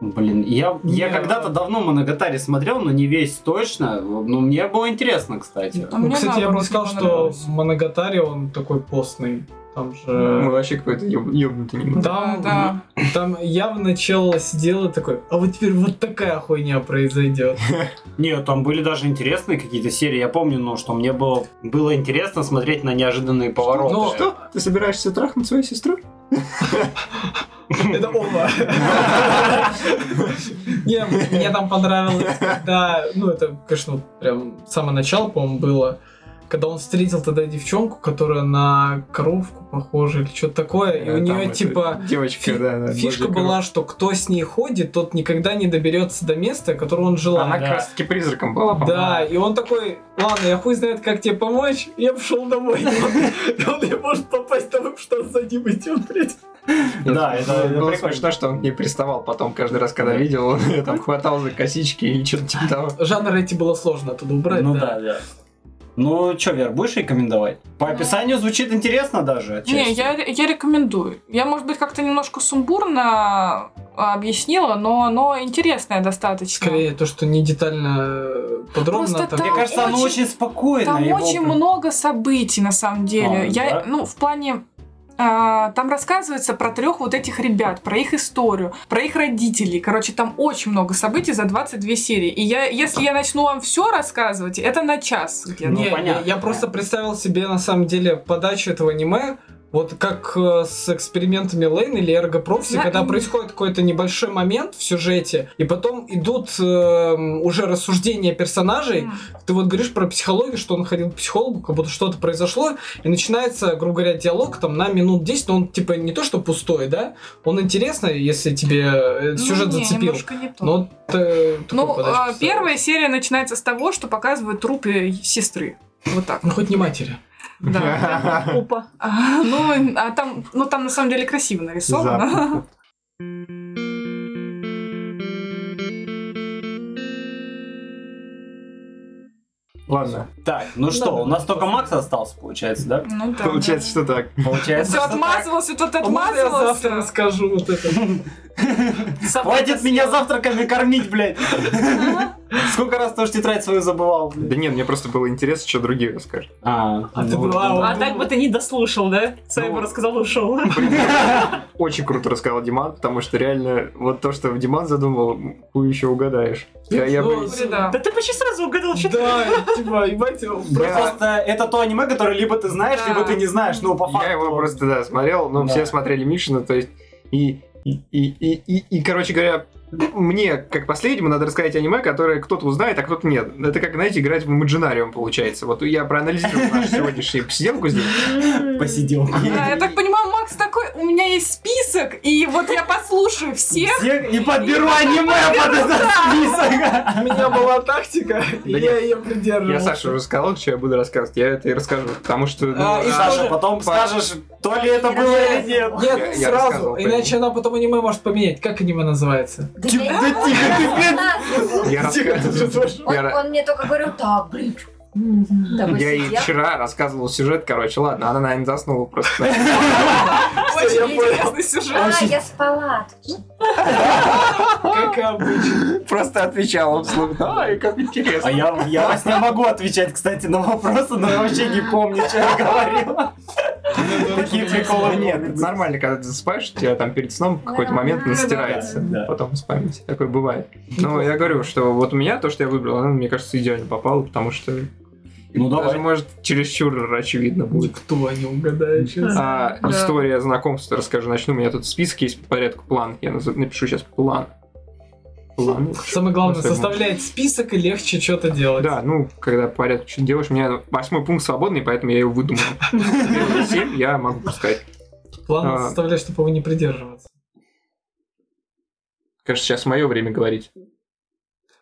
[SPEAKER 1] Блин, я, я
[SPEAKER 7] Не.
[SPEAKER 1] когда-то давно Моногатари смотрел, но не весь точно. Но мне было интересно, кстати.
[SPEAKER 2] А
[SPEAKER 7] Ну,
[SPEAKER 2] мне
[SPEAKER 7] кстати, я бы
[SPEAKER 2] наоборот,
[SPEAKER 7] не сказал,
[SPEAKER 2] не
[SPEAKER 7] что
[SPEAKER 2] понравилось.
[SPEAKER 7] в Моногатаре он такой постный. Там
[SPEAKER 3] Мы
[SPEAKER 7] же...
[SPEAKER 3] вообще какой-то ёб- ёбнутый немного.
[SPEAKER 7] Там,
[SPEAKER 2] да.
[SPEAKER 7] там явно чел сидел и такой, а вот теперь вот такая хуйня произойдет.
[SPEAKER 1] Нет, там были даже интересные какие-то серии. Я помню, ну, что мне было, было интересно смотреть на неожиданные повороты.
[SPEAKER 7] Ну,
[SPEAKER 3] Что? Ты собираешься трахнуть свою сестру?
[SPEAKER 7] Это оба. Не, мне там понравилось, когда, ну, это, конечно, прям самое начало, по-моему, было, когда он встретил тогда девчонку, которая на коровку похожа или что-то такое, и у
[SPEAKER 3] Э, там
[SPEAKER 7] нее
[SPEAKER 3] это,
[SPEAKER 7] типа
[SPEAKER 3] Девочка,
[SPEAKER 7] фи-
[SPEAKER 3] да, да,
[SPEAKER 7] фишка
[SPEAKER 3] Божья
[SPEAKER 7] была, что кто с ней ходит, тот никогда не доберется до места, которое он
[SPEAKER 3] коровка.
[SPEAKER 7] желал.
[SPEAKER 3] Она как раз таки призраком была, по-моему.
[SPEAKER 7] Да, и он такой, ладно, я хуй знает, как тебе помочь, я пошел домой. И он- и Он не может попасть потому, что он за ним идет, блядь.
[SPEAKER 3] Нет,
[SPEAKER 4] Да, это- это
[SPEAKER 3] было
[SPEAKER 4] прикольно.
[SPEAKER 3] смешно, что он не приставал потом каждый раз, когда видел, он её там хватал за косички или что-то типа того.
[SPEAKER 7] Жанр эти было сложно оттуда убрать,
[SPEAKER 1] Ну да, да. Ну что, Вер, будешь рекомендовать? По
[SPEAKER 2] Ну.
[SPEAKER 1] описанию звучит интересно даже.
[SPEAKER 2] Не,
[SPEAKER 1] отчасти.
[SPEAKER 2] я, я рекомендую. Я, может быть, как-то немножко сумбурно а, объяснила, но оно интересное достаточно.
[SPEAKER 7] Скорее то, что не детально э, подробно.
[SPEAKER 2] Просто
[SPEAKER 7] так-
[SPEAKER 2] там-
[SPEAKER 1] Мне кажется, оно
[SPEAKER 2] очень-
[SPEAKER 1] очень спокойно.
[SPEAKER 2] Там
[SPEAKER 1] его
[SPEAKER 2] очень
[SPEAKER 1] прям-
[SPEAKER 2] много событий, на самом деле.
[SPEAKER 1] А,
[SPEAKER 2] я,
[SPEAKER 1] да?
[SPEAKER 2] ну, в плане. а, там рассказывается про трех вот этих ребят, про их историю, про их родителей. Короче, там очень много событий за 22 серии. И я, если я начну вам все рассказывать, это на час где-то.
[SPEAKER 1] Ну,
[SPEAKER 7] Не, я,
[SPEAKER 1] понятно,
[SPEAKER 7] я просто представил себе на самом деле подачу этого аниме, вот как э, с экспериментами Лейн или Эрго Прокси,
[SPEAKER 2] Да,
[SPEAKER 7] когда
[SPEAKER 2] и-
[SPEAKER 7] происходит какой-то небольшой момент в сюжете, и потом идут эм, уже рассуждения персонажей.
[SPEAKER 2] М.
[SPEAKER 7] Ты вот говоришь про психологию, что он ходил к психологу, как будто что-то произошло, и начинается, грубо говоря, диалог там на минут 10, но он типа не то что пустой, да, он интересный, если тебе э,
[SPEAKER 2] Ну,
[SPEAKER 7] сюжет
[SPEAKER 2] не,
[SPEAKER 7] зацепил.
[SPEAKER 2] немножко не то.
[SPEAKER 7] Но вот, э, такую
[SPEAKER 2] Ну,
[SPEAKER 7] подачу
[SPEAKER 2] а,
[SPEAKER 7] представил.
[SPEAKER 2] первая серия начинается с того, что показывают трупы сестры. Вот так.
[SPEAKER 7] Ну хоть не матери.
[SPEAKER 2] Да.
[SPEAKER 5] Опа.
[SPEAKER 2] А, ну, а там, ну, там на самом деле красиво нарисовано.
[SPEAKER 4] Ладно.
[SPEAKER 1] Так, ну что, у нас только Макс остался, получается, да?
[SPEAKER 2] Ну да.
[SPEAKER 3] Получается, что так.
[SPEAKER 1] Получается,
[SPEAKER 2] Все
[SPEAKER 1] что так.
[SPEAKER 2] отмазывался, тут
[SPEAKER 7] А можно я завтра
[SPEAKER 2] отмазывался.
[SPEAKER 7] расскажу вот это?
[SPEAKER 1] Хватит меня завтраками кормить, блядь. Сколько раз тоже тетрадь свою забывал,
[SPEAKER 3] Да
[SPEAKER 1] блядь.
[SPEAKER 3] нет, мне просто было интересно, что другие расскажут.
[SPEAKER 1] А,
[SPEAKER 7] А ты
[SPEAKER 1] ну,
[SPEAKER 7] была
[SPEAKER 5] А
[SPEAKER 7] вот-
[SPEAKER 5] так бы ты не дослушал, да? Сам бы рассказал и ушел.
[SPEAKER 3] Очень круто рассказал Диман, потому что реально вот то, что Диман задумал, хуй еще угадаешь. Я, я бы-
[SPEAKER 7] Ну,
[SPEAKER 2] Да.
[SPEAKER 5] Да ты почти сразу угадал, что
[SPEAKER 7] Да, типа, ебать,
[SPEAKER 3] я,
[SPEAKER 1] Просто это то аниме, которое либо ты знаешь,
[SPEAKER 2] Да.
[SPEAKER 1] либо ты не знаешь, ну, по
[SPEAKER 3] я
[SPEAKER 1] факту.
[SPEAKER 3] его просто, да, смотрел, но
[SPEAKER 1] Да.
[SPEAKER 3] все смотрели Мишина, то есть и, и, и, и, и- и, короче говоря, мне, как последнему, надо рассказать аниме, которое кто-то узнает, а кто-то нет. Это как, знаете, играть в Imaginarium, получается. Вот я проанализировал нашу сегодняшнюю посиделку здесь.
[SPEAKER 1] посидел.
[SPEAKER 2] Да, я так понимаю, Макс такой, у меня есть список, и вот я послушаю всех.
[SPEAKER 1] Всех и подберу аниме под этот список.
[SPEAKER 7] У меня была тактика, и
[SPEAKER 3] Да
[SPEAKER 7] я
[SPEAKER 3] нет.
[SPEAKER 7] ее придерживал.
[SPEAKER 3] Я Саша уже сказал, что я буду рассказывать. Я это и расскажу. Потому что... ну,
[SPEAKER 7] А,
[SPEAKER 1] И
[SPEAKER 7] и
[SPEAKER 3] а,
[SPEAKER 1] Саша, потом
[SPEAKER 3] Паш-
[SPEAKER 1] скажешь, то ли это было или нет.
[SPEAKER 7] Нет,
[SPEAKER 3] Я- я рассказывал
[SPEAKER 7] сразу,
[SPEAKER 3] про
[SPEAKER 7] иначе она потом аниме может поменять. Как аниме называется?
[SPEAKER 1] Тихо, Типа, да тихо, ты блядь.
[SPEAKER 3] я рассказывал.
[SPEAKER 9] Он,
[SPEAKER 3] Я ра-
[SPEAKER 9] он мне только говорил, так, блин, такой
[SPEAKER 3] Я ей
[SPEAKER 9] сидел.
[SPEAKER 3] вчера рассказывал сюжет, короче, ладно, она, наверное, заснула просто.
[SPEAKER 2] Очень интересный сюжет.
[SPEAKER 9] А, я спала.
[SPEAKER 7] Как обычно.
[SPEAKER 3] Просто отвечала вслух, да, и как
[SPEAKER 1] А
[SPEAKER 3] интересно.
[SPEAKER 1] я, я вас не могу отвечать, кстати, на вопросы, но я вообще не помню, что я говорила. Таких приколов
[SPEAKER 3] Нет,
[SPEAKER 1] нет.
[SPEAKER 3] это нормально, когда ты засыпаешь, у тебя там перед сном в какой-то момент
[SPEAKER 2] Ну да,
[SPEAKER 3] настирается.
[SPEAKER 1] да.
[SPEAKER 3] Потом из памяти. Такое бывает. Но я говорю, что вот у меня то, что я выбрал, оно, мне кажется, идеально попало, потому что
[SPEAKER 1] Ну,
[SPEAKER 3] даже,
[SPEAKER 1] давай.
[SPEAKER 3] может, чересчур очевидно будет.
[SPEAKER 7] Никто не угадает, честно.
[SPEAKER 3] А,
[SPEAKER 2] Да.
[SPEAKER 3] История знакомства расскажу. Начну. У меня тут список есть по порядку план. Я наз- напишу сейчас план. План.
[SPEAKER 7] Самое главное,
[SPEAKER 3] Особенно.
[SPEAKER 7] составлять список и легче что-то делать.
[SPEAKER 3] Да, ну, когда по порядку что делаешь, у меня восьмой пункт свободный, поэтому я его выдумал. Первые Семь я могу пускать.
[SPEAKER 7] План
[SPEAKER 3] А.
[SPEAKER 7] составлять, чтобы его не придерживаться.
[SPEAKER 3] Кажется, сейчас мое время говорить.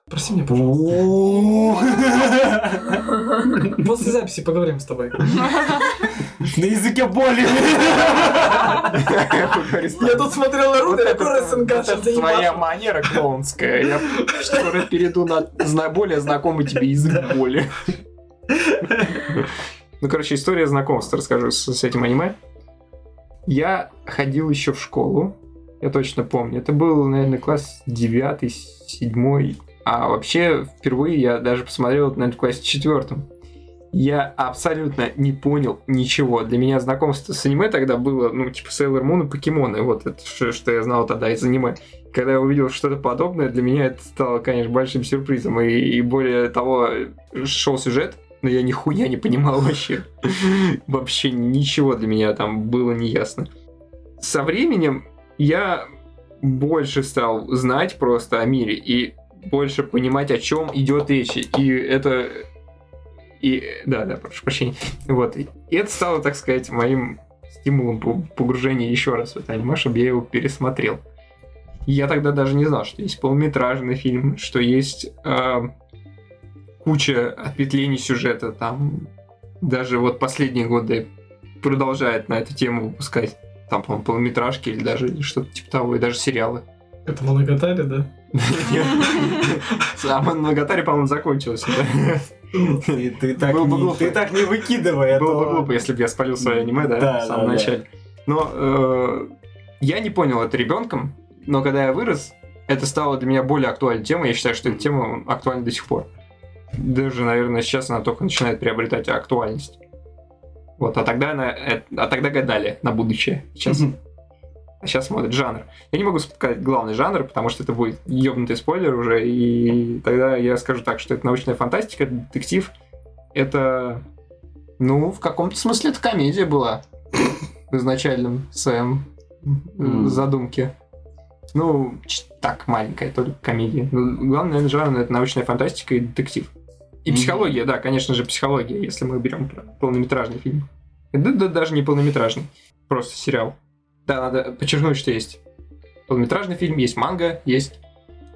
[SPEAKER 7] Прости меня, пожалуйста.
[SPEAKER 1] На
[SPEAKER 7] После записи поговорим с тобой.
[SPEAKER 1] языке боли.
[SPEAKER 7] Я тут смотрел
[SPEAKER 3] Вот
[SPEAKER 7] Руды,
[SPEAKER 3] это-
[SPEAKER 7] который
[SPEAKER 3] вот
[SPEAKER 7] СНГ
[SPEAKER 3] это твоя манера клоунская. Я скоро перейду на зна- более знакомый тебе язык боли. Ну, короче, история знакомства расскажу с, с этим аниме. Я ходил еще в школу, я точно помню. Это был, наверное, класс 9, 7. А вообще, впервые я даже посмотрел, это, наверное, в классе 4. Я абсолютно не понял ничего. Для меня знакомство с аниме тогда было, ну, типа Sailor Moon и покемоны. Вот это ш- что я знал тогда из аниме. Когда я увидел что-то подобное, для меня это стало, конечно, большим сюрпризом. И, и более того, шел сюжет, но я нихуя не понимал вообще. Вообще ничего для меня там было неясно. Со временем я больше стал знать просто о мире и больше понимать, о чем идет речь. И это... И... Да, да, прошу прощения. Вот. И это стало, так сказать, моим стимулом по- погружения еще раз в это аниме, чтобы я его пересмотрел. Я тогда даже не знал, что есть полуметражный фильм, что есть э, куча ответвлений сюжета. Там даже вот последние годы продолжает на эту тему выпускать. Там, по-моему, полуметражки или даже что-то типа того, и даже сериалы.
[SPEAKER 7] Это Моногатари, да?
[SPEAKER 3] А Моногатари, по-моему, закончилась. да?
[SPEAKER 1] Ты, ты так
[SPEAKER 3] Было бы
[SPEAKER 1] не,
[SPEAKER 3] глупо.
[SPEAKER 1] ты так не выкидывай. а
[SPEAKER 3] Было
[SPEAKER 1] то-
[SPEAKER 3] бы глупо, если бы я спалил свое аниме, да,
[SPEAKER 1] Да,
[SPEAKER 3] в самом
[SPEAKER 1] да, да.
[SPEAKER 3] начале. Но э, я не понял это ребенком, но когда я вырос, это стало для меня более актуальной темой. Я считаю, что эта тема актуальна до сих пор. Даже, наверное, сейчас она только начинает приобретать актуальность. Вот, а тогда она, э, а тогда гадали на будущее. Сейчас.
[SPEAKER 1] Мгм.
[SPEAKER 3] А сейчас смотрит жанр. Я не могу сказать главный жанр, потому что это будет ёбнутый спойлер уже, и тогда я скажу так, что это научная фантастика, это детектив, это, ну, в каком-то смысле это комедия была в изначальном своем э,
[SPEAKER 1] М.
[SPEAKER 3] задумке. Ну, ч- так, маленькая только комедия. Ну, главный, наверное, жанр это научная фантастика и детектив. И
[SPEAKER 1] Мгм.
[SPEAKER 3] психология, да, конечно же, психология, если мы берем про полнометражный фильм. Да, да, даже не полнометражный, просто сериал. Да, надо подчеркнуть, что есть полнометражный фильм, есть манга, есть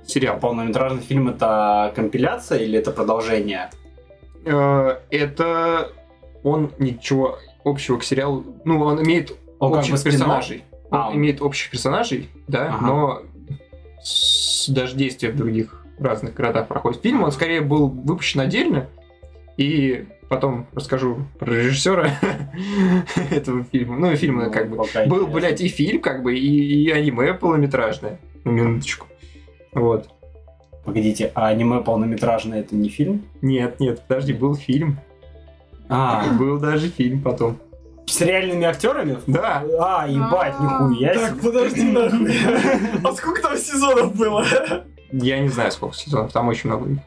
[SPEAKER 3] сериал.
[SPEAKER 1] Полнометражный фильм это компиляция или это продолжение?
[SPEAKER 3] Э, Это он ничего общего к сериалу, ну, он имеет
[SPEAKER 1] Он как
[SPEAKER 3] общих
[SPEAKER 1] бы спин-офф?
[SPEAKER 3] персонажей. Он
[SPEAKER 1] А, он-
[SPEAKER 3] имеет общих персонажей, да,
[SPEAKER 1] Ага.
[SPEAKER 3] но с- даже действия в других разных городах проходит. Фильм, он скорее был выпущен отдельно, И потом расскажу про режиссера этого фильма. Ну и фильма
[SPEAKER 1] Ну,
[SPEAKER 3] как бы...
[SPEAKER 1] пока
[SPEAKER 3] Был,
[SPEAKER 1] интересно.
[SPEAKER 3] блядь, и фильм как бы, и, и аниме полнометражное. Ну, Минуточку. Вот.
[SPEAKER 1] Погодите, а аниме полнометражное это не фильм?
[SPEAKER 3] Нет, нет, подожди, был фильм.
[SPEAKER 1] А,
[SPEAKER 3] Был даже фильм потом.
[SPEAKER 1] с реальными актерами?
[SPEAKER 3] Да,
[SPEAKER 1] А, ебать,
[SPEAKER 2] А.
[SPEAKER 1] нихуя себе.
[SPEAKER 4] Так, подожди нахуй. А сколько там сезонов было?
[SPEAKER 3] я не знаю, сколько сезонов, там очень много их.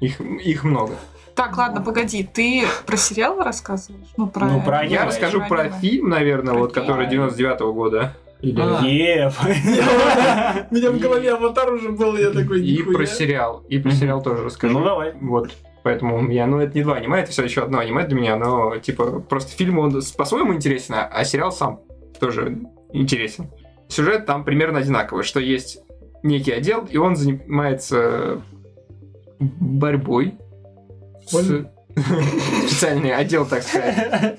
[SPEAKER 3] Их, их много.
[SPEAKER 2] Так, ладно, погоди, ты про сериал рассказываешь? Ну, про...
[SPEAKER 1] Ну, про аниме.
[SPEAKER 3] Я расскажу про
[SPEAKER 2] аниме.
[SPEAKER 3] фильм, наверное,
[SPEAKER 2] Про
[SPEAKER 3] вот,
[SPEAKER 2] фильм.
[SPEAKER 3] который 99-го года. Или-
[SPEAKER 7] А.
[SPEAKER 1] Еб.
[SPEAKER 4] У меня в голове аватар уже был, я такой,
[SPEAKER 3] И
[SPEAKER 4] нихуя.
[SPEAKER 3] про сериал. И про
[SPEAKER 1] А. Мгм.
[SPEAKER 3] сериал тоже расскажу.
[SPEAKER 1] Ну давай.
[SPEAKER 3] Вот. Поэтому я, ну это не два аниме, это все еще одно аниме для меня, но типа просто фильм он с- по-своему интересен, а- а сериал сам тоже интересен. Сюжет там примерно одинаковый, что есть некий отдел, и он занимается борьбой с... Специальный отдел, так сказать.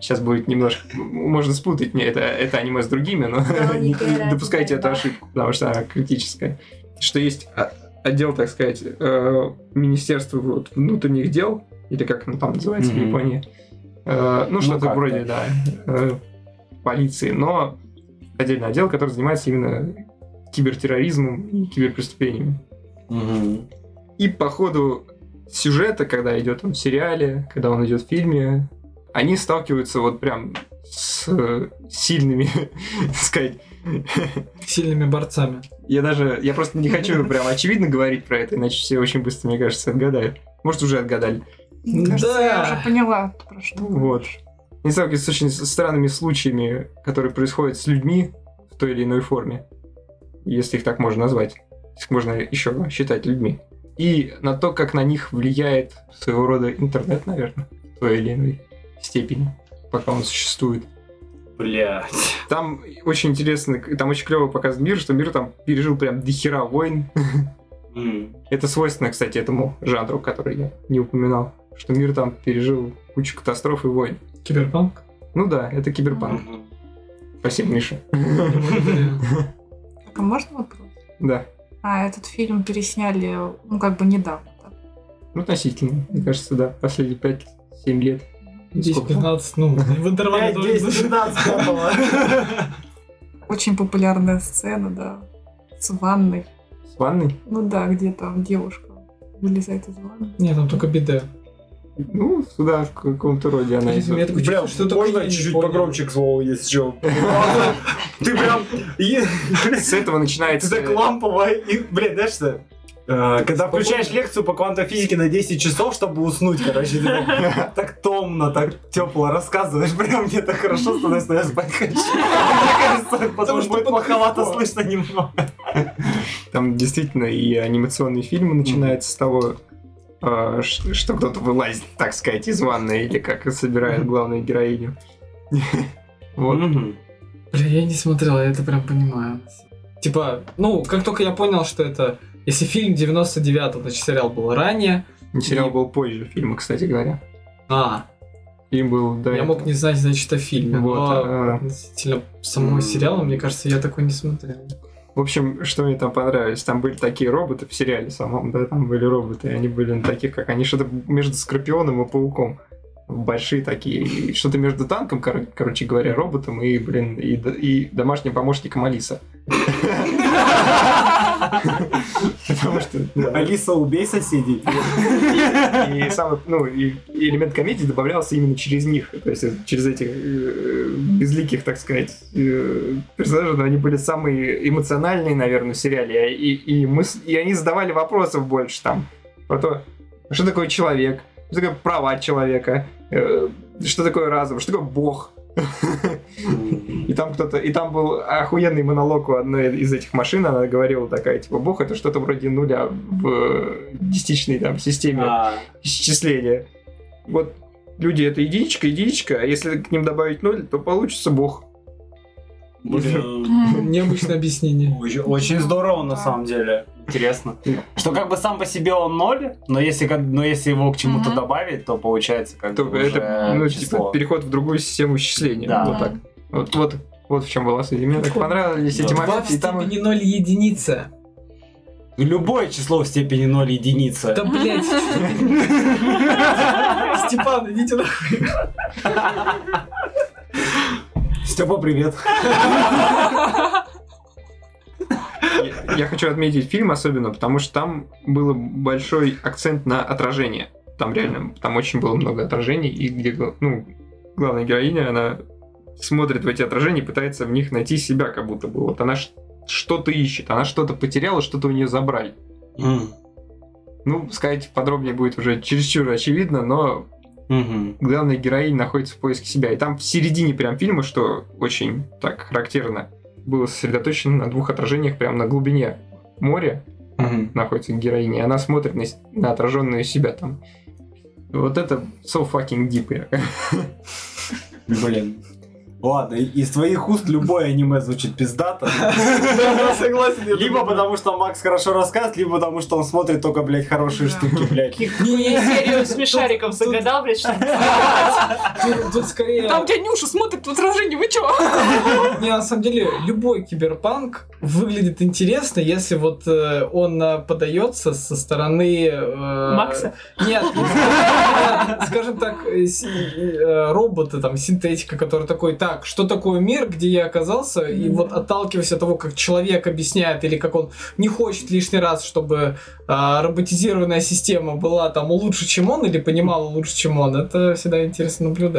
[SPEAKER 3] Сейчас будет немножко... Можно спутать мне это, это аниме с другими, но
[SPEAKER 9] Да,
[SPEAKER 3] не
[SPEAKER 9] Николай,
[SPEAKER 3] допускайте эту
[SPEAKER 9] да.
[SPEAKER 3] ошибку, потому что она критическая. Что есть а, отдел, так сказать, э, Министерства вот, внутренних дел, или как оно там называется в
[SPEAKER 1] Мгм.
[SPEAKER 3] Японии. Э, Ну, что-то
[SPEAKER 1] как-то.
[SPEAKER 3] вроде, да, э, полиции, но отдельный отдел, который занимается именно кибертерроризмом и киберпреступлениями.
[SPEAKER 1] Мгм.
[SPEAKER 3] И по ходу сюжета, когда идет он в сериале, когда он идет в фильме, они сталкиваются вот прям с э, сильными, так сказать.
[SPEAKER 7] Сильными борцами.
[SPEAKER 3] Я даже, я просто не хочу прям очевидно говорить про это, иначе все очень быстро, мне кажется, отгадают. Может, уже отгадали.
[SPEAKER 2] Мне кажется, я
[SPEAKER 7] Да.
[SPEAKER 2] уже поняла, про что.
[SPEAKER 3] Вот. Они сталкиваются с очень с- странными случаями, которые происходят с людьми в той или иной форме, если их так можно назвать, если их можно еще считать людьми. И на то, как на них влияет своего рода интернет, наверное, в той или иной степени, пока он существует.
[SPEAKER 4] Блядь.
[SPEAKER 3] Там очень интересно, к- там очень клево показан мир, что мир там пережил прям дохера войн. Это свойственно, кстати, этому жанру, который я не упоминал, что мир там пережил кучу катастроф и войн.
[SPEAKER 7] Киберпанк?
[SPEAKER 3] Ну да, это киберпанк. Спасибо, Миша.
[SPEAKER 2] Так, а можно вопрос?
[SPEAKER 3] Да.
[SPEAKER 2] А этот фильм пересняли, ну, как бы недавно. да?
[SPEAKER 3] Ну, относительно. Мне кажется, да. Последние 5-7 лет.
[SPEAKER 7] 10-15, ну, в интервале
[SPEAKER 4] 5, 10,
[SPEAKER 7] должен быть.
[SPEAKER 4] 15 не было.
[SPEAKER 2] Очень популярная сцена, да, с ванной.
[SPEAKER 3] С ванной?
[SPEAKER 2] Ну да, где там девушка вылезает из ванны.
[SPEAKER 7] Нет, там только биде.
[SPEAKER 3] Ну, сюда в каком-то роде она
[SPEAKER 7] Блин, я
[SPEAKER 3] идет.
[SPEAKER 7] такой чувствую, что такое, я не понял.
[SPEAKER 4] слову, если что? Ты прям... и-
[SPEAKER 3] С этого
[SPEAKER 4] Ты
[SPEAKER 3] начинается...
[SPEAKER 4] так лампово. и, Блин, знаешь что? Э, Когда включаешь лекцию по квантофизике на 10 часов, чтобы уснуть, короче, ты так, так томно, так тепло рассказываешь, прям мне так хорошо становится, что я спать хочу. Мне кажется,
[SPEAKER 7] Потому
[SPEAKER 4] Потому
[SPEAKER 7] что
[SPEAKER 4] что будет
[SPEAKER 7] под
[SPEAKER 4] плоховато
[SPEAKER 7] микрофон.
[SPEAKER 4] слышно немного.
[SPEAKER 3] Там действительно и анимационные фильмы начинаются с того, э, ш- что кто-то вылазит, так сказать, из ванны или как собирает главную героиню. Вот.
[SPEAKER 1] Ну,
[SPEAKER 7] Бля, я не смотрел, я это прям понимаю. Типа, ну, как только я понял, что это... Если фильм 99-го, значит, сериал был ранее.
[SPEAKER 3] Сериал был позже фильма, кстати говоря.
[SPEAKER 7] А,
[SPEAKER 3] Фильм был до
[SPEAKER 7] я
[SPEAKER 3] этого.
[SPEAKER 7] мог не знать, значит, о фильме.
[SPEAKER 3] Вот,
[SPEAKER 7] но
[SPEAKER 3] а.
[SPEAKER 7] относительно самого сериала, мне кажется, я такой не смотрел.
[SPEAKER 3] В общем, что мне там понравилось, там были такие роботы в сериале самом, да, там были роботы, и они были на таких, как они что-то между Скорпионом и Пауком. Большие такие, и что-то между танком, кор- короче говоря, роботом и, блин, и, д- и домашним помощником Алиса. Потому что, да,
[SPEAKER 1] Алиса, убей соседей.
[SPEAKER 3] и самый, ну, и элемент комедии добавлялся именно через них, то есть через этих э, безликих, так сказать, э, персонажей, но они были самые эмоциональные, наверное, в сериале, А и, и, мыс- и они задавали вопросов больше там про то, что такое человек, что такое права человека, э, что такое разум, что такое бог. И там кто-то, и там был охуенный монолог у одной из этих машин, она говорила такая, типа, бог это что-то вроде нуля в э, десятичной там системе
[SPEAKER 1] А,
[SPEAKER 3] исчисления. Вот люди это единичка, единичка, а если к ним добавить ноль, то получится бог.
[SPEAKER 1] блин.
[SPEAKER 7] Необычное объяснение.
[SPEAKER 1] Очень очень здорово, на самом деле. Интересно. Что как бы сам по себе он ноль, но если, как- но если его к чему-то
[SPEAKER 2] Мгм.
[SPEAKER 1] добавить, то получается как
[SPEAKER 3] То
[SPEAKER 1] бы
[SPEAKER 3] это
[SPEAKER 1] уже
[SPEAKER 3] ну, типа,
[SPEAKER 1] число.
[SPEAKER 3] переход в другую систему исчисления.
[SPEAKER 1] Да.
[SPEAKER 3] Вот так. Вот, вот, вот в чем была суть. И Мне так понравились эти
[SPEAKER 1] Да.
[SPEAKER 7] Два в
[SPEAKER 3] моменты. И там,
[SPEAKER 7] степени ноль единица.
[SPEAKER 1] Любое число в степени 0 единица.
[SPEAKER 7] Да блять. Степан, идите нахуй.
[SPEAKER 1] Степа, привет.
[SPEAKER 3] Я- Я хочу отметить фильм особенно, потому что там был большой акцент на отражение. Там реально, там очень было много отражений, и где, гла- ну, главная героиня, она смотрит в эти отражения и пытается в них найти себя, как будто бы. Вот она ш- что-то ищет, она что-то потеряла, что-то у нее забрали.
[SPEAKER 1] М,
[SPEAKER 3] Ну, сказать подробнее будет уже чересчур очевидно, но
[SPEAKER 1] мгм.
[SPEAKER 3] главная героиня находится в поиске себя. И там в середине прям фильма, что очень так характерно, было сосредоточено на двух отражениях прям на глубине моря,
[SPEAKER 1] Мгм.
[SPEAKER 3] находится героиня, и она смотрит на, с- на отраженную себя там. Вот это so fucking deep. я-
[SPEAKER 1] Блин. Ладно, и- из твоих уст любое аниме звучит пиздато. Согласен. Либо потому, что Макс хорошо рассказывает, либо потому, что он смотрит только, блядь, хорошие
[SPEAKER 2] Да.
[SPEAKER 1] штуки, блядь.
[SPEAKER 5] Я серию смешариков загадал, блядь, что
[SPEAKER 7] Тут- Тут скорее...
[SPEAKER 2] Там тебя Нюша смотрит в отражении, вы чё?
[SPEAKER 7] Не, на самом деле, любой киберпанк выглядит интересно, если вот э, он э, подается со стороны... э,
[SPEAKER 5] Макса?
[SPEAKER 7] Нет, не скажем- нет, скажем так, э, си- э, робота, там, синтетика, который такой, так, что такое мир, где я оказался, и вот отталкиваясь от того, как человек объясняет, или как он не хочет лишний раз, чтобы э, роботизированная система была там лучше, чем он, или понимала лучше, чем он, это всегда интересно наблюдать.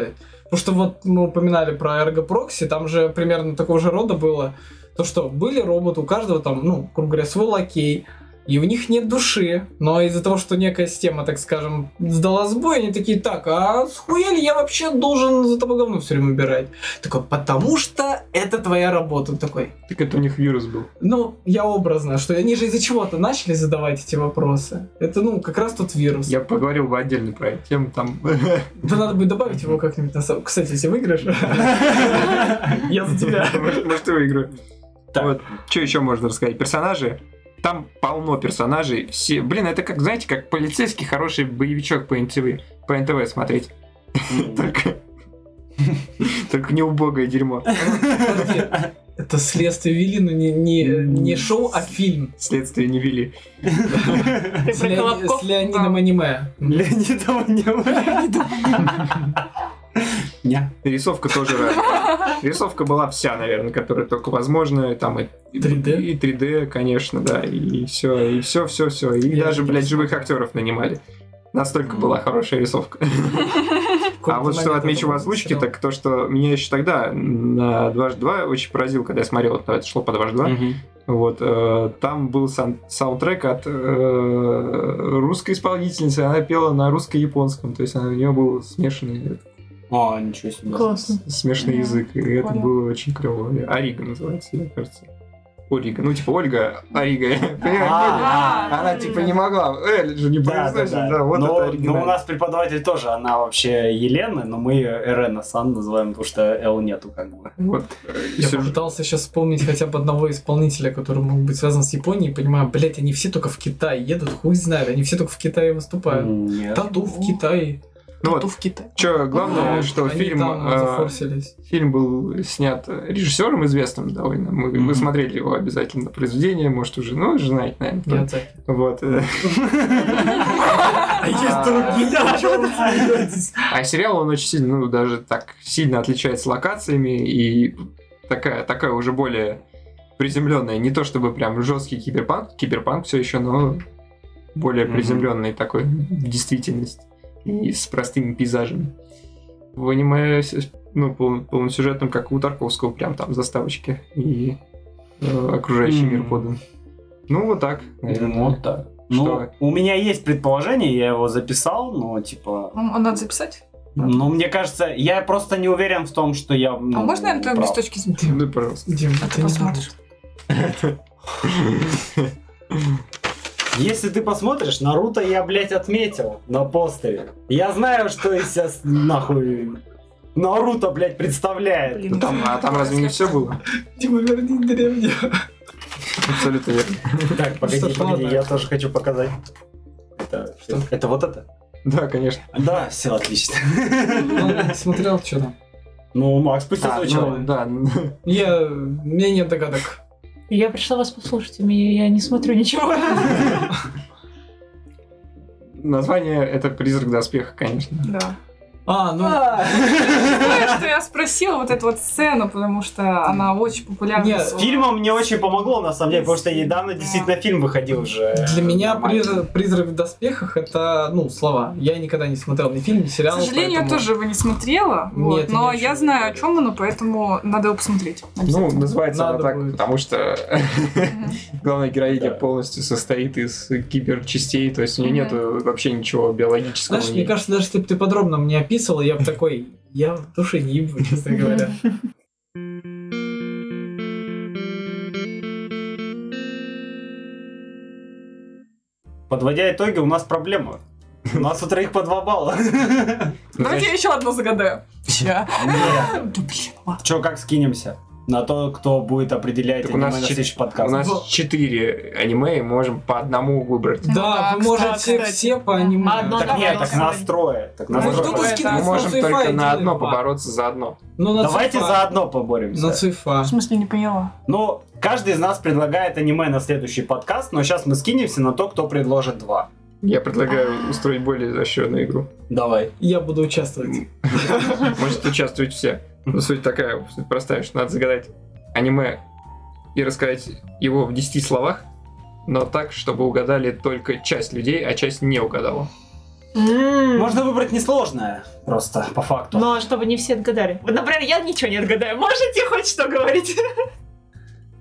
[SPEAKER 7] Потому что Ну, вот мы упоминали про эргопрокси, там же примерно такого же рода было, то что были роботы, у каждого там, ну, грубо говоря, свой лакей, и у них нет души, но из-за того, что некая система, так скажем, сдала сбой, они такие, так, а схуя ли я вообще должен за тобой говно все время убирать? Такой, потому что это твоя работа. Он такой,
[SPEAKER 3] Так это у них вирус был.
[SPEAKER 7] ну, я образно, что они же из-за чего-то начали задавать эти вопросы. Это, ну, как раз тот вирус.
[SPEAKER 3] Я поговорил бы отдельно про эту тему там.
[SPEAKER 7] Да надо будет добавить его как-нибудь на самом... Кстати, если выиграешь, я за тебя.
[SPEAKER 3] Может, может, и выиграю.
[SPEAKER 1] Так.
[SPEAKER 3] Вот, что еще можно рассказать? Персонажи. Там полно персонажей. Все, блин, это как, знаете, как полицейский хороший боевичок по НТВ, по НТВ смотреть. Только, только не убогое дерьмо.
[SPEAKER 7] Подожди, Это следствие вели, но не, не, не шоу, а фильм
[SPEAKER 3] Следствие не вели.
[SPEAKER 5] ты
[SPEAKER 7] с,
[SPEAKER 5] про
[SPEAKER 7] Леони-
[SPEAKER 5] Колобков.
[SPEAKER 7] с Леонином аниме. Ну,
[SPEAKER 1] Леонидов не
[SPEAKER 3] Рисовка тоже разная. Рисовка была вся, наверное, которая только возможна. и Там и,
[SPEAKER 7] 3D?
[SPEAKER 3] и 3D, конечно, да. И все, и все, все, все. И
[SPEAKER 7] Я
[SPEAKER 3] даже,
[SPEAKER 7] не
[SPEAKER 3] блядь,
[SPEAKER 7] смотрел.
[SPEAKER 3] живых актеров нанимали. Настолько была хорошая рисовка. А вот что отмечу в озвучке, так то, что меня еще тогда на 2x2 очень поразил, когда я смотрел, вот, это шло по 2x2, вот, э, там был сан- саундтрек от э, русской исполнительницы, она пела на русско-японском, то есть она- у нее был смешанный
[SPEAKER 1] О, ничего себе.
[SPEAKER 5] Классно.
[SPEAKER 3] смешный
[SPEAKER 2] Да,
[SPEAKER 3] язык, и это
[SPEAKER 2] прикольно.
[SPEAKER 3] было очень клево. Орига называется, мне кажется. Орига, ну типа Ольга, Орига, понимаешь,
[SPEAKER 2] А,
[SPEAKER 3] Она типа не могла, Эль же не
[SPEAKER 1] Да, да,
[SPEAKER 3] произносит,
[SPEAKER 1] да.
[SPEAKER 3] да, вот
[SPEAKER 1] но,
[SPEAKER 3] это
[SPEAKER 1] но у
[SPEAKER 3] оригинально.
[SPEAKER 1] нас преподаватель тоже, она вообще Елена, но мы ее Эрена Сан называем, потому что Эл нету как бы.
[SPEAKER 3] Вот, э, и
[SPEAKER 7] Я
[SPEAKER 3] сюжет-
[SPEAKER 7] попытался сейчас вспомнить хотя бы одного исполнителя, который мог быть связан с Японией, понимаю, блять, они все только в Китай едут, хуй знает, они все только в Китае выступают.
[SPEAKER 1] Нет.
[SPEAKER 7] Тату в Китае.
[SPEAKER 3] ну вот,
[SPEAKER 2] Тату в Китае.
[SPEAKER 3] Че, главное,
[SPEAKER 7] Ну,
[SPEAKER 3] что
[SPEAKER 7] они
[SPEAKER 3] фильм,
[SPEAKER 7] там
[SPEAKER 3] э,
[SPEAKER 7] зафорсились.
[SPEAKER 3] фильм был снят режиссером известным довольно. Мы, мы
[SPEAKER 1] Мгм.
[SPEAKER 3] смотрели его обязательно произведение, может, уже, ну, уже знаете, наверное. кто.
[SPEAKER 7] Я так.
[SPEAKER 3] Вот. э.
[SPEAKER 1] А,
[SPEAKER 3] А сериал, он очень сильно, ну, даже так сильно отличается локациями и такая, такая уже более приземленная. Не то чтобы прям жесткий киберпанк, киберпанк все еще, но более
[SPEAKER 1] Мгм.
[SPEAKER 3] приземленный такой в действительности и с простыми пейзажами. В аниме, с- ну, пол- полносюжетном, как у Тарковского, прям там заставочки и э, окружающий мир
[SPEAKER 1] Мгм.
[SPEAKER 3] подан. Ну, вот так. наверное.
[SPEAKER 1] Вот так. Ну,
[SPEAKER 3] Что?
[SPEAKER 1] у меня есть предположение, я его записал, но типа...
[SPEAKER 2] М, Надо записать?
[SPEAKER 1] Ну, мне кажется, я просто не уверен в том, что я...
[SPEAKER 2] А
[SPEAKER 1] ну,
[SPEAKER 2] можно я на твоем
[SPEAKER 1] прав.
[SPEAKER 2] без точки зрения?
[SPEAKER 3] Ну, пожалуйста.
[SPEAKER 7] Дим,
[SPEAKER 2] А
[SPEAKER 7] ты
[SPEAKER 2] ты
[SPEAKER 7] не
[SPEAKER 2] посмотришь.
[SPEAKER 7] смотришь.
[SPEAKER 1] Если ты посмотришь, Наруто я, блядь, отметил на постере. Я знаю, что из себя с- нахуй Наруто, блядь, представляет.
[SPEAKER 3] Ну, там, а там разве не все было?
[SPEAKER 7] Дима, верни древнего.
[SPEAKER 3] Абсолютно верно.
[SPEAKER 1] Так, погоди,
[SPEAKER 7] Что-то
[SPEAKER 1] погоди,
[SPEAKER 7] ладно.
[SPEAKER 1] я тоже хочу показать. Это,
[SPEAKER 7] Что?
[SPEAKER 1] это вот это?
[SPEAKER 3] Да, конечно.
[SPEAKER 1] Да, все отлично.
[SPEAKER 7] Ну, смотрел, что там.
[SPEAKER 1] Ну, Макс, пусть
[SPEAKER 3] А, ну,
[SPEAKER 1] озвучивает.
[SPEAKER 3] да.
[SPEAKER 7] Я... У меня нет догадок.
[SPEAKER 5] Я пришла вас послушать, у меня- я не смотрю ничего.
[SPEAKER 3] Название это призрак доспеха, конечно.
[SPEAKER 2] Да.
[SPEAKER 7] А, ну...
[SPEAKER 2] Знаю, что я спросила вот эту вот сцену, потому что она очень популярна.
[SPEAKER 7] Нет,
[SPEAKER 2] в
[SPEAKER 1] С
[SPEAKER 2] своем-
[SPEAKER 1] фильмом мне очень помогло, на самом деле, потому что недавно действительно фильм выходил уже.
[SPEAKER 7] Для меня
[SPEAKER 1] Нормально.
[SPEAKER 7] призрак, «Призрак в доспехах это, ну, слова. Я никогда не смотрел ни фильм, ни
[SPEAKER 2] К
[SPEAKER 7] сериал.
[SPEAKER 2] сожалению, я
[SPEAKER 7] поэтому-
[SPEAKER 2] тоже его не смотрела, вот,
[SPEAKER 7] Нет,
[SPEAKER 2] но
[SPEAKER 7] я
[SPEAKER 2] я
[SPEAKER 7] очень
[SPEAKER 2] знаю, о
[SPEAKER 7] люблю.
[SPEAKER 2] чем оно, поэтому надо его посмотреть.
[SPEAKER 3] Ну,
[SPEAKER 2] обязательно.
[SPEAKER 3] называется она
[SPEAKER 7] Надо
[SPEAKER 3] так,
[SPEAKER 7] будет.
[SPEAKER 3] потому что
[SPEAKER 2] Мгм.
[SPEAKER 3] главная героиня
[SPEAKER 1] Да.
[SPEAKER 3] полностью состоит из киберчастей, то есть у
[SPEAKER 2] Мгм.
[SPEAKER 3] нее нету вообще ничего биологического.
[SPEAKER 7] Знаешь,
[SPEAKER 3] у
[SPEAKER 7] мне
[SPEAKER 3] нее.
[SPEAKER 7] кажется, даже если бы ты подробно мне описывал, я бы такой, я в душе не ебу, честно говоря.
[SPEAKER 1] Подводя итоги, у нас проблема. У нас у троих по два балла.
[SPEAKER 2] Давайте я еще одну загадаю. Ща. Да блин, ладно.
[SPEAKER 1] Че, как скинемся? На то, кто будет определять
[SPEAKER 3] Так у
[SPEAKER 1] аниме на
[SPEAKER 3] нас чет-
[SPEAKER 1] следующий
[SPEAKER 3] У
[SPEAKER 1] подкаст.
[SPEAKER 3] нас четыре аниме, и можем по одному выбрать.
[SPEAKER 2] Ну
[SPEAKER 7] Да,
[SPEAKER 2] да,
[SPEAKER 7] вы можете
[SPEAKER 2] кстати.
[SPEAKER 7] все по аниме.
[SPEAKER 5] Одно
[SPEAKER 1] Так нет, так нас трое. Так нас
[SPEAKER 7] Ну,
[SPEAKER 1] трое.
[SPEAKER 7] кто-то
[SPEAKER 1] Давай-
[SPEAKER 2] Да.
[SPEAKER 3] Мы
[SPEAKER 7] скидывает
[SPEAKER 3] можем
[SPEAKER 7] на
[SPEAKER 3] только
[SPEAKER 7] Суифа и
[SPEAKER 3] на
[SPEAKER 7] делает
[SPEAKER 3] одно
[SPEAKER 7] по.
[SPEAKER 3] побороться за одно.
[SPEAKER 7] Ну, на
[SPEAKER 1] Давайте
[SPEAKER 7] Суифа.
[SPEAKER 1] за одно
[SPEAKER 7] На
[SPEAKER 1] поборемся.
[SPEAKER 7] Суифа.
[SPEAKER 2] В смысле, не поняла.
[SPEAKER 1] Ну, каждый из нас предлагает аниме на следующий подкаст, но сейчас мы скинемся на то, кто предложит два.
[SPEAKER 3] Я предлагаю устроить более изощренную игру.
[SPEAKER 1] Давай.
[SPEAKER 7] Я буду участвовать.
[SPEAKER 3] Может участвовать все. Но суть такая, суть простая, что надо загадать аниме и рассказать его в 10 словах, но так, чтобы угадали только часть людей, а часть не угадала.
[SPEAKER 1] Можно выбрать несложное, просто по факту.
[SPEAKER 5] Но ну, а чтобы не все отгадали. Вот, Например, я ничего не отгадаю. Можете хоть что говорить?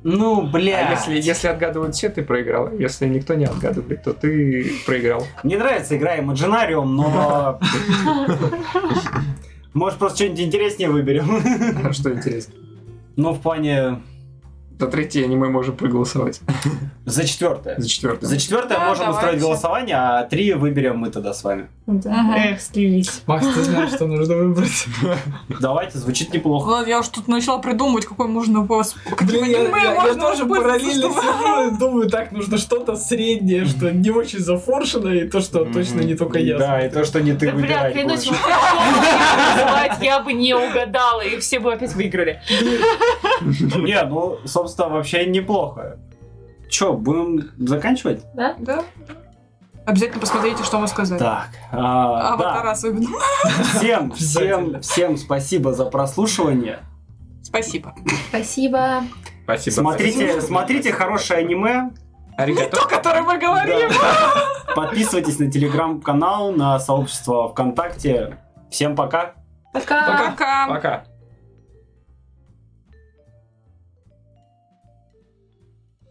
[SPEAKER 1] Ну, бля.
[SPEAKER 3] А если, если отгадывают все, ты проиграл. Если никто не отгадывает, то ты проиграл.
[SPEAKER 1] Мне нравится игра Imaginarium, но... Может, просто что-нибудь интереснее выберем?
[SPEAKER 3] Что интересно.
[SPEAKER 1] Ну, в плане...
[SPEAKER 3] За третье аниме можем проголосовать.
[SPEAKER 1] За четвертое.
[SPEAKER 3] За четвертое.
[SPEAKER 1] За четвертое
[SPEAKER 2] Да,
[SPEAKER 1] можем устроить
[SPEAKER 2] давайте.
[SPEAKER 1] голосование, а три выберем мы тогда с вами.
[SPEAKER 5] Да. Эх, слились.
[SPEAKER 7] Макс, ты знаешь, что нужно выбрать.
[SPEAKER 1] Давайте, звучит неплохо.
[SPEAKER 2] Ладно, я уж тут начала придумывать, какой можно у вас...
[SPEAKER 7] Блин, я, я- я тоже параллельно
[SPEAKER 2] параллельно.
[SPEAKER 7] сижу и думаю, так, нужно что-то среднее, что не очень зафоршенное, и то, что точно Ну, не только я.
[SPEAKER 1] Да, и то, что не ты
[SPEAKER 5] Да, бля,
[SPEAKER 1] выбирать
[SPEAKER 5] клянусь,
[SPEAKER 1] будешь.
[SPEAKER 5] вот такого назвать я бы не угадала, и все бы опять выиграли.
[SPEAKER 1] Не, ну, собственно, вообще неплохо. Че, будем заканчивать?
[SPEAKER 2] Да? Обязательно посмотрите, что вам сказать.
[SPEAKER 1] Так. а,
[SPEAKER 2] Аватар
[SPEAKER 1] да.
[SPEAKER 2] особенно.
[SPEAKER 1] Всем,
[SPEAKER 7] Обязательно.
[SPEAKER 1] всем, всем спасибо за прослушивание.
[SPEAKER 2] Спасибо.
[SPEAKER 9] Спасибо.
[SPEAKER 3] Спасибо.
[SPEAKER 1] Смотрите, смотрите хорошее аниме. Ну,
[SPEAKER 3] Аригато.
[SPEAKER 2] О котором мы говорим.
[SPEAKER 1] Да. Подписывайтесь на телеграм-канал, на сообщество ВКонтакте. Всем пока.
[SPEAKER 9] Пока.
[SPEAKER 2] Пока.
[SPEAKER 3] Пока.